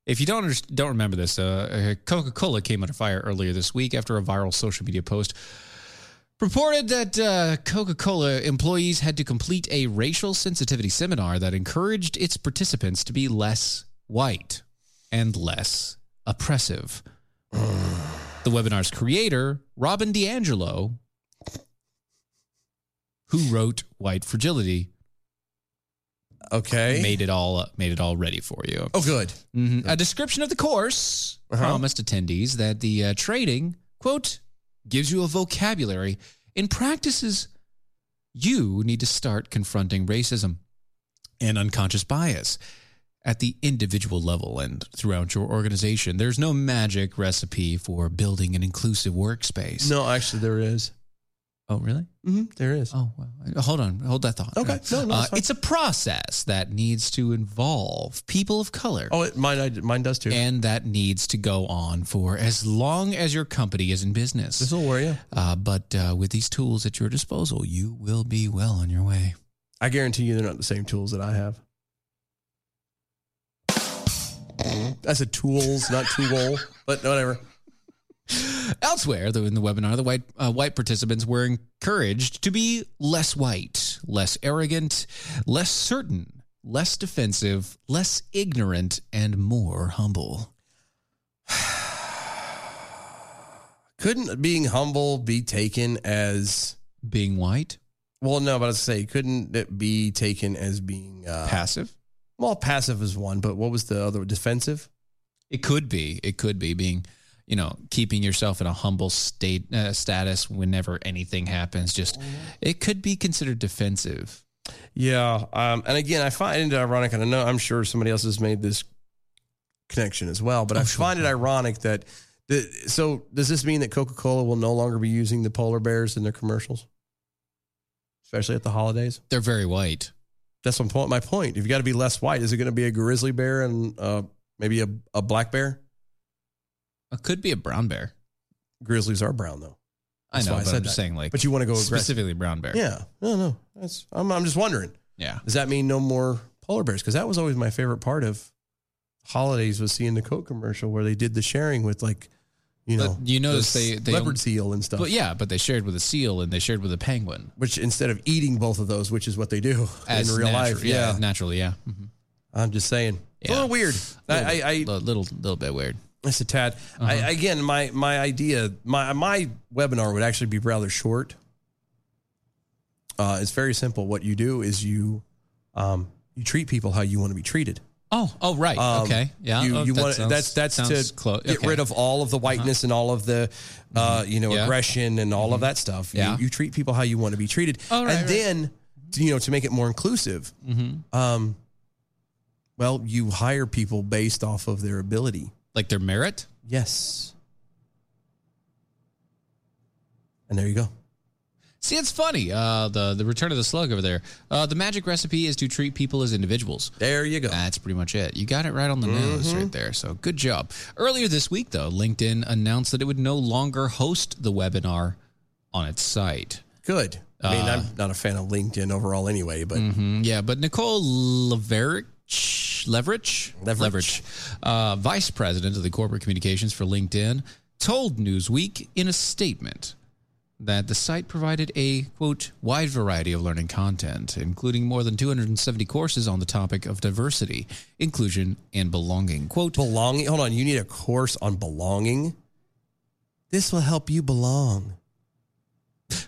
Speaker 5: If you don't under- don't remember this, uh, Coca Cola came under fire earlier this week after a viral social media post reported that uh, Coca Cola employees had to complete a racial sensitivity seminar that encouraged its participants to be less white and less oppressive. the webinar's creator, Robin DiAngelo, who wrote White Fragility,
Speaker 4: okay.
Speaker 5: made it all made it all ready for you.
Speaker 4: Oh,
Speaker 5: <laughs>
Speaker 4: good.
Speaker 5: Mhm. A description of the course
Speaker 4: Uh-huh.
Speaker 5: promised attendees that the uh, trading, quote, gives you a vocabulary and practices you need to start confronting racism and unconscious bias at the individual level and throughout your organization. There's no magic recipe for building an inclusive workspace.
Speaker 4: No, actually, there is.
Speaker 5: Oh, really?
Speaker 4: Mhm, there is.
Speaker 5: Oh, well, hold on. Hold that thought.
Speaker 4: Okay. No, no,
Speaker 5: Uh,
Speaker 4: it's fine.
Speaker 5: it's a process that needs to involve people of color.
Speaker 4: Oh, it, mine, I, mine does too.
Speaker 5: And that needs to go on for as long as your company is in
Speaker 4: this
Speaker 5: business.
Speaker 4: will worry you.
Speaker 5: Uh, but uh, with these tools at your disposal, you will be well on your way.
Speaker 4: I guarantee you, they're not the same tools that I have. I said tools, not tool, but whatever.
Speaker 5: Elsewhere, though, in the webinar, the white uh, white participants were encouraged to be less white, less arrogant, less certain, less defensive, less ignorant, and more humble.
Speaker 4: Couldn't being humble be taken as
Speaker 5: Being white,
Speaker 4: Well, no, but I was say, couldn't it be taken as being uh,
Speaker 5: passive?
Speaker 4: Well, passive is one, but what was the other defensive?
Speaker 5: It could be. It could be being, you know, keeping yourself in a humble state uh, status whenever anything happens. Just
Speaker 4: Mm-hmm.
Speaker 5: it could be considered defensive.
Speaker 4: Yeah, um, and again, I find it ironic, and I know I'm sure somebody else has made this connection as well, but I find it ironic that. The, so, does this mean that Coca-Cola will no longer be using the polar bears in their commercials, especially at the holidays?
Speaker 5: They're very white.
Speaker 4: That's my point. My point. If you got to be less white, is it going to be a grizzly bear and uh, maybe a, a black bear?
Speaker 5: It Uh, could be a brown bear.
Speaker 4: Grizzlies are brown though.
Speaker 5: I
Speaker 4: That's
Speaker 5: know,
Speaker 4: why
Speaker 5: but
Speaker 4: said
Speaker 5: I'm just
Speaker 4: that.
Speaker 5: saying like
Speaker 4: but you want to go aggressive.
Speaker 5: specifically brown bear.
Speaker 4: Yeah. No, no. That's I'm I'm just wondering.
Speaker 5: Yeah.
Speaker 4: Does that mean no more polar bears? Because that was always my favorite part of holidays was seeing the Coke commercial where they did the sharing with like, you know,
Speaker 5: But you notice
Speaker 4: the
Speaker 5: they, they
Speaker 4: leopard
Speaker 5: only-
Speaker 4: seal and stuff.
Speaker 5: But yeah, but they shared with a seal and they shared with a penguin.
Speaker 4: Which instead of eating both of those, which is what they do <laughs>
Speaker 5: As
Speaker 4: in real
Speaker 5: natu-
Speaker 4: life. Yeah.
Speaker 5: naturally, yeah.
Speaker 4: I'm just saying. It's a little weird. I, I, I
Speaker 5: little, little little bit Uh-huh. weird.
Speaker 4: It's a tad. I, again, my my idea, my my webinar would actually be rather short. Uh, it's very simple. What you do is you um, you treat people how you want to be treated.
Speaker 5: Oh, oh, right.
Speaker 4: Um,
Speaker 5: okay. Yeah.
Speaker 4: You,
Speaker 5: Oh,
Speaker 4: you
Speaker 5: that
Speaker 4: want
Speaker 5: sounds-
Speaker 4: that's that's
Speaker 5: sounds
Speaker 4: to
Speaker 5: clo-
Speaker 4: get
Speaker 5: okay. Uh-huh. Mm-hmm.
Speaker 4: rid of all of the whiteness and all of the uh, you know
Speaker 5: Yeah. Mm-hmm.
Speaker 4: aggression and all of that stuff. You-
Speaker 5: Yeah.
Speaker 4: You, treat people how you want to be treated,
Speaker 5: Oh, right,
Speaker 4: and
Speaker 5: right. Mm-hmm.
Speaker 4: then you know to make it more inclusive. Um, well, you hire people based off of their ability,
Speaker 5: like their merit.
Speaker 4: Yes. And there you go.
Speaker 5: See, it's funny. Uh, the the return of the slug over there. Uh, the magic recipe is to treat people as individuals.
Speaker 4: There you go.
Speaker 5: That's pretty much it. You got it right on the nose
Speaker 4: Mhm.
Speaker 5: right there. So good job. Earlier this week, though, LinkedIn announced that it would no longer host the webinar on its site.
Speaker 4: Good. I mean,
Speaker 5: Uh,
Speaker 4: I'm not a fan of LinkedIn overall anyway, but
Speaker 5: Mhm. yeah, but Nicole Leverich, Leverich, Leverich, uh, vice president of the corporate communications for LinkedIn, told Newsweek in a statement that the site provided a quote wide variety of learning content, including more than 270 courses on the topic of diversity, inclusion, and belonging. Quote
Speaker 4: belonging. Hold on, you need a course on belonging. This will help you belong.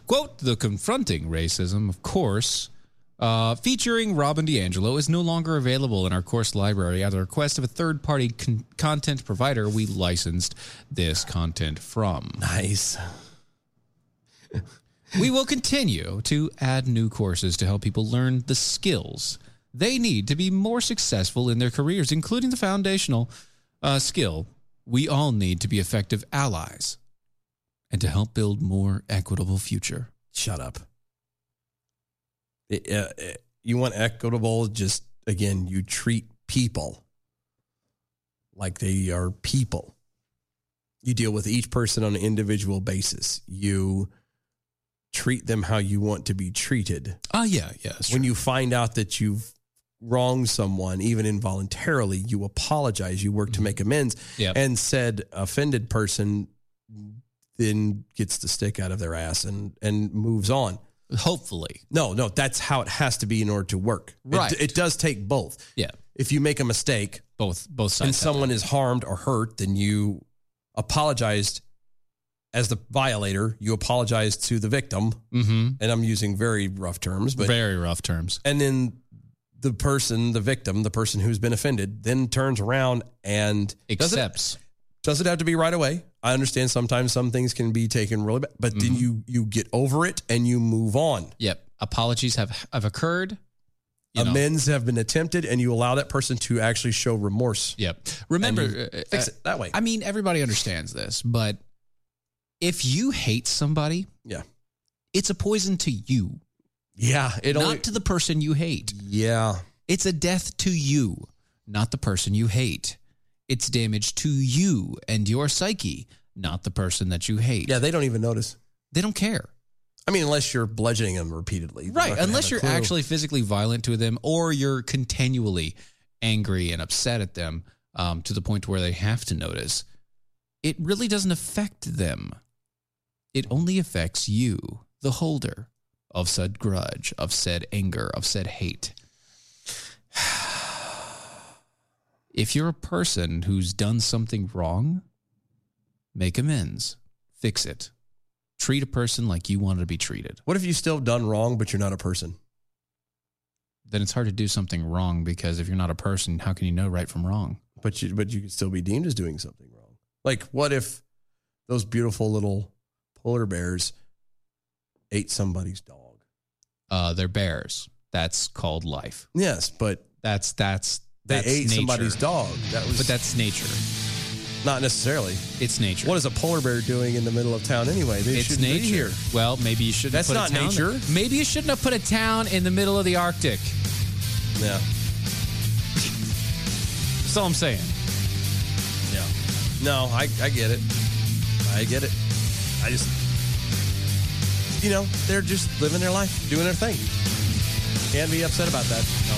Speaker 5: Quote The confronting racism, of course, uh, featuring Robin DiAngelo is no longer available in our course library at the request of a third party con- content provider we licensed this content from.
Speaker 4: Nice.
Speaker 5: we will continue to add new courses to help people learn the skills they need to be more successful in their careers, including the foundational uh, skill we all need to be effective allies and to help build more equitable future.
Speaker 4: Shut up. It, uh, it- you want equitable? Just again, you treat people like they are people. You deal with each person on an individual basis. You treat them how you want to be treated.
Speaker 5: Ah, yeah, yeah. that's
Speaker 4: when you find out that you've wronged someone, even involuntarily, you apologize, you work to make amends,
Speaker 5: Mm-hmm. Yep.
Speaker 4: and said offended person then gets the stick out of their ass and and moves on.
Speaker 5: Hopefully,
Speaker 4: no, no, that's how it has to be in order to work. It-
Speaker 5: Right.
Speaker 4: it, does take both.
Speaker 5: Yeah.
Speaker 4: if you make a mistake,
Speaker 5: both both sides
Speaker 4: and
Speaker 5: have
Speaker 4: someone is harmed or hurt, then you apologized as the violator. You apologized to the victim,
Speaker 5: Mm-hmm.
Speaker 4: and I'm using very rough terms, but
Speaker 5: Very rough terms.
Speaker 4: and then the person, the victim, the person who's been offended, then turns around and
Speaker 5: Accepts.
Speaker 4: Does it have to be right away? I understand sometimes some things can be taken really bad, but
Speaker 5: Mm-hmm.
Speaker 4: then you you get over it and you move on.
Speaker 5: Yep. Apologies have have occurred. you know.
Speaker 4: Amends have been attempted, and you allow that person to actually show remorse.
Speaker 5: Yep. Remember,
Speaker 4: And you
Speaker 5: uh,
Speaker 4: fix
Speaker 5: uh,
Speaker 4: it that way.
Speaker 5: I mean, everybody understands this, but if you hate somebody,
Speaker 4: yeah,
Speaker 5: it's a poison to you,
Speaker 4: yeah. It
Speaker 5: not
Speaker 4: only,
Speaker 5: to the person you hate.
Speaker 4: yeah.
Speaker 5: It's a death to you, not the person you hate. It's damage to you and your psyche, not the person that you hate.
Speaker 4: Yeah, they don't even notice.
Speaker 5: They don't care.
Speaker 4: I mean, unless you're bludgeoning them repeatedly, They're not
Speaker 5: Right.
Speaker 4: gonna
Speaker 5: Unless
Speaker 4: have a
Speaker 5: you're
Speaker 4: clue.
Speaker 5: actually physically violent to them or you're continually angry and upset at them um, to the point where they have to notice, it really doesn't affect them. It only affects you, the holder of said grudge, of said anger, of said hate. <sighs> If you're a person who's done something wrong, make amends, fix it, treat a person like you wanted to be treated.
Speaker 4: What if you still done wrong, but you're not a person?
Speaker 5: Then it's hard to do something wrong because if you're not a person, how can you know right from wrong?
Speaker 4: But you, but you could still be deemed as doing something wrong. Like, what if those beautiful little polar bears ate somebody's dog?
Speaker 5: Uh, they're bears. That's called life.
Speaker 4: Yes, but
Speaker 5: that's that's
Speaker 4: They
Speaker 5: that's
Speaker 4: ate somebody's dog. That was-
Speaker 5: but that's nature.
Speaker 4: Not necessarily.
Speaker 5: It's nature.
Speaker 4: What is a polar bear doing in the middle of town anyway? They
Speaker 5: it's
Speaker 4: shouldn't
Speaker 5: nature.
Speaker 4: be here.
Speaker 5: Well, maybe you shouldn't.
Speaker 4: That's
Speaker 5: put
Speaker 4: not
Speaker 5: a town,
Speaker 4: nature.
Speaker 5: Maybe you shouldn't have put a town in the middle of the Arctic.
Speaker 4: Yeah.
Speaker 5: That's all I'm saying.
Speaker 4: Yeah. No, I, I get it. I get it. I just, you know, they're just living their life, doing their thing. Can't be upset about that. No.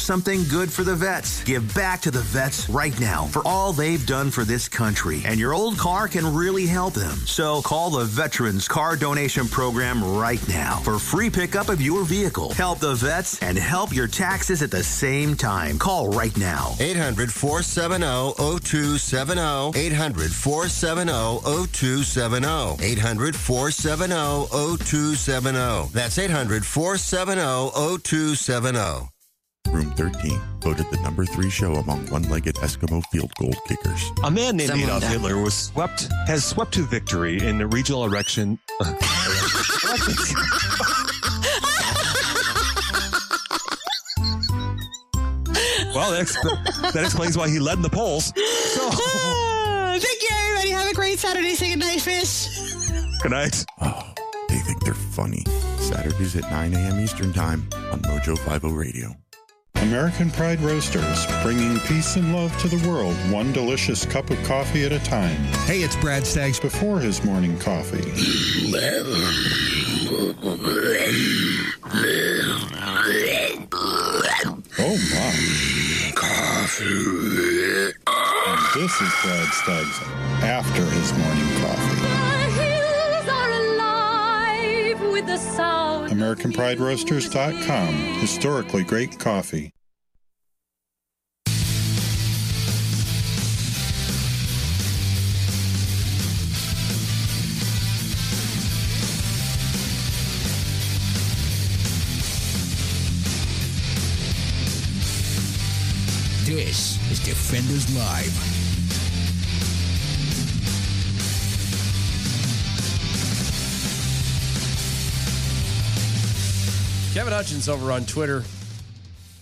Speaker 7: something good for the vets. Give back to the vets right now for all they've done for this country. And your old car can really help them. So call the Veterans Car Donation Program right now for free pickup of your vehicle. Help the vets and help your taxes at the same time. Call right now.
Speaker 6: 800 470 0270. 800 470 0270. 800 470 0270. That's 800 470 0270.
Speaker 18: Room 13, voted the number three show among one-legged Eskimo field goal kickers.
Speaker 19: A man named
Speaker 18: Someone
Speaker 19: Adolf
Speaker 18: done.
Speaker 19: Hitler was swept has swept to victory in the regional <laughs> erection. well, that, expl- that explains why he led the polls. <laughs>
Speaker 2: Ah, Thank you, everybody. Have a great Saturday. Say goodnight, fish.
Speaker 18: Good night. Oh, they think they're funny. Saturdays at 9 a.m. Eastern Time on Mojo 50 Radio.
Speaker 20: American Pride Roasters, bringing peace and love to the world, one delicious cup of coffee at a time. Hey, it's Brad Staggs. Before his morning coffee. Oh my. Coffee. And this is Brad Staggs after his morning coffee.
Speaker 21: hills are alive with the sound.
Speaker 20: AmericanPrideRoasters.com. Historically great coffee.
Speaker 3: This is Defenders Live.
Speaker 4: Kevin Hutchins over on Twitter.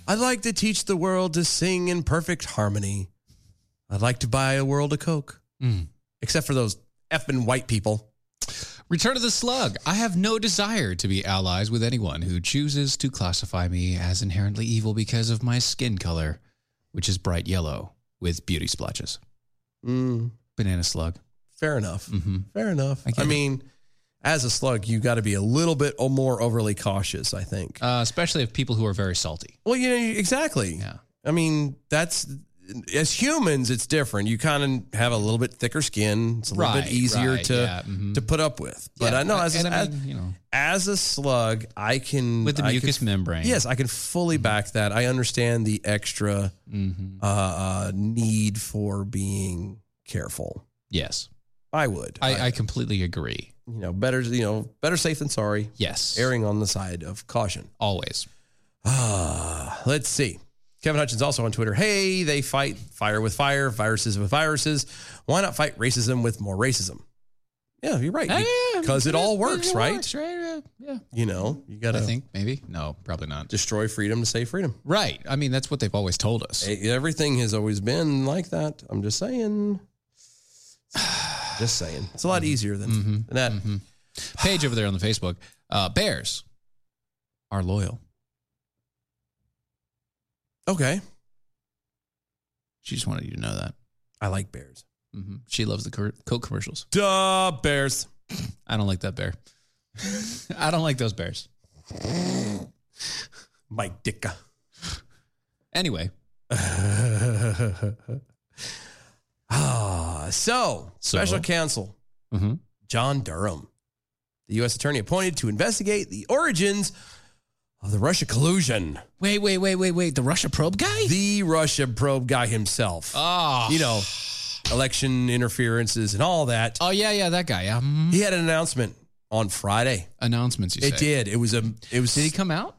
Speaker 4: I'd like to teach the world to sing in perfect harmony. I'd like to buy a world of Coke, except for those effing white people.
Speaker 5: Return of the Slug. I have no desire to be allies with anyone who chooses to classify me as inherently evil because of my skin color, which is bright yellow with beauty splotches.
Speaker 4: Mm.
Speaker 5: Banana Slug.
Speaker 4: Fair enough.
Speaker 5: Mm-hmm.
Speaker 4: Fair enough. I, mean, as a slug, you got to be a little bit o- more overly cautious, I think.
Speaker 5: Uh, especially of people who are very salty.
Speaker 4: Well, you know, exactly. Yeah. I mean, that's as humans, it's different. You kind of have a little bit thicker skin. It's a little
Speaker 5: Right,
Speaker 4: bit easier
Speaker 5: right,
Speaker 4: to
Speaker 5: yeah, mhm.
Speaker 4: to put up with. But
Speaker 5: Yeah,
Speaker 4: I know
Speaker 5: and-
Speaker 4: as,
Speaker 5: and I
Speaker 4: as,
Speaker 5: mean, you know.
Speaker 4: as a slug, I can
Speaker 5: With the
Speaker 4: I
Speaker 5: mucous
Speaker 4: can,
Speaker 5: membrane. Mm-hmm.
Speaker 4: Yes, I can fully back that. I understand the extra uh, uh, need for being careful.
Speaker 5: Yes.
Speaker 4: I would.
Speaker 5: I, I completely agree.
Speaker 4: you know, better, you know, better safe than sorry.
Speaker 5: Yes.
Speaker 4: Erring on the side of caution.
Speaker 5: Always.
Speaker 4: Ah, let's see. Kevin Hutchins also on Twitter. Hey, they fight fire with fire, viruses with viruses. Why not fight racism with more racism? Yeah, you're right.
Speaker 5: Ah, yeah.
Speaker 4: Because it all works, right?
Speaker 5: works, right? Yeah, yeah.
Speaker 4: You know, you got to.
Speaker 5: I think maybe. No, probably not.
Speaker 4: Destroy freedom to save freedom.
Speaker 5: Right. I mean, that's what they've always told us.
Speaker 4: E- Everything has always been like that. I'm just saying. Just saying. It's a lot
Speaker 5: Mm-hmm.
Speaker 4: easier than that.
Speaker 5: Page over there on the Facebook. Uh, bears are loyal.
Speaker 4: Okay.
Speaker 5: She just wanted you to know that.
Speaker 4: I like bears.
Speaker 5: hmm She loves the cur- Coke commercials.
Speaker 4: Duh, bears.
Speaker 5: I don't like that bear. <laughs> I don't like those bears.
Speaker 4: My dicka.
Speaker 5: Anyway.
Speaker 4: Ah, so, special counsel
Speaker 5: Mm-hmm.
Speaker 4: John Durham, the U.S. attorney appointed to investigate the origins of the Russia collusion.
Speaker 5: Wait, wait, wait, wait, wait. The Russia probe guy?
Speaker 4: The Russia probe guy himself.
Speaker 5: Oh.
Speaker 4: You know, election interferences and all that.
Speaker 5: Oh, yeah, yeah, that guy. Yeah. Mm-hmm.
Speaker 4: He had an announcement on Friday.
Speaker 5: Announcements, you
Speaker 4: It
Speaker 5: say.
Speaker 4: did. It was a. It was. Did he
Speaker 5: come out?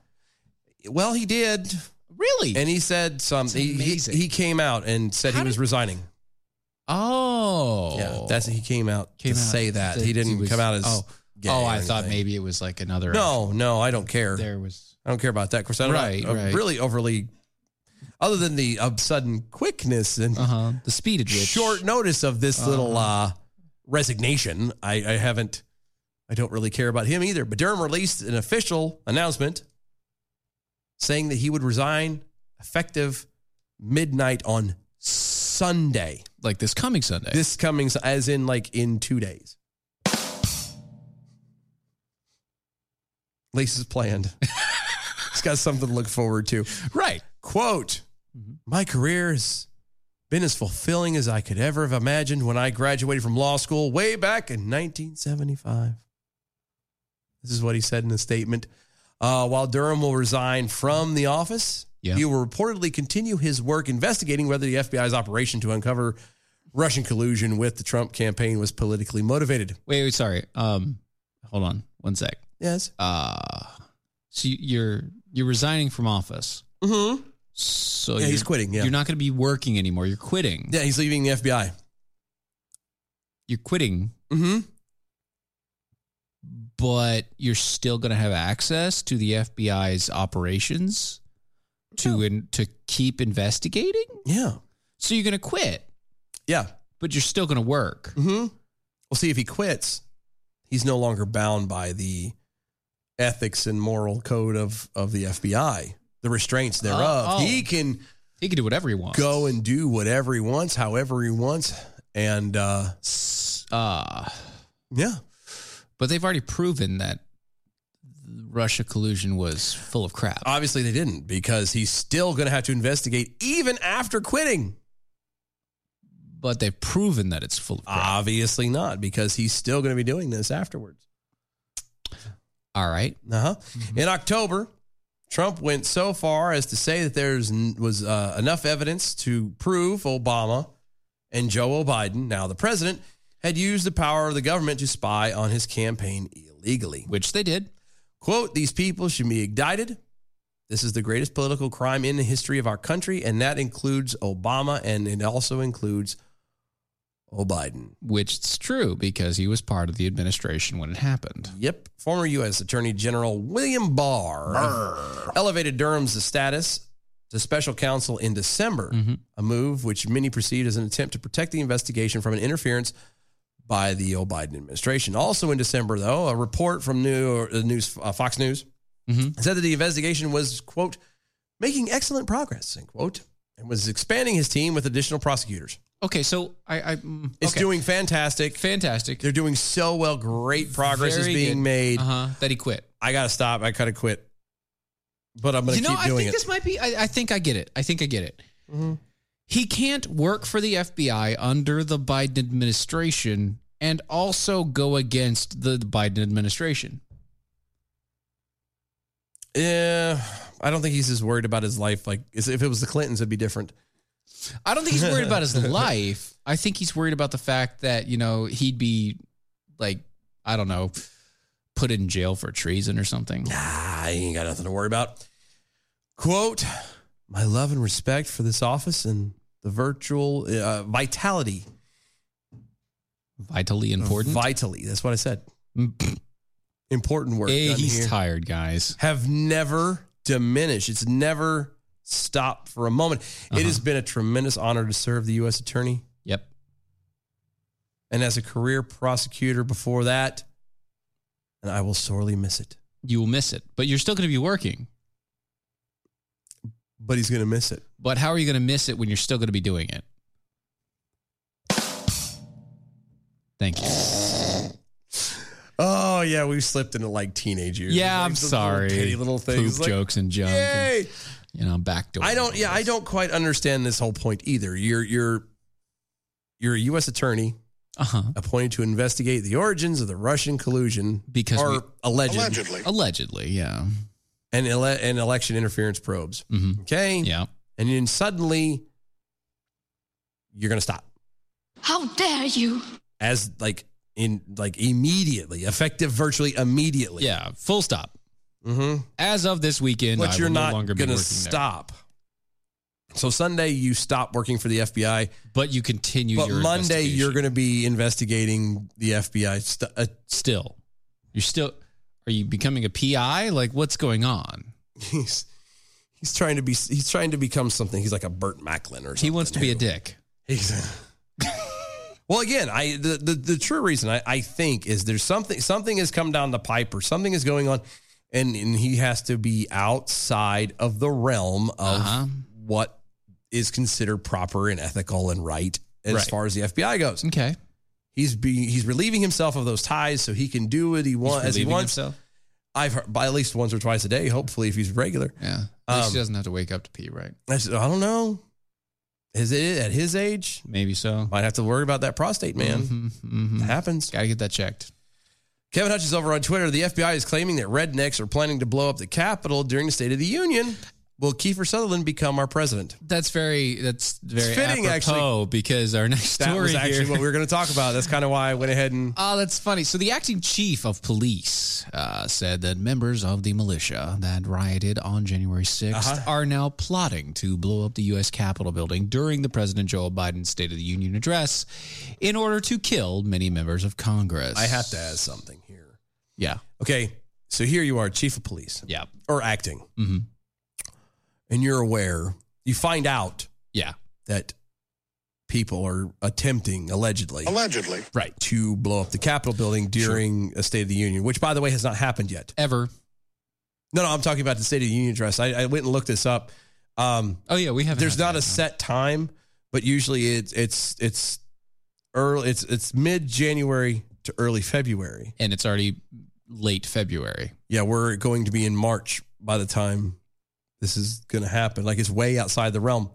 Speaker 4: Well, he did.
Speaker 5: Really?
Speaker 4: And he said something. He, he, he came out and said he was resigning.
Speaker 5: Oh.
Speaker 4: Yeah, that's he came out
Speaker 5: Came
Speaker 4: to
Speaker 5: out
Speaker 4: say that
Speaker 5: to-
Speaker 4: he didn't
Speaker 5: he was-
Speaker 4: come out as.
Speaker 5: oh.
Speaker 4: gay
Speaker 5: Oh,
Speaker 4: or
Speaker 5: I thought
Speaker 4: anything.
Speaker 5: maybe it was like another.
Speaker 4: No, no, I don't care.
Speaker 5: There was.
Speaker 4: I don't care about that. Of course, I don't
Speaker 5: Right,
Speaker 4: I'm
Speaker 5: right.
Speaker 4: really overly. Other than the uh, sudden quickness and
Speaker 5: uh the speed at which- Uh-huh.
Speaker 4: short notice of this little uh, resignation, I, I haven't. I don't really care about him either. But Durham released an official announcement saying that he would resign effective midnight on Sunday,
Speaker 5: like this coming Sunday.
Speaker 4: This coming, Su- as in like in two days. Lisa's planned. <laughs> He's got something to look forward to.
Speaker 5: Right.
Speaker 4: Quote My career has been as fulfilling as I could ever have imagined when I graduated from law school way back in 1975. This is what he said in a statement. Uh, while Durham will resign from the office,
Speaker 5: Yeah.
Speaker 4: he will reportedly continue his work investigating whether the FBI's operation to uncover Russian collusion with the Trump campaign was politically motivated.
Speaker 5: Wait, wait, sorry. Um, hold on one sec.
Speaker 4: Yes.
Speaker 5: Uh, so you- you're you're resigning from office.
Speaker 4: Mm-hmm.
Speaker 5: So
Speaker 4: Yeah, he's
Speaker 5: you're-
Speaker 4: quitting, yeah.
Speaker 5: you're not going to be working anymore. You're quitting.
Speaker 4: Yeah, he's leaving the FBI.
Speaker 5: You're quitting,
Speaker 4: Mm-hmm.
Speaker 5: but you're still going to have access to the FBI's operations to in, to keep investigating.
Speaker 4: Yeah.
Speaker 5: So you're going to quit,
Speaker 4: Yeah.
Speaker 5: but you're still going to work.
Speaker 4: Mm-hmm. Well, see, if he quits, he's no longer bound by the ethics and moral code of of the FBI, the restraints thereof.
Speaker 5: Oh, oh.
Speaker 4: He can
Speaker 5: He can do whatever he wants.
Speaker 4: go and do whatever he wants, however he wants, and uh,
Speaker 5: Uh,
Speaker 4: yeah,
Speaker 5: but they've already proven that Russia collusion was full of crap.
Speaker 4: obviously they didn't because he's still going to have to investigate even after quitting.
Speaker 5: but they've proven that it's full of
Speaker 4: Ah.
Speaker 5: crap.
Speaker 4: Obviously not because he's still going to be doing this afterwards.
Speaker 5: All right.
Speaker 4: Uh-huh. In October, Trump went so far as to say that there's n- was uh, enough evidence to prove Obama and Joe Biden, now the president, had used the power of the government to spy on his campaign illegally.
Speaker 5: Which they did.
Speaker 4: Quote, these people should be indicted. This is the greatest political crime in the history of our country, and that includes Obama and it also includes O'Biden.
Speaker 5: Which it's true because he was part of the administration when it happened.
Speaker 4: Yep. Former U.S. Attorney General William Barr, elevated Durham's status to special counsel in December,
Speaker 5: Mm-hmm.
Speaker 4: a move which many perceived as an attempt to protect the investigation from an interference by the old Biden administration. Also in December, though, a report from New uh, News uh, Fox News
Speaker 5: Mm-hmm.
Speaker 4: said that the investigation was quote making excellent progress end quote and was expanding his team with additional prosecutors.
Speaker 5: Okay, so I, I mm,
Speaker 4: It's
Speaker 5: okay.
Speaker 4: doing fantastic.
Speaker 5: fantastic.
Speaker 4: They're doing so well. Great progress is
Speaker 5: Very
Speaker 4: being
Speaker 5: good.
Speaker 4: made.
Speaker 5: Uh-huh, that he quit.
Speaker 4: I gotta stop. I gotta quit. But I'm gonna
Speaker 5: You know,
Speaker 4: keep
Speaker 5: I
Speaker 4: doing
Speaker 5: think
Speaker 4: it. Mm-hmm.
Speaker 5: this might be. I, I think I get it. I think I get it. He can't work for the FBI under the Biden administration and also go against the Biden administration.
Speaker 4: yeah, I don't think he's as worried about his life. Like is- if it was the Clintons, it'd be different.
Speaker 5: I don't think he's
Speaker 4: <laughs>
Speaker 5: worried about his life. I think he's worried about the fact that, you know, he'd be like, I don't know, put in jail for treason or something.
Speaker 4: I Ah, ain't got nothing to worry about. Quote: My love and respect for this office and the virtual uh, vitality,
Speaker 5: Vitally important.
Speaker 4: vitally. That's what I said. important work.
Speaker 5: Eh,
Speaker 4: done
Speaker 5: he's
Speaker 4: here
Speaker 5: tired, guys.
Speaker 4: Have never diminished. It's never stopped for a moment.
Speaker 5: Uh-huh.
Speaker 4: It has been a tremendous honor to serve the U.S. Attorney.
Speaker 5: Yep.
Speaker 4: And as a career prosecutor before that, and I will sorely miss it.
Speaker 5: You will miss it, but you're still going to be working.
Speaker 4: But he's going to miss it.
Speaker 5: But how are you going to miss it when you're still going to be doing it? Thank you.
Speaker 4: Oh yeah, we've slipped into like teenage years.
Speaker 5: Yeah,
Speaker 4: Like
Speaker 5: I'm
Speaker 4: those little
Speaker 5: sorry.
Speaker 4: Petty little things,
Speaker 5: Poop
Speaker 4: like,
Speaker 5: jokes and junk.
Speaker 4: Yay!
Speaker 5: And, you know, backdoor.
Speaker 4: I don't. Yeah, I don't quite understand this whole point either. You're you're you're a U.S. attorney
Speaker 5: Uh-huh.
Speaker 4: appointed to investigate the origins of the Russian collusion
Speaker 5: because
Speaker 4: or
Speaker 5: we-
Speaker 4: alleged,
Speaker 5: Allegedly. Allegedly, yeah, Mm-hmm.
Speaker 4: and ele- and election interference probes. Okay,
Speaker 5: yeah,
Speaker 4: and then suddenly you're going to stop
Speaker 21: How dare you?
Speaker 4: as like in like immediately effective, virtually immediately.
Speaker 5: Yeah, full stop.
Speaker 4: Mm-hmm.
Speaker 5: As of this weekend,
Speaker 4: but
Speaker 5: I
Speaker 4: you're
Speaker 5: will no
Speaker 4: not
Speaker 5: longer be
Speaker 4: going to
Speaker 5: working there.
Speaker 4: stop. So Sunday you stop working for the FBI,
Speaker 5: but you continue.
Speaker 4: But
Speaker 5: your
Speaker 4: Monday you're
Speaker 5: investigation.
Speaker 4: going to be investigating the FBI st- uh, <laughs>
Speaker 5: still. You're still. Are you becoming a PI? Like, what's going on?
Speaker 4: He's he's trying to be he's trying to become something. He's like a Burt Macklin or something.
Speaker 5: He wants to be a dick.
Speaker 4: He's <laughs> well, again, I the, the, the true reason I, I think is there's something something has come down the pipe or something is going on, and and he has to be outside of the realm of
Speaker 5: Uh-huh.
Speaker 4: what is considered proper and ethical and right as
Speaker 5: Right.
Speaker 4: far as the FBI goes.
Speaker 5: Okay,
Speaker 4: he's being he's relieving himself of those ties so he can do what he wants as he
Speaker 5: relieving
Speaker 4: wants.
Speaker 5: himself?
Speaker 4: I've heard by at least once or twice a day, hopefully if he's regular.
Speaker 5: Yeah, At
Speaker 4: Um,
Speaker 5: least he doesn't have to wake up to pee, right?
Speaker 4: I said, I don't know. Is it at his age?
Speaker 5: Maybe so.
Speaker 4: Might have to worry about that prostate, man.
Speaker 5: Mhm,
Speaker 4: It happens.
Speaker 5: Got to get that checked.
Speaker 4: Kevin Hutchins over on Twitter. The FBI is claiming that rednecks are planning to blow up the Capitol during the State of the Union. Will Kiefer Sutherland become our president?
Speaker 5: That's very. That's very
Speaker 4: fitting,
Speaker 5: apropos because our next
Speaker 4: That
Speaker 5: story
Speaker 4: was actually
Speaker 5: here.
Speaker 4: what we were going to talk about. That's kind of why I went ahead
Speaker 5: <laughs>
Speaker 4: and
Speaker 5: Oh, that's funny. So the acting chief of police uh, said that members of the militia that rioted on January 6th
Speaker 4: Uh-huh.
Speaker 5: are now plotting to blow up the U.S. Capitol building during the President Joe Biden's State of the Union address in order to kill many members of Congress.
Speaker 4: I have to add something here.
Speaker 5: Yeah.
Speaker 4: Okay, so here you are, chief of police.
Speaker 5: Yeah.
Speaker 4: Or acting.
Speaker 5: Mhm.
Speaker 4: And you're aware, you find out.
Speaker 5: Yeah.
Speaker 4: That people are attempting, allegedly.
Speaker 5: Allegedly.
Speaker 4: Right. To blow up the Capitol building during a State of the Union, which, by the way, has not happened yet.
Speaker 5: Ever.
Speaker 4: No, no, I'm talking about the State of the Union address. I, I went and looked this up. Um,
Speaker 5: oh, yeah, we have
Speaker 4: There's not a set time, but usually it's, it's, it's, Early, it's it's mid January to early February,
Speaker 5: and it's already late February.
Speaker 4: Yeah, we're going to be in March by the time this is going to happen. Like it's way outside the realm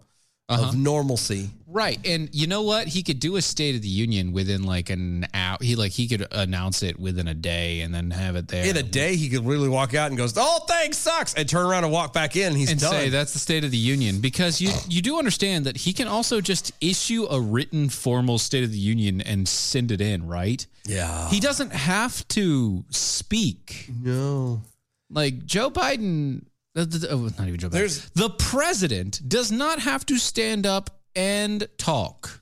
Speaker 5: Uh-huh.
Speaker 4: of normalcy.
Speaker 5: Right. And you know what? He could do a State of the Union within like an hour. He like he could announce it within a day and then have it there.
Speaker 4: In a day, he could really walk out and goes, "The whole thing sucks," and turn around and walk back in. And he's
Speaker 5: and
Speaker 4: done.
Speaker 5: say that's the State of the Union because you you do understand that he can also just issue a written formal State of the Union and send it in, right?
Speaker 4: Yeah.
Speaker 5: He doesn't have to speak.
Speaker 4: No.
Speaker 5: Like Joe Biden, uh, th- th- oh, not even Joe Biden.
Speaker 4: There's-
Speaker 5: the president does not have to stand up and talk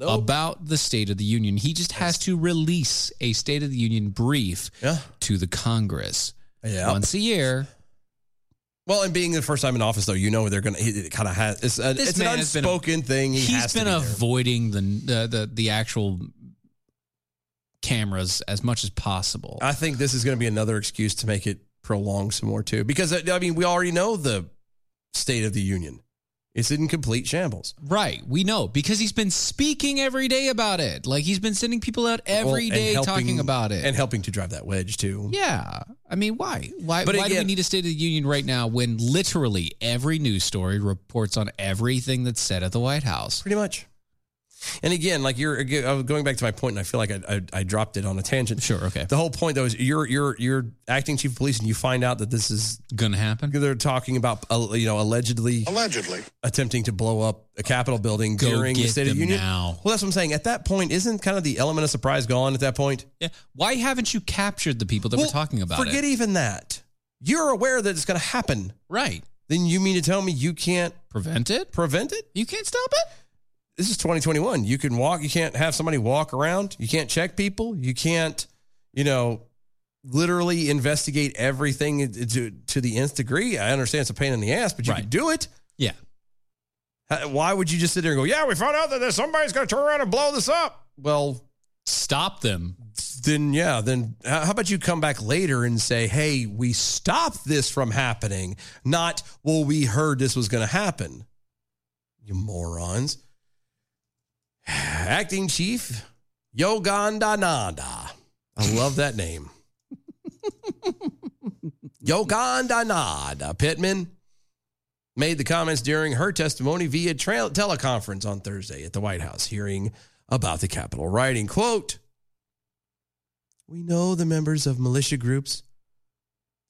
Speaker 5: about the State of the Union. He just has to release a State of the Union brief to the Congress
Speaker 4: Yeah.
Speaker 5: once a year.
Speaker 4: well, and being the first time in office, though, you know they're going to. It kind of has. It's, an,
Speaker 5: This
Speaker 4: it's an
Speaker 5: man has been a-
Speaker 4: unspoken thing. He
Speaker 5: he's
Speaker 4: has
Speaker 5: been
Speaker 4: to be there.
Speaker 5: avoiding the, the the the actual cameras as much as possible.
Speaker 4: I think this is going to be another excuse to make it prolong some more too, because uh, I I mean we already know the state of the union. It's in complete shambles.
Speaker 5: Right, we know because he's been speaking every day about it. Like he's been sending people out every
Speaker 4: And
Speaker 5: day
Speaker 4: helping-
Speaker 5: talking about it.
Speaker 4: and helping to drive that wedge too.
Speaker 5: yeah, I mean, why? Why?
Speaker 4: But
Speaker 5: why do we
Speaker 4: again-
Speaker 5: need a State of the Union right now when literally every news story reports on everything that's said at the White House?
Speaker 4: Pretty much. And again, like you're again, I was going back to my point, and I feel like I, I, I dropped it on a tangent.
Speaker 5: Sure, okay.
Speaker 4: The whole point though is you're you're you're acting chief of police, and you find out that this is
Speaker 5: going to happen.
Speaker 4: They're talking about uh, you know allegedly
Speaker 16: Allegedly.
Speaker 4: attempting to blow up a Capitol building
Speaker 5: Go
Speaker 4: during the
Speaker 5: get
Speaker 4: State of the
Speaker 5: them
Speaker 4: Union.
Speaker 5: now.
Speaker 4: Well, that's what I'm saying. At that point, isn't kind of the element of surprise gone? At that point,
Speaker 5: Yeah. Why haven't you captured the people that
Speaker 4: Well,
Speaker 5: were talking about
Speaker 4: forget
Speaker 5: it?
Speaker 4: even that. You're aware that it's going to happen,
Speaker 5: right?
Speaker 4: Then you mean to tell me you can't
Speaker 5: prevent it?
Speaker 4: Prevent it?
Speaker 5: You can't stop it.
Speaker 4: This is 2021. You can walk. You can't have somebody walk around. You can't check people. You can't, you know, literally investigate everything to, to the nth degree. I understand it's a pain in the ass, but you can do it.
Speaker 5: Yeah.
Speaker 4: Uh, Why would you just sit there and go, yeah, we found out that there's somebody's going to turn around and blow this up? Well,
Speaker 5: stop them.
Speaker 4: Then, yeah, then how how about you come back later and say, hey, we stopped this from happening, not, well, we heard this was going to happen. You morons. Acting Chief Yogandananda. I love that name. Yogandananda Pittman made the comments during her testimony via tra- teleconference on Thursday at the White House hearing about the Capitol rioting. Quote, we know the members of militia groups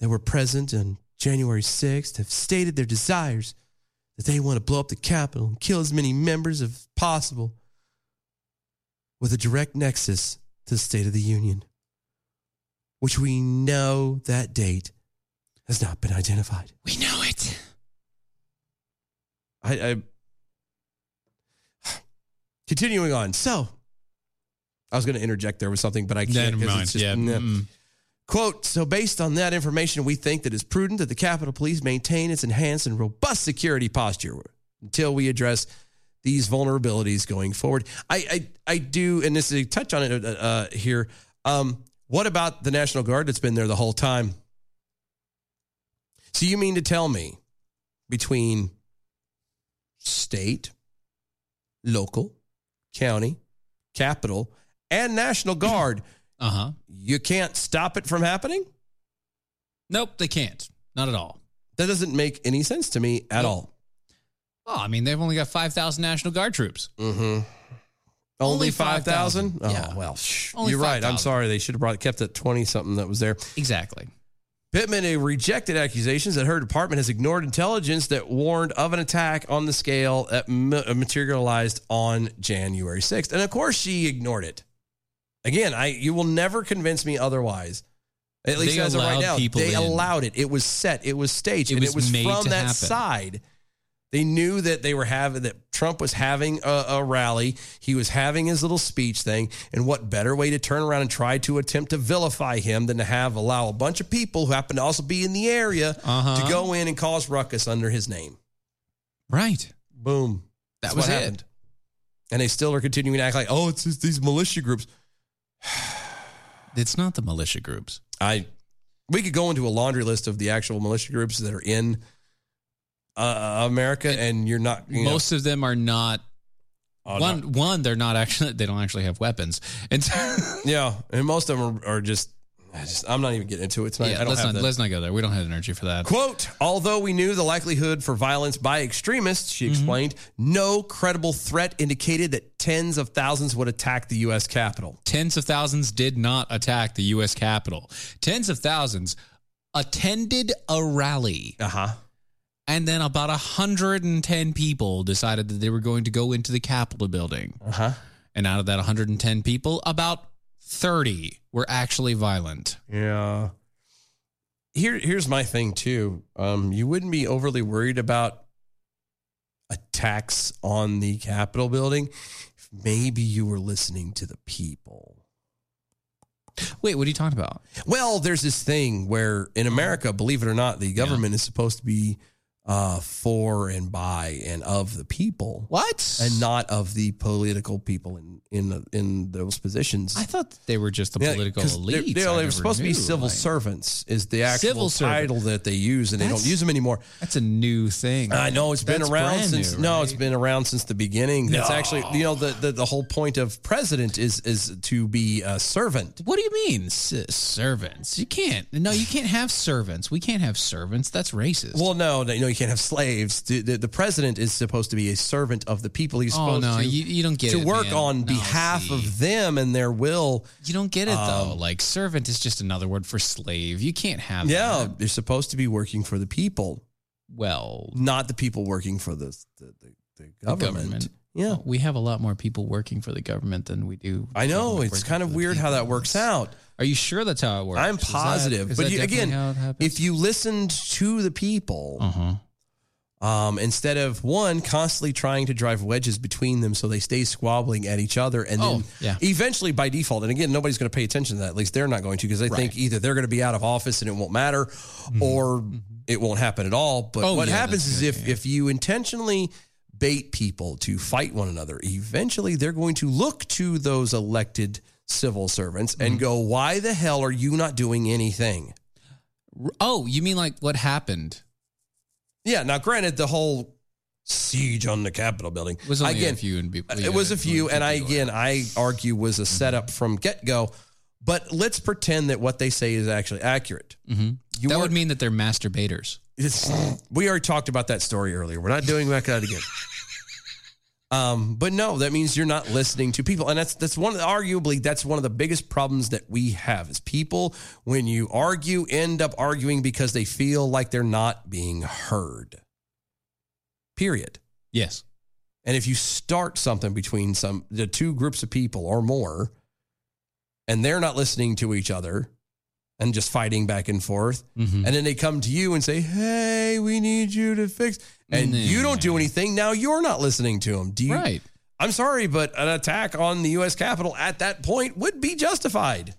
Speaker 4: that were present on January 6th have stated their desires that they want to blow up the Capitol and kill as many members as possible with a direct nexus to the State of the Union, which we know that date has not been identified. We know it. I, I <sighs> continuing on. So I was going to interject there with something, but I can't. 'cause
Speaker 5: Never
Speaker 4: it's
Speaker 5: mind.
Speaker 4: just-
Speaker 5: Yeah.
Speaker 4: nah.
Speaker 5: Mm.
Speaker 4: Quote, so based on that information, we think that it's prudent that the Capitol Police maintain its enhanced and robust security posture until we address these vulnerabilities going forward. I I, I do, and this is a touch on it uh, uh, here. Um, what about the National Guard that's been there the whole time? So you mean to tell me between state, local, county, capital, and National Guard.
Speaker 5: Uh huh.
Speaker 4: You can't stop it from happening?
Speaker 5: Nope, they can't. Not at all.
Speaker 4: That doesn't make any sense to me at all.
Speaker 5: Well, I mean, they've only got 5,000 National Guard troops.
Speaker 4: Mm-hmm. Only, 5,000? Oh, well, shh.
Speaker 5: Only
Speaker 4: you're right. I'm
Speaker 5: 5,000.
Speaker 4: sorry. They should have brought, kept that 20 something that was there.
Speaker 5: Exactly.
Speaker 4: Pittman uh, rejected accusations that her department has ignored intelligence that warned of an attack on the scale that ma- uh, materialized on January 6th. And of course, she ignored it. Again, I you will never convince me otherwise. At least
Speaker 5: They
Speaker 4: as of right
Speaker 5: allowed
Speaker 4: now,
Speaker 5: people
Speaker 4: they
Speaker 5: in.
Speaker 4: allowed it. It was set. It was staged.
Speaker 5: It
Speaker 4: and
Speaker 5: was
Speaker 4: it was
Speaker 5: made
Speaker 4: from
Speaker 5: to
Speaker 4: that
Speaker 5: happen.
Speaker 4: side. They knew that they were having that Trump was having a, a rally. He was having his little speech thing, and what better way to turn around and try to attempt to vilify him than to have allow a bunch of people who happen to also be in the area
Speaker 5: Uh-huh.
Speaker 4: to go in and cause ruckus under his name.
Speaker 5: Right.
Speaker 4: Boom.
Speaker 5: That
Speaker 4: That's
Speaker 5: was
Speaker 4: what
Speaker 5: it.
Speaker 4: happened. And they still are continuing to act like, oh, it's just these militia groups.
Speaker 5: It's not the militia groups.
Speaker 4: I we could go into a laundry list of the actual militia groups that are in uh, America, and you're not you know,
Speaker 5: Most of them are not.
Speaker 4: Oh,
Speaker 5: One, one, they're not actually. They don't actually have weapons, and
Speaker 4: <laughs> yeah, and most of them are, are just, I just. I'm not even getting into it tonight.
Speaker 5: Yeah,
Speaker 4: I don't
Speaker 5: let's
Speaker 4: have
Speaker 5: not
Speaker 4: the-
Speaker 5: let's not go there. We don't have energy for that.
Speaker 4: Quote, although we knew the likelihood for violence by extremists, she explained, no credible threat indicated that tens of thousands would attack the U.S. Capitol.
Speaker 5: Tens of thousands did not attack the U.S. Capitol. Tens of thousands attended a rally.
Speaker 4: Uh huh.
Speaker 5: And then about 110 people decided that they were going to go into the Capitol building. Uh
Speaker 4: huh.
Speaker 5: And out of that 110 people, about 30 were actually violent.
Speaker 4: Yeah. Here, here's my thing too. Um, you wouldn't be overly worried about attacks on the Capitol building if maybe you were listening to the people.
Speaker 5: Wait, what are you talking about?
Speaker 4: Well, there's this thing where in America, believe it or not, the government is supposed to be uh, for and by and of the people.
Speaker 5: What?
Speaker 4: And not of the political people in in the, in those positions.
Speaker 5: I thought they were just the
Speaker 4: Yeah,
Speaker 5: political
Speaker 4: 'cause they're-
Speaker 5: elite.
Speaker 4: They're, they're supposed to be civil servants is the actual title that they use, and they don't use them anymore.
Speaker 5: That's a new thing.
Speaker 4: I know it's been
Speaker 5: That's
Speaker 4: around
Speaker 5: brand
Speaker 4: since
Speaker 5: new,
Speaker 4: no,
Speaker 5: right?
Speaker 4: it's been around since the beginning. That's
Speaker 5: No.
Speaker 4: actually you know the, the the whole point of president is is to be a servant.
Speaker 5: What do you mean s- servants? You can't. No, you can't have servants. We can't have servants. That's racist.
Speaker 4: Well, no, no, you know you can't have slaves. The, the, the president is supposed to be a servant of the people. He's
Speaker 5: oh
Speaker 4: supposed
Speaker 5: no,
Speaker 4: to
Speaker 5: you, you don't get
Speaker 4: to
Speaker 5: it,
Speaker 4: work
Speaker 5: man.
Speaker 4: on
Speaker 5: No,
Speaker 4: behalf
Speaker 5: see.
Speaker 4: of them and their will.
Speaker 5: You don't get it though.
Speaker 4: Um,
Speaker 5: Like servant is just another word for slave. You can't have.
Speaker 4: Yeah,
Speaker 5: that.
Speaker 4: they're supposed to be working for the people,
Speaker 5: Well,
Speaker 4: not the people working for the the, the, the
Speaker 5: the Oh,
Speaker 4: government. Yeah,
Speaker 5: we have a lot more people working for the government than we do.
Speaker 4: I know
Speaker 5: government
Speaker 4: it's
Speaker 5: working
Speaker 4: kind
Speaker 5: for
Speaker 4: of
Speaker 5: the
Speaker 4: weird how that works out.
Speaker 5: Are you sure that's how it works?
Speaker 4: I'm
Speaker 5: Is that-
Speaker 4: positive,
Speaker 5: is
Speaker 4: but
Speaker 5: that
Speaker 4: you,
Speaker 5: definitely
Speaker 4: again,
Speaker 5: how it happens?
Speaker 4: if you listened to the people,
Speaker 5: Uh-huh.
Speaker 4: Um, instead of one constantly trying to drive wedges between them so they stay squabbling at each other and
Speaker 5: Oh,
Speaker 4: then
Speaker 5: yeah.
Speaker 4: eventually by default and again nobody's going to pay attention to that at least they're not going to because they think either they're going to be out of office and it won't matter
Speaker 5: Mm-hmm.
Speaker 4: or it won't happen at all but
Speaker 5: Oh,
Speaker 4: what
Speaker 5: yeah,
Speaker 4: happens
Speaker 5: that's
Speaker 4: is if if you intentionally bait people to fight one another eventually they're going to look to those elected civil servants
Speaker 5: Mm-hmm.
Speaker 4: and go why the hell are you not doing anything
Speaker 5: oh you mean like what happened
Speaker 4: yeah now granted the whole siege on the capitol building
Speaker 5: was only
Speaker 4: again
Speaker 5: a few and be,
Speaker 4: it was a few, and I again I argue was
Speaker 5: Mm-hmm.
Speaker 4: a setup from get go. But let's pretend that what they say is actually accurate.
Speaker 5: Mhm.
Speaker 4: that
Speaker 5: would mean that they're masturbators.
Speaker 4: we already talked about that story earlier. We're not doing that again. Um, but no, that means you're not listening to people, and that's that's one of the, arguably that's one of the biggest problems that we have is people when you argue end up arguing because they feel like they're not being heard. Period.
Speaker 5: Yes.
Speaker 4: And if you start something between some the two groups of people or more, and they're not listening to each other and just fighting back and forth,
Speaker 5: Mm-hmm.
Speaker 4: and then they come to you and say, "Hey, we need you to fix," and you don't do anything. Now you're not listening to them. Do you?
Speaker 5: Right.
Speaker 4: I'm sorry, but an attack on the U.S. Capitol at that point would be justified.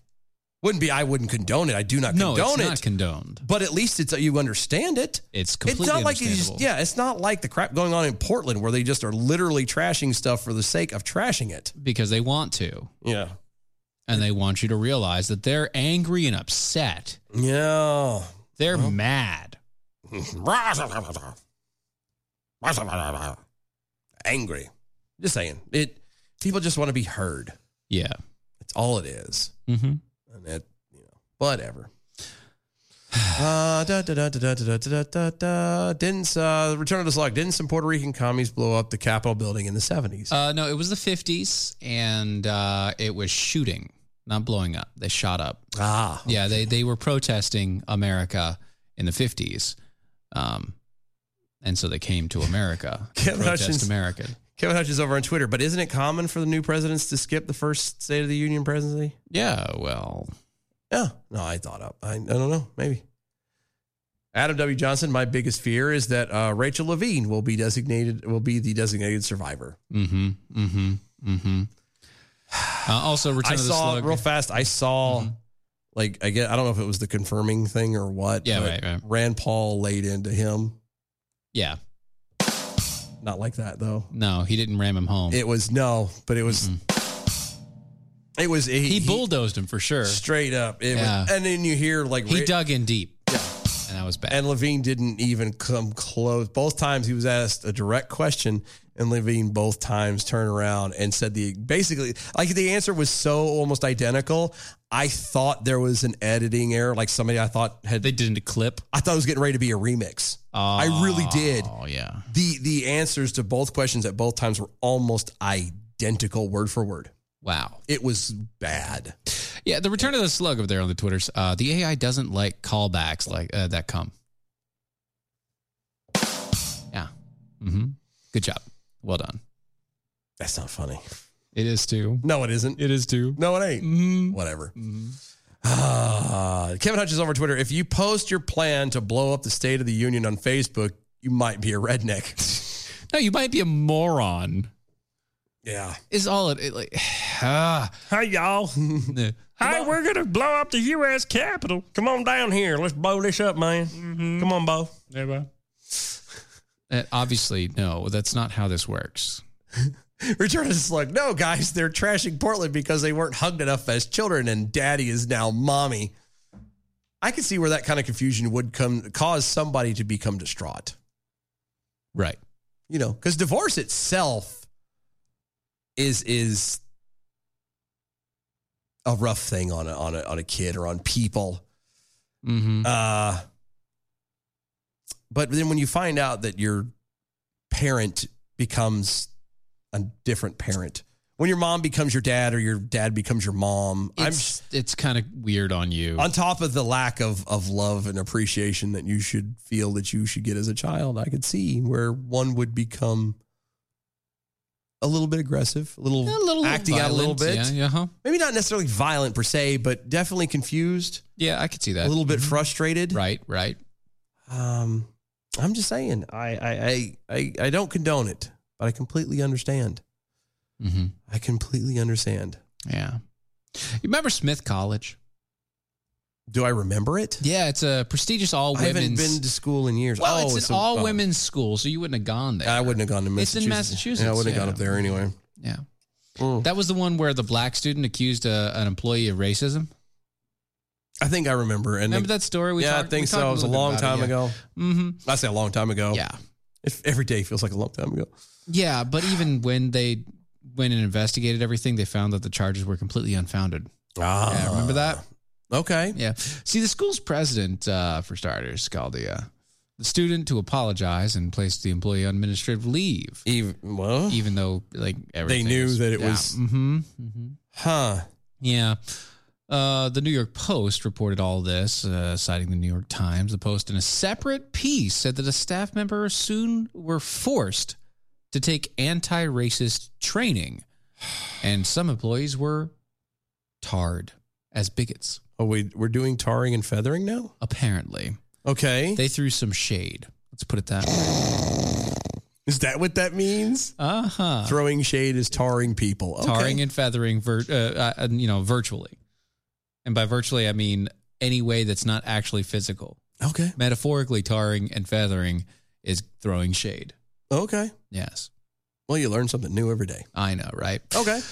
Speaker 4: Wouldn't be. I wouldn't condone it. I do not
Speaker 5: No,
Speaker 4: condone
Speaker 5: it's
Speaker 4: it.
Speaker 5: not condoned.
Speaker 4: But at least it's you understand it.
Speaker 5: It's completely
Speaker 4: it's not like it's
Speaker 5: understandable.
Speaker 4: just, yeah, it's not like the crap going on in Portland where they just are literally trashing stuff for the sake of trashing it.
Speaker 5: because they want to.
Speaker 4: Yeah.
Speaker 5: And they want you to realize that they're angry and upset.
Speaker 4: Yeah.
Speaker 5: They're mad.
Speaker 4: Angry. Just saying. It people just want to be heard.
Speaker 5: Yeah.
Speaker 4: That's all it is.
Speaker 5: Mm-hmm.
Speaker 4: And it, you know, whatever. <sighs> Uh, da, da, da, da, da, da, da, da, da. Didn't uh, Return of the Slug? Didn't some Puerto Rican commies blow up the Capitol building in the seventies?
Speaker 5: Uh, no, it was the 50s and uh, it was shooting, not blowing up. They shot up.
Speaker 4: Ah.
Speaker 5: Yeah, they, they were protesting America in the 50s. Um, and so they came to America.
Speaker 4: <laughs>
Speaker 5: to
Speaker 4: Kevin
Speaker 5: protest
Speaker 4: Hutchins-
Speaker 5: America.
Speaker 4: Kevin Hutchins over on Twitter, but isn't it common for the new presidents to skip the first State of the Union presidency?
Speaker 5: Yeah, well.
Speaker 4: Yeah. No, I thought up. I, I don't know. Maybe. Adam W. Johnson, my biggest fear is that uh, Rachel Levine will be designated will be the designated survivor.
Speaker 5: Mm-hmm. Mm-hmm. Mm-hmm. Uh, also, Return
Speaker 4: I
Speaker 5: of the
Speaker 4: saw
Speaker 5: Slug. Mm-hmm.
Speaker 4: real fast. I saw like I get I don't know if it was the confirming thing or what.
Speaker 5: Yeah,
Speaker 4: but
Speaker 5: right, right.
Speaker 4: Rand Paul laid into him.
Speaker 5: yeah.
Speaker 4: Not like that though.
Speaker 5: No, he didn't ram him home.
Speaker 4: It was no, but it was it was he,
Speaker 5: he bulldozed him for sure.
Speaker 4: straight up. It was-
Speaker 5: Yeah.
Speaker 4: and then you hear like
Speaker 5: He
Speaker 4: Ra-
Speaker 5: dug in deep. And that was bad.
Speaker 4: And Levine didn't even come close. Both times he was asked a direct question, and Levine both times turned around and said the basically like the answer was so almost identical. I thought there was an editing error, like somebody I thought had
Speaker 5: they didn't clip.
Speaker 4: I thought it was getting ready to be a remix. I really did.
Speaker 5: Oh yeah.
Speaker 4: The the answers to both questions at both times were almost identical, word for word.
Speaker 5: Wow.
Speaker 4: It was bad.
Speaker 5: Yeah, the return of the slug over there on the Twitters. Uh, the AI doesn't like callbacks like uh, that come. Yeah. Mm-hmm. Good job. Well done.
Speaker 4: That's not funny.
Speaker 5: It is too.
Speaker 4: No, it isn't.
Speaker 5: It is too. Mm-hmm.
Speaker 4: No, it ain't. Whatever. Ah, Kevin Hutchins over Twitter. If you post your plan to blow up the State of the Union on Facebook, you might be a
Speaker 5: <laughs>
Speaker 4: redneck.
Speaker 5: No, you might be a moron.
Speaker 4: yeah.
Speaker 5: Is all it, it like? <sighs> Ah.
Speaker 4: <laughs>
Speaker 5: Uh,
Speaker 4: Hi y'all. Hey, we're gonna blow up the U.S. Capitol. Come on down here. Let's blow this up, man.
Speaker 5: Mm-hmm.
Speaker 4: Come on, Bo. <laughs>
Speaker 5: Uh, obviously, no. That's not how this works.
Speaker 4: Return is like, no, guys, they're trashing Portland because they weren't hugged enough as children, and Daddy is now mommy. I can see where that kind of confusion would come cause somebody to become distraught.
Speaker 5: Right.
Speaker 4: you know because divorce itself is is a rough thing on a, on a on a kid or on people
Speaker 5: Mm-hmm.
Speaker 4: uh but then when you find out that your parent becomes a different parent when your mom becomes your dad or your dad becomes your mom i'm
Speaker 5: It's it's kind of weird on you.
Speaker 4: on top of the lack of of love and appreciation that you should feel that you should get as a child, I could see where one would become a little bit aggressive, a little, acting out a little bit.
Speaker 5: violent. Yeah. uh-huh. Yeah. huh?
Speaker 4: Maybe not necessarily violent per se, but definitely confused,
Speaker 5: Yeah. I could see that. Mm-hmm.
Speaker 4: a little bit frustrated.
Speaker 5: Right. Right.
Speaker 4: Um, I'm just saying, I I I I, I don't condone it, but I completely understand. I completely understand.
Speaker 5: Mm-hmm. Yeah. You remember Smith College?
Speaker 4: Do I remember it?
Speaker 5: Yeah, it's a prestigious all
Speaker 4: I
Speaker 5: women's.
Speaker 4: haven't been to school in years.
Speaker 5: Well, it's, an
Speaker 4: a-
Speaker 5: all
Speaker 4: oh.
Speaker 5: women's school, so you wouldn't have gone there.
Speaker 4: I wouldn't have gone to
Speaker 5: It's
Speaker 4: Massachusetts.
Speaker 5: in Massachusetts,
Speaker 4: Yeah, I wouldn't have gone
Speaker 5: yeah.
Speaker 4: up there anyway.
Speaker 5: Yeah. That was the one where the black student accused uh an employee of racism.
Speaker 4: I think I remember. And
Speaker 5: Remember that story we
Speaker 4: yeah,
Speaker 5: talked-
Speaker 4: I think
Speaker 5: we talked
Speaker 4: so.
Speaker 5: a
Speaker 4: It was a
Speaker 5: little
Speaker 4: long
Speaker 5: bit about it,
Speaker 4: time
Speaker 5: yeah.
Speaker 4: ago.
Speaker 5: Mhm.
Speaker 4: I say a long time ago.
Speaker 5: Yeah.
Speaker 4: If every day feels like a long time ago.
Speaker 5: Yeah, but even when they went and investigated everything, they found that the charges were completely unfounded.
Speaker 4: Ah,
Speaker 5: yeah, remember that?
Speaker 4: Okay.
Speaker 5: Yeah. See, the school's president, uh, for starters, called the, uh, the student to apologize and placed the employee on administrative leave.
Speaker 4: Even well,
Speaker 5: even though like everything
Speaker 4: knew
Speaker 5: was-
Speaker 4: that it
Speaker 5: yeah.
Speaker 4: was-
Speaker 5: Mm-hmm, mm-hmm.
Speaker 4: Huh.
Speaker 5: Yeah. Uh, the New York Post reported all this, uh, citing the New York Times. The Post, in a separate piece, said that a staff member soon were forced to take anti-racist training, and some employees were tarred as bigots.
Speaker 4: Oh, we we're doing tarring and feathering now.
Speaker 5: Apparently,
Speaker 4: okay.
Speaker 5: They threw some shade. Let's put it that <laughs> way.
Speaker 4: Is that what that means?
Speaker 5: Uh huh.
Speaker 4: Throwing shade is tarring people. Okay.
Speaker 5: tarring and feathering, vir- uh, uh, uh, you know, virtually. And by virtually, I mean any way that's not actually physical.
Speaker 4: Okay.
Speaker 5: Metaphorically, tarring and feathering is throwing shade.
Speaker 4: Okay.
Speaker 5: Yes.
Speaker 4: Well, you learn something new every day.
Speaker 5: I know, right?
Speaker 4: Okay.
Speaker 5: Oh.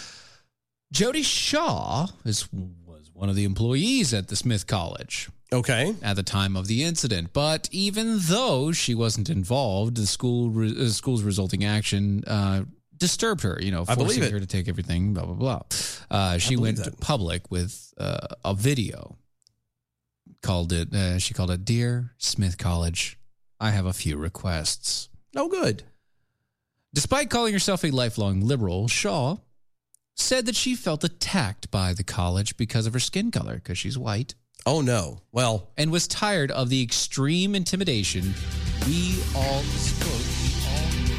Speaker 5: Jody Shaw is was one of the employees at the Smith College.
Speaker 4: Okay.
Speaker 5: At the time of the incident, but even though she wasn't involved, the school re- uh, school's resulting action uh, disturbed her. You know,
Speaker 4: I
Speaker 5: forcing
Speaker 4: believe it.
Speaker 5: her to take everything. Blah blah blah. Uh, she
Speaker 4: believe
Speaker 5: went public with uh, a video. Called it. Uh, she called it, "Dear Smith College, I have a few requests."
Speaker 4: No Oh, good.
Speaker 5: Despite calling herself a lifelong liberal, Shaw said that she felt attacked by the college because of her skin color, because she's white.
Speaker 4: Oh, no. Well,
Speaker 5: and was tired of the extreme intimidation we all spoke. We all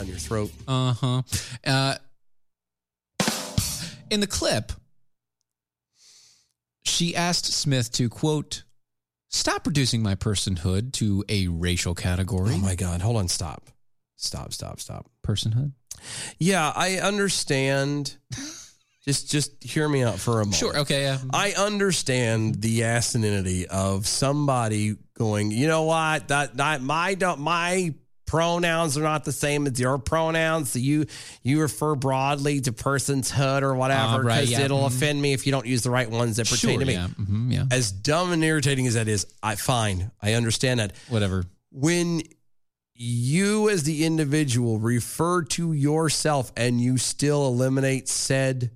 Speaker 4: on your throat.
Speaker 5: Uh-huh. Uh In the clip, she asked Smith to quote, "Stop reducing my personhood to a racial category."
Speaker 4: Oh my God! Hold on. Stop. Stop. Stop. Stop.
Speaker 5: Personhood.
Speaker 4: Yeah, I
Speaker 5: <laughs>
Speaker 4: understand. just just hear me out for a moment.
Speaker 5: Sure. Okay. Yeah.
Speaker 4: I understand the asininity of somebody going, you know what? That that my don't my pronouns are not the same as your pronouns. So you you refer broadly to person's hood or whatever
Speaker 5: Ah, right,
Speaker 4: because
Speaker 5: yeah,
Speaker 4: it'll
Speaker 5: mhm.
Speaker 4: offend me if you don't use the right ones that pertain
Speaker 5: Sure,
Speaker 4: to me.
Speaker 5: yeah, mhm, yeah.
Speaker 4: As dumb and irritating as that is, I fine. I understand that.
Speaker 5: Whatever.
Speaker 4: When you as the individual refer to yourself and you still eliminate said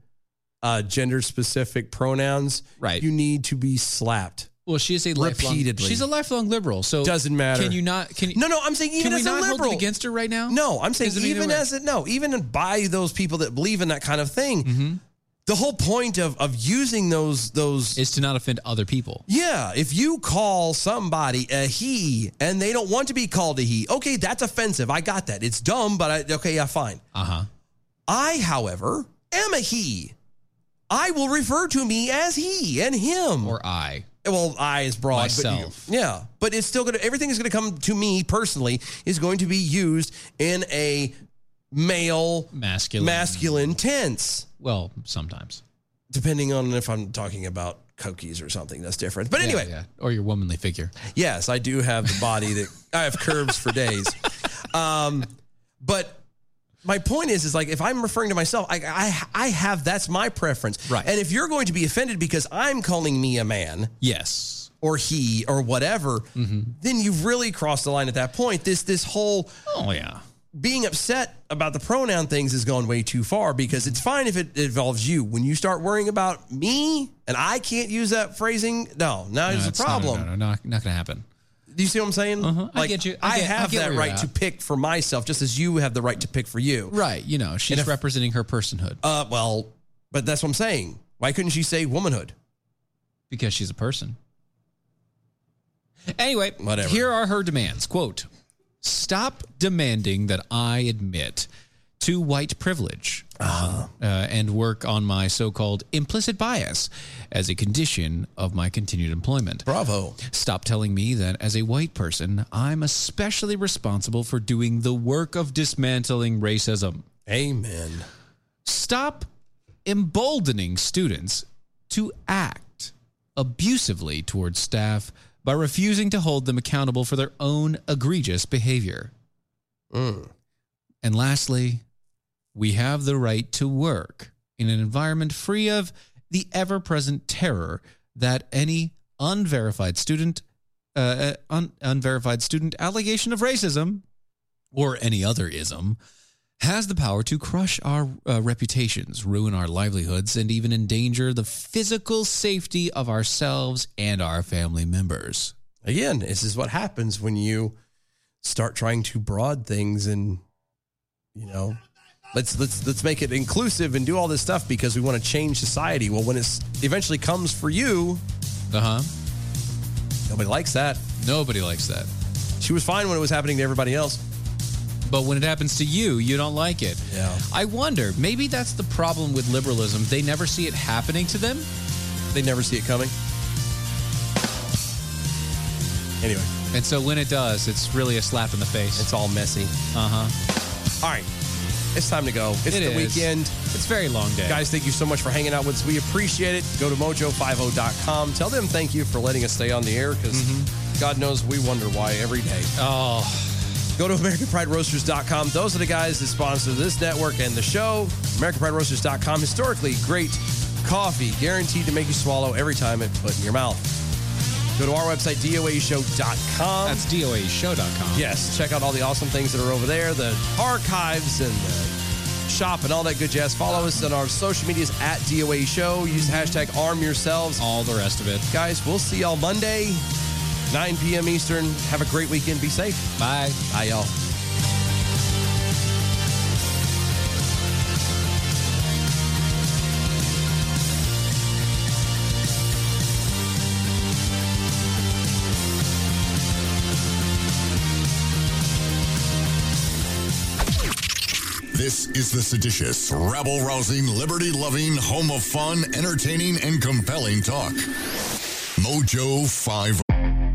Speaker 4: uh, gender specific pronouns,
Speaker 5: right?
Speaker 4: You need to be slapped.
Speaker 5: Well, she is a lifelong,
Speaker 4: Repeatedly.
Speaker 5: She's a lifelong liberal, so
Speaker 4: Doesn't matter.
Speaker 5: Can you not? Can you,
Speaker 4: No, no. I'm saying even
Speaker 5: can we
Speaker 4: as
Speaker 5: not
Speaker 4: a liberal,
Speaker 5: hold it against her right now?
Speaker 4: No, I'm saying
Speaker 5: Doesn't mean
Speaker 4: even
Speaker 5: we're-
Speaker 4: as it no, even by those people that believe in that kind of thing.
Speaker 5: Mm-hmm.
Speaker 4: The whole point of of using those those
Speaker 5: is to not offend other people.
Speaker 4: Yeah, if you call somebody a he and they don't want to be called a he, okay, that's offensive. I got that. It's dumb, but I, okay, yeah, fine.
Speaker 5: Uh huh.
Speaker 4: I, however, am a he. I will refer to me as he and him. Or
Speaker 5: I.
Speaker 4: Well, Mm-hmm. Oh, I is broad. but you-
Speaker 5: Myself.
Speaker 4: yeah. But it's still going to, everything is going to come to me personally, is going to be used in a male,
Speaker 5: Masculine.
Speaker 4: masculine tense.
Speaker 5: Well, sometimes.
Speaker 4: Depending on if I'm talking about cookies or something, that's different. But
Speaker 5: Yeah,
Speaker 4: anyway,
Speaker 5: yeah. or your womanly figure.
Speaker 4: Yes, I do have the body that I have curves for days. Um, but my point is, is like if I'm referring to myself, I, I, I have that's my preference. Right. And if you're going to be offended because I'm calling me a man,
Speaker 5: yes,
Speaker 4: or he, or whatever, then you've really crossed the line at that point. This, this whole
Speaker 5: oh yeah,
Speaker 4: being upset about the pronoun things has gone way too far because it's fine if it involves you. When you start worrying about me and I can't use that phrasing, no, now
Speaker 5: No,
Speaker 4: there's a
Speaker 5: it's not-
Speaker 4: problem.
Speaker 5: No, no, not, not going to happen.
Speaker 4: Do you see what I'm saying?
Speaker 5: Uh-huh. I
Speaker 4: Like,
Speaker 5: get you. I get- I
Speaker 4: have
Speaker 5: get where
Speaker 4: that
Speaker 5: you're
Speaker 4: right
Speaker 5: at.
Speaker 4: to pick for myself, just as you have the right to pick for you.
Speaker 5: Right. You know, she's
Speaker 4: if-
Speaker 5: representing her personhood
Speaker 4: Uh, well, but that's what I'm saying. Why couldn't she say womanhood?
Speaker 5: because she's a person. Anyway,
Speaker 4: Whatever.
Speaker 5: Here are her demands. Quote: Stop demanding that I admit to white privilege.
Speaker 4: Uh-huh.
Speaker 5: uh, and work on my so-called implicit bias as a condition of my continued employment. Bravo. Stop telling me that as a white person, I'm especially responsible for doing the work of dismantling racism. Amen. Stop emboldening students to act abusively towards staff by refusing to hold them accountable for their own egregious behavior. And lastly, we have the right to work in an environment free of the ever present terror that any unverified student, uh, un- unverified student allegation of racism or any other ism has the power to crush our uh, reputations, ruin our livelihoods, and even endanger the physical safety of ourselves and our family members.
Speaker 4: Again, this is what happens when you start trying to broad things and you know let's let's let's make it inclusive and do all this stuff because we want to change society. Well, when it eventually comes for you,
Speaker 5: uh huh,
Speaker 4: nobody likes that.
Speaker 5: Nobody likes that.
Speaker 4: She was fine when it was happening to everybody else,
Speaker 5: but when it happens to you, you don't like it.
Speaker 4: Yeah.
Speaker 5: I wonder, maybe that's the problem with liberalism. They never see it happening to them.
Speaker 4: They never see it coming. Anyway.
Speaker 5: And so when it does, it's really a slap in the face. It's
Speaker 4: all messy.
Speaker 5: Uh huh.
Speaker 4: All right. It's time to go. It's
Speaker 5: It
Speaker 4: the
Speaker 5: is.
Speaker 4: weekend.
Speaker 5: It's a very long day.
Speaker 4: Guys, thank you so much for hanging out with us. We appreciate it. Go to mojo50.com. Tell them thank you for letting us stay on the air because God knows we wonder why every day.
Speaker 5: Mm-hmm. Oh.
Speaker 4: Go to AmericanPrideRoasters.com. Those are the guys that sponsor this network and the show. AmericanPrideRoasters.com. Historically great coffee, guaranteed to make you swallow every time it put in your mouth. Go to our website, DOAShow.com.
Speaker 5: That's DOAShow.com.
Speaker 4: Yes. Check out all the awesome things that are over there the archives and the shop and all that good jazz. Follow us on our social medias at DOA Show. Use the hashtag arm yourselves.
Speaker 5: All the rest of it.
Speaker 4: Guys, we'll see y'all Monday, 9 p.m. Eastern. Have a great weekend. Be safe.
Speaker 5: Bye.
Speaker 4: Bye, y'all.
Speaker 8: This is the seditious, rabble rousing, liberty loving, home of fun, entertaining, and compelling talk. Mojo oh 5.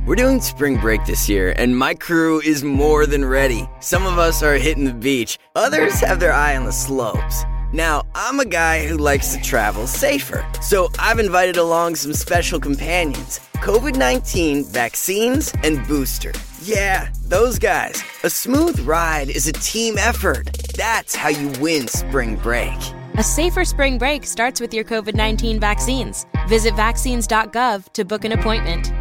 Speaker 2: We're doing spring break this year, and my crew is more than ready. Some of us are hitting the beach, others have their eye on the slopes. Now, I'm a guy who likes to travel safer, so I've invited along some special companions COVID 19 vaccines and booster. Yeah, those guys. A smooth ride is a team effort. That's how you win spring break.
Speaker 9: A safer spring break starts with your COVID 19 vaccines. Visit vaccines.gov to book an appointment.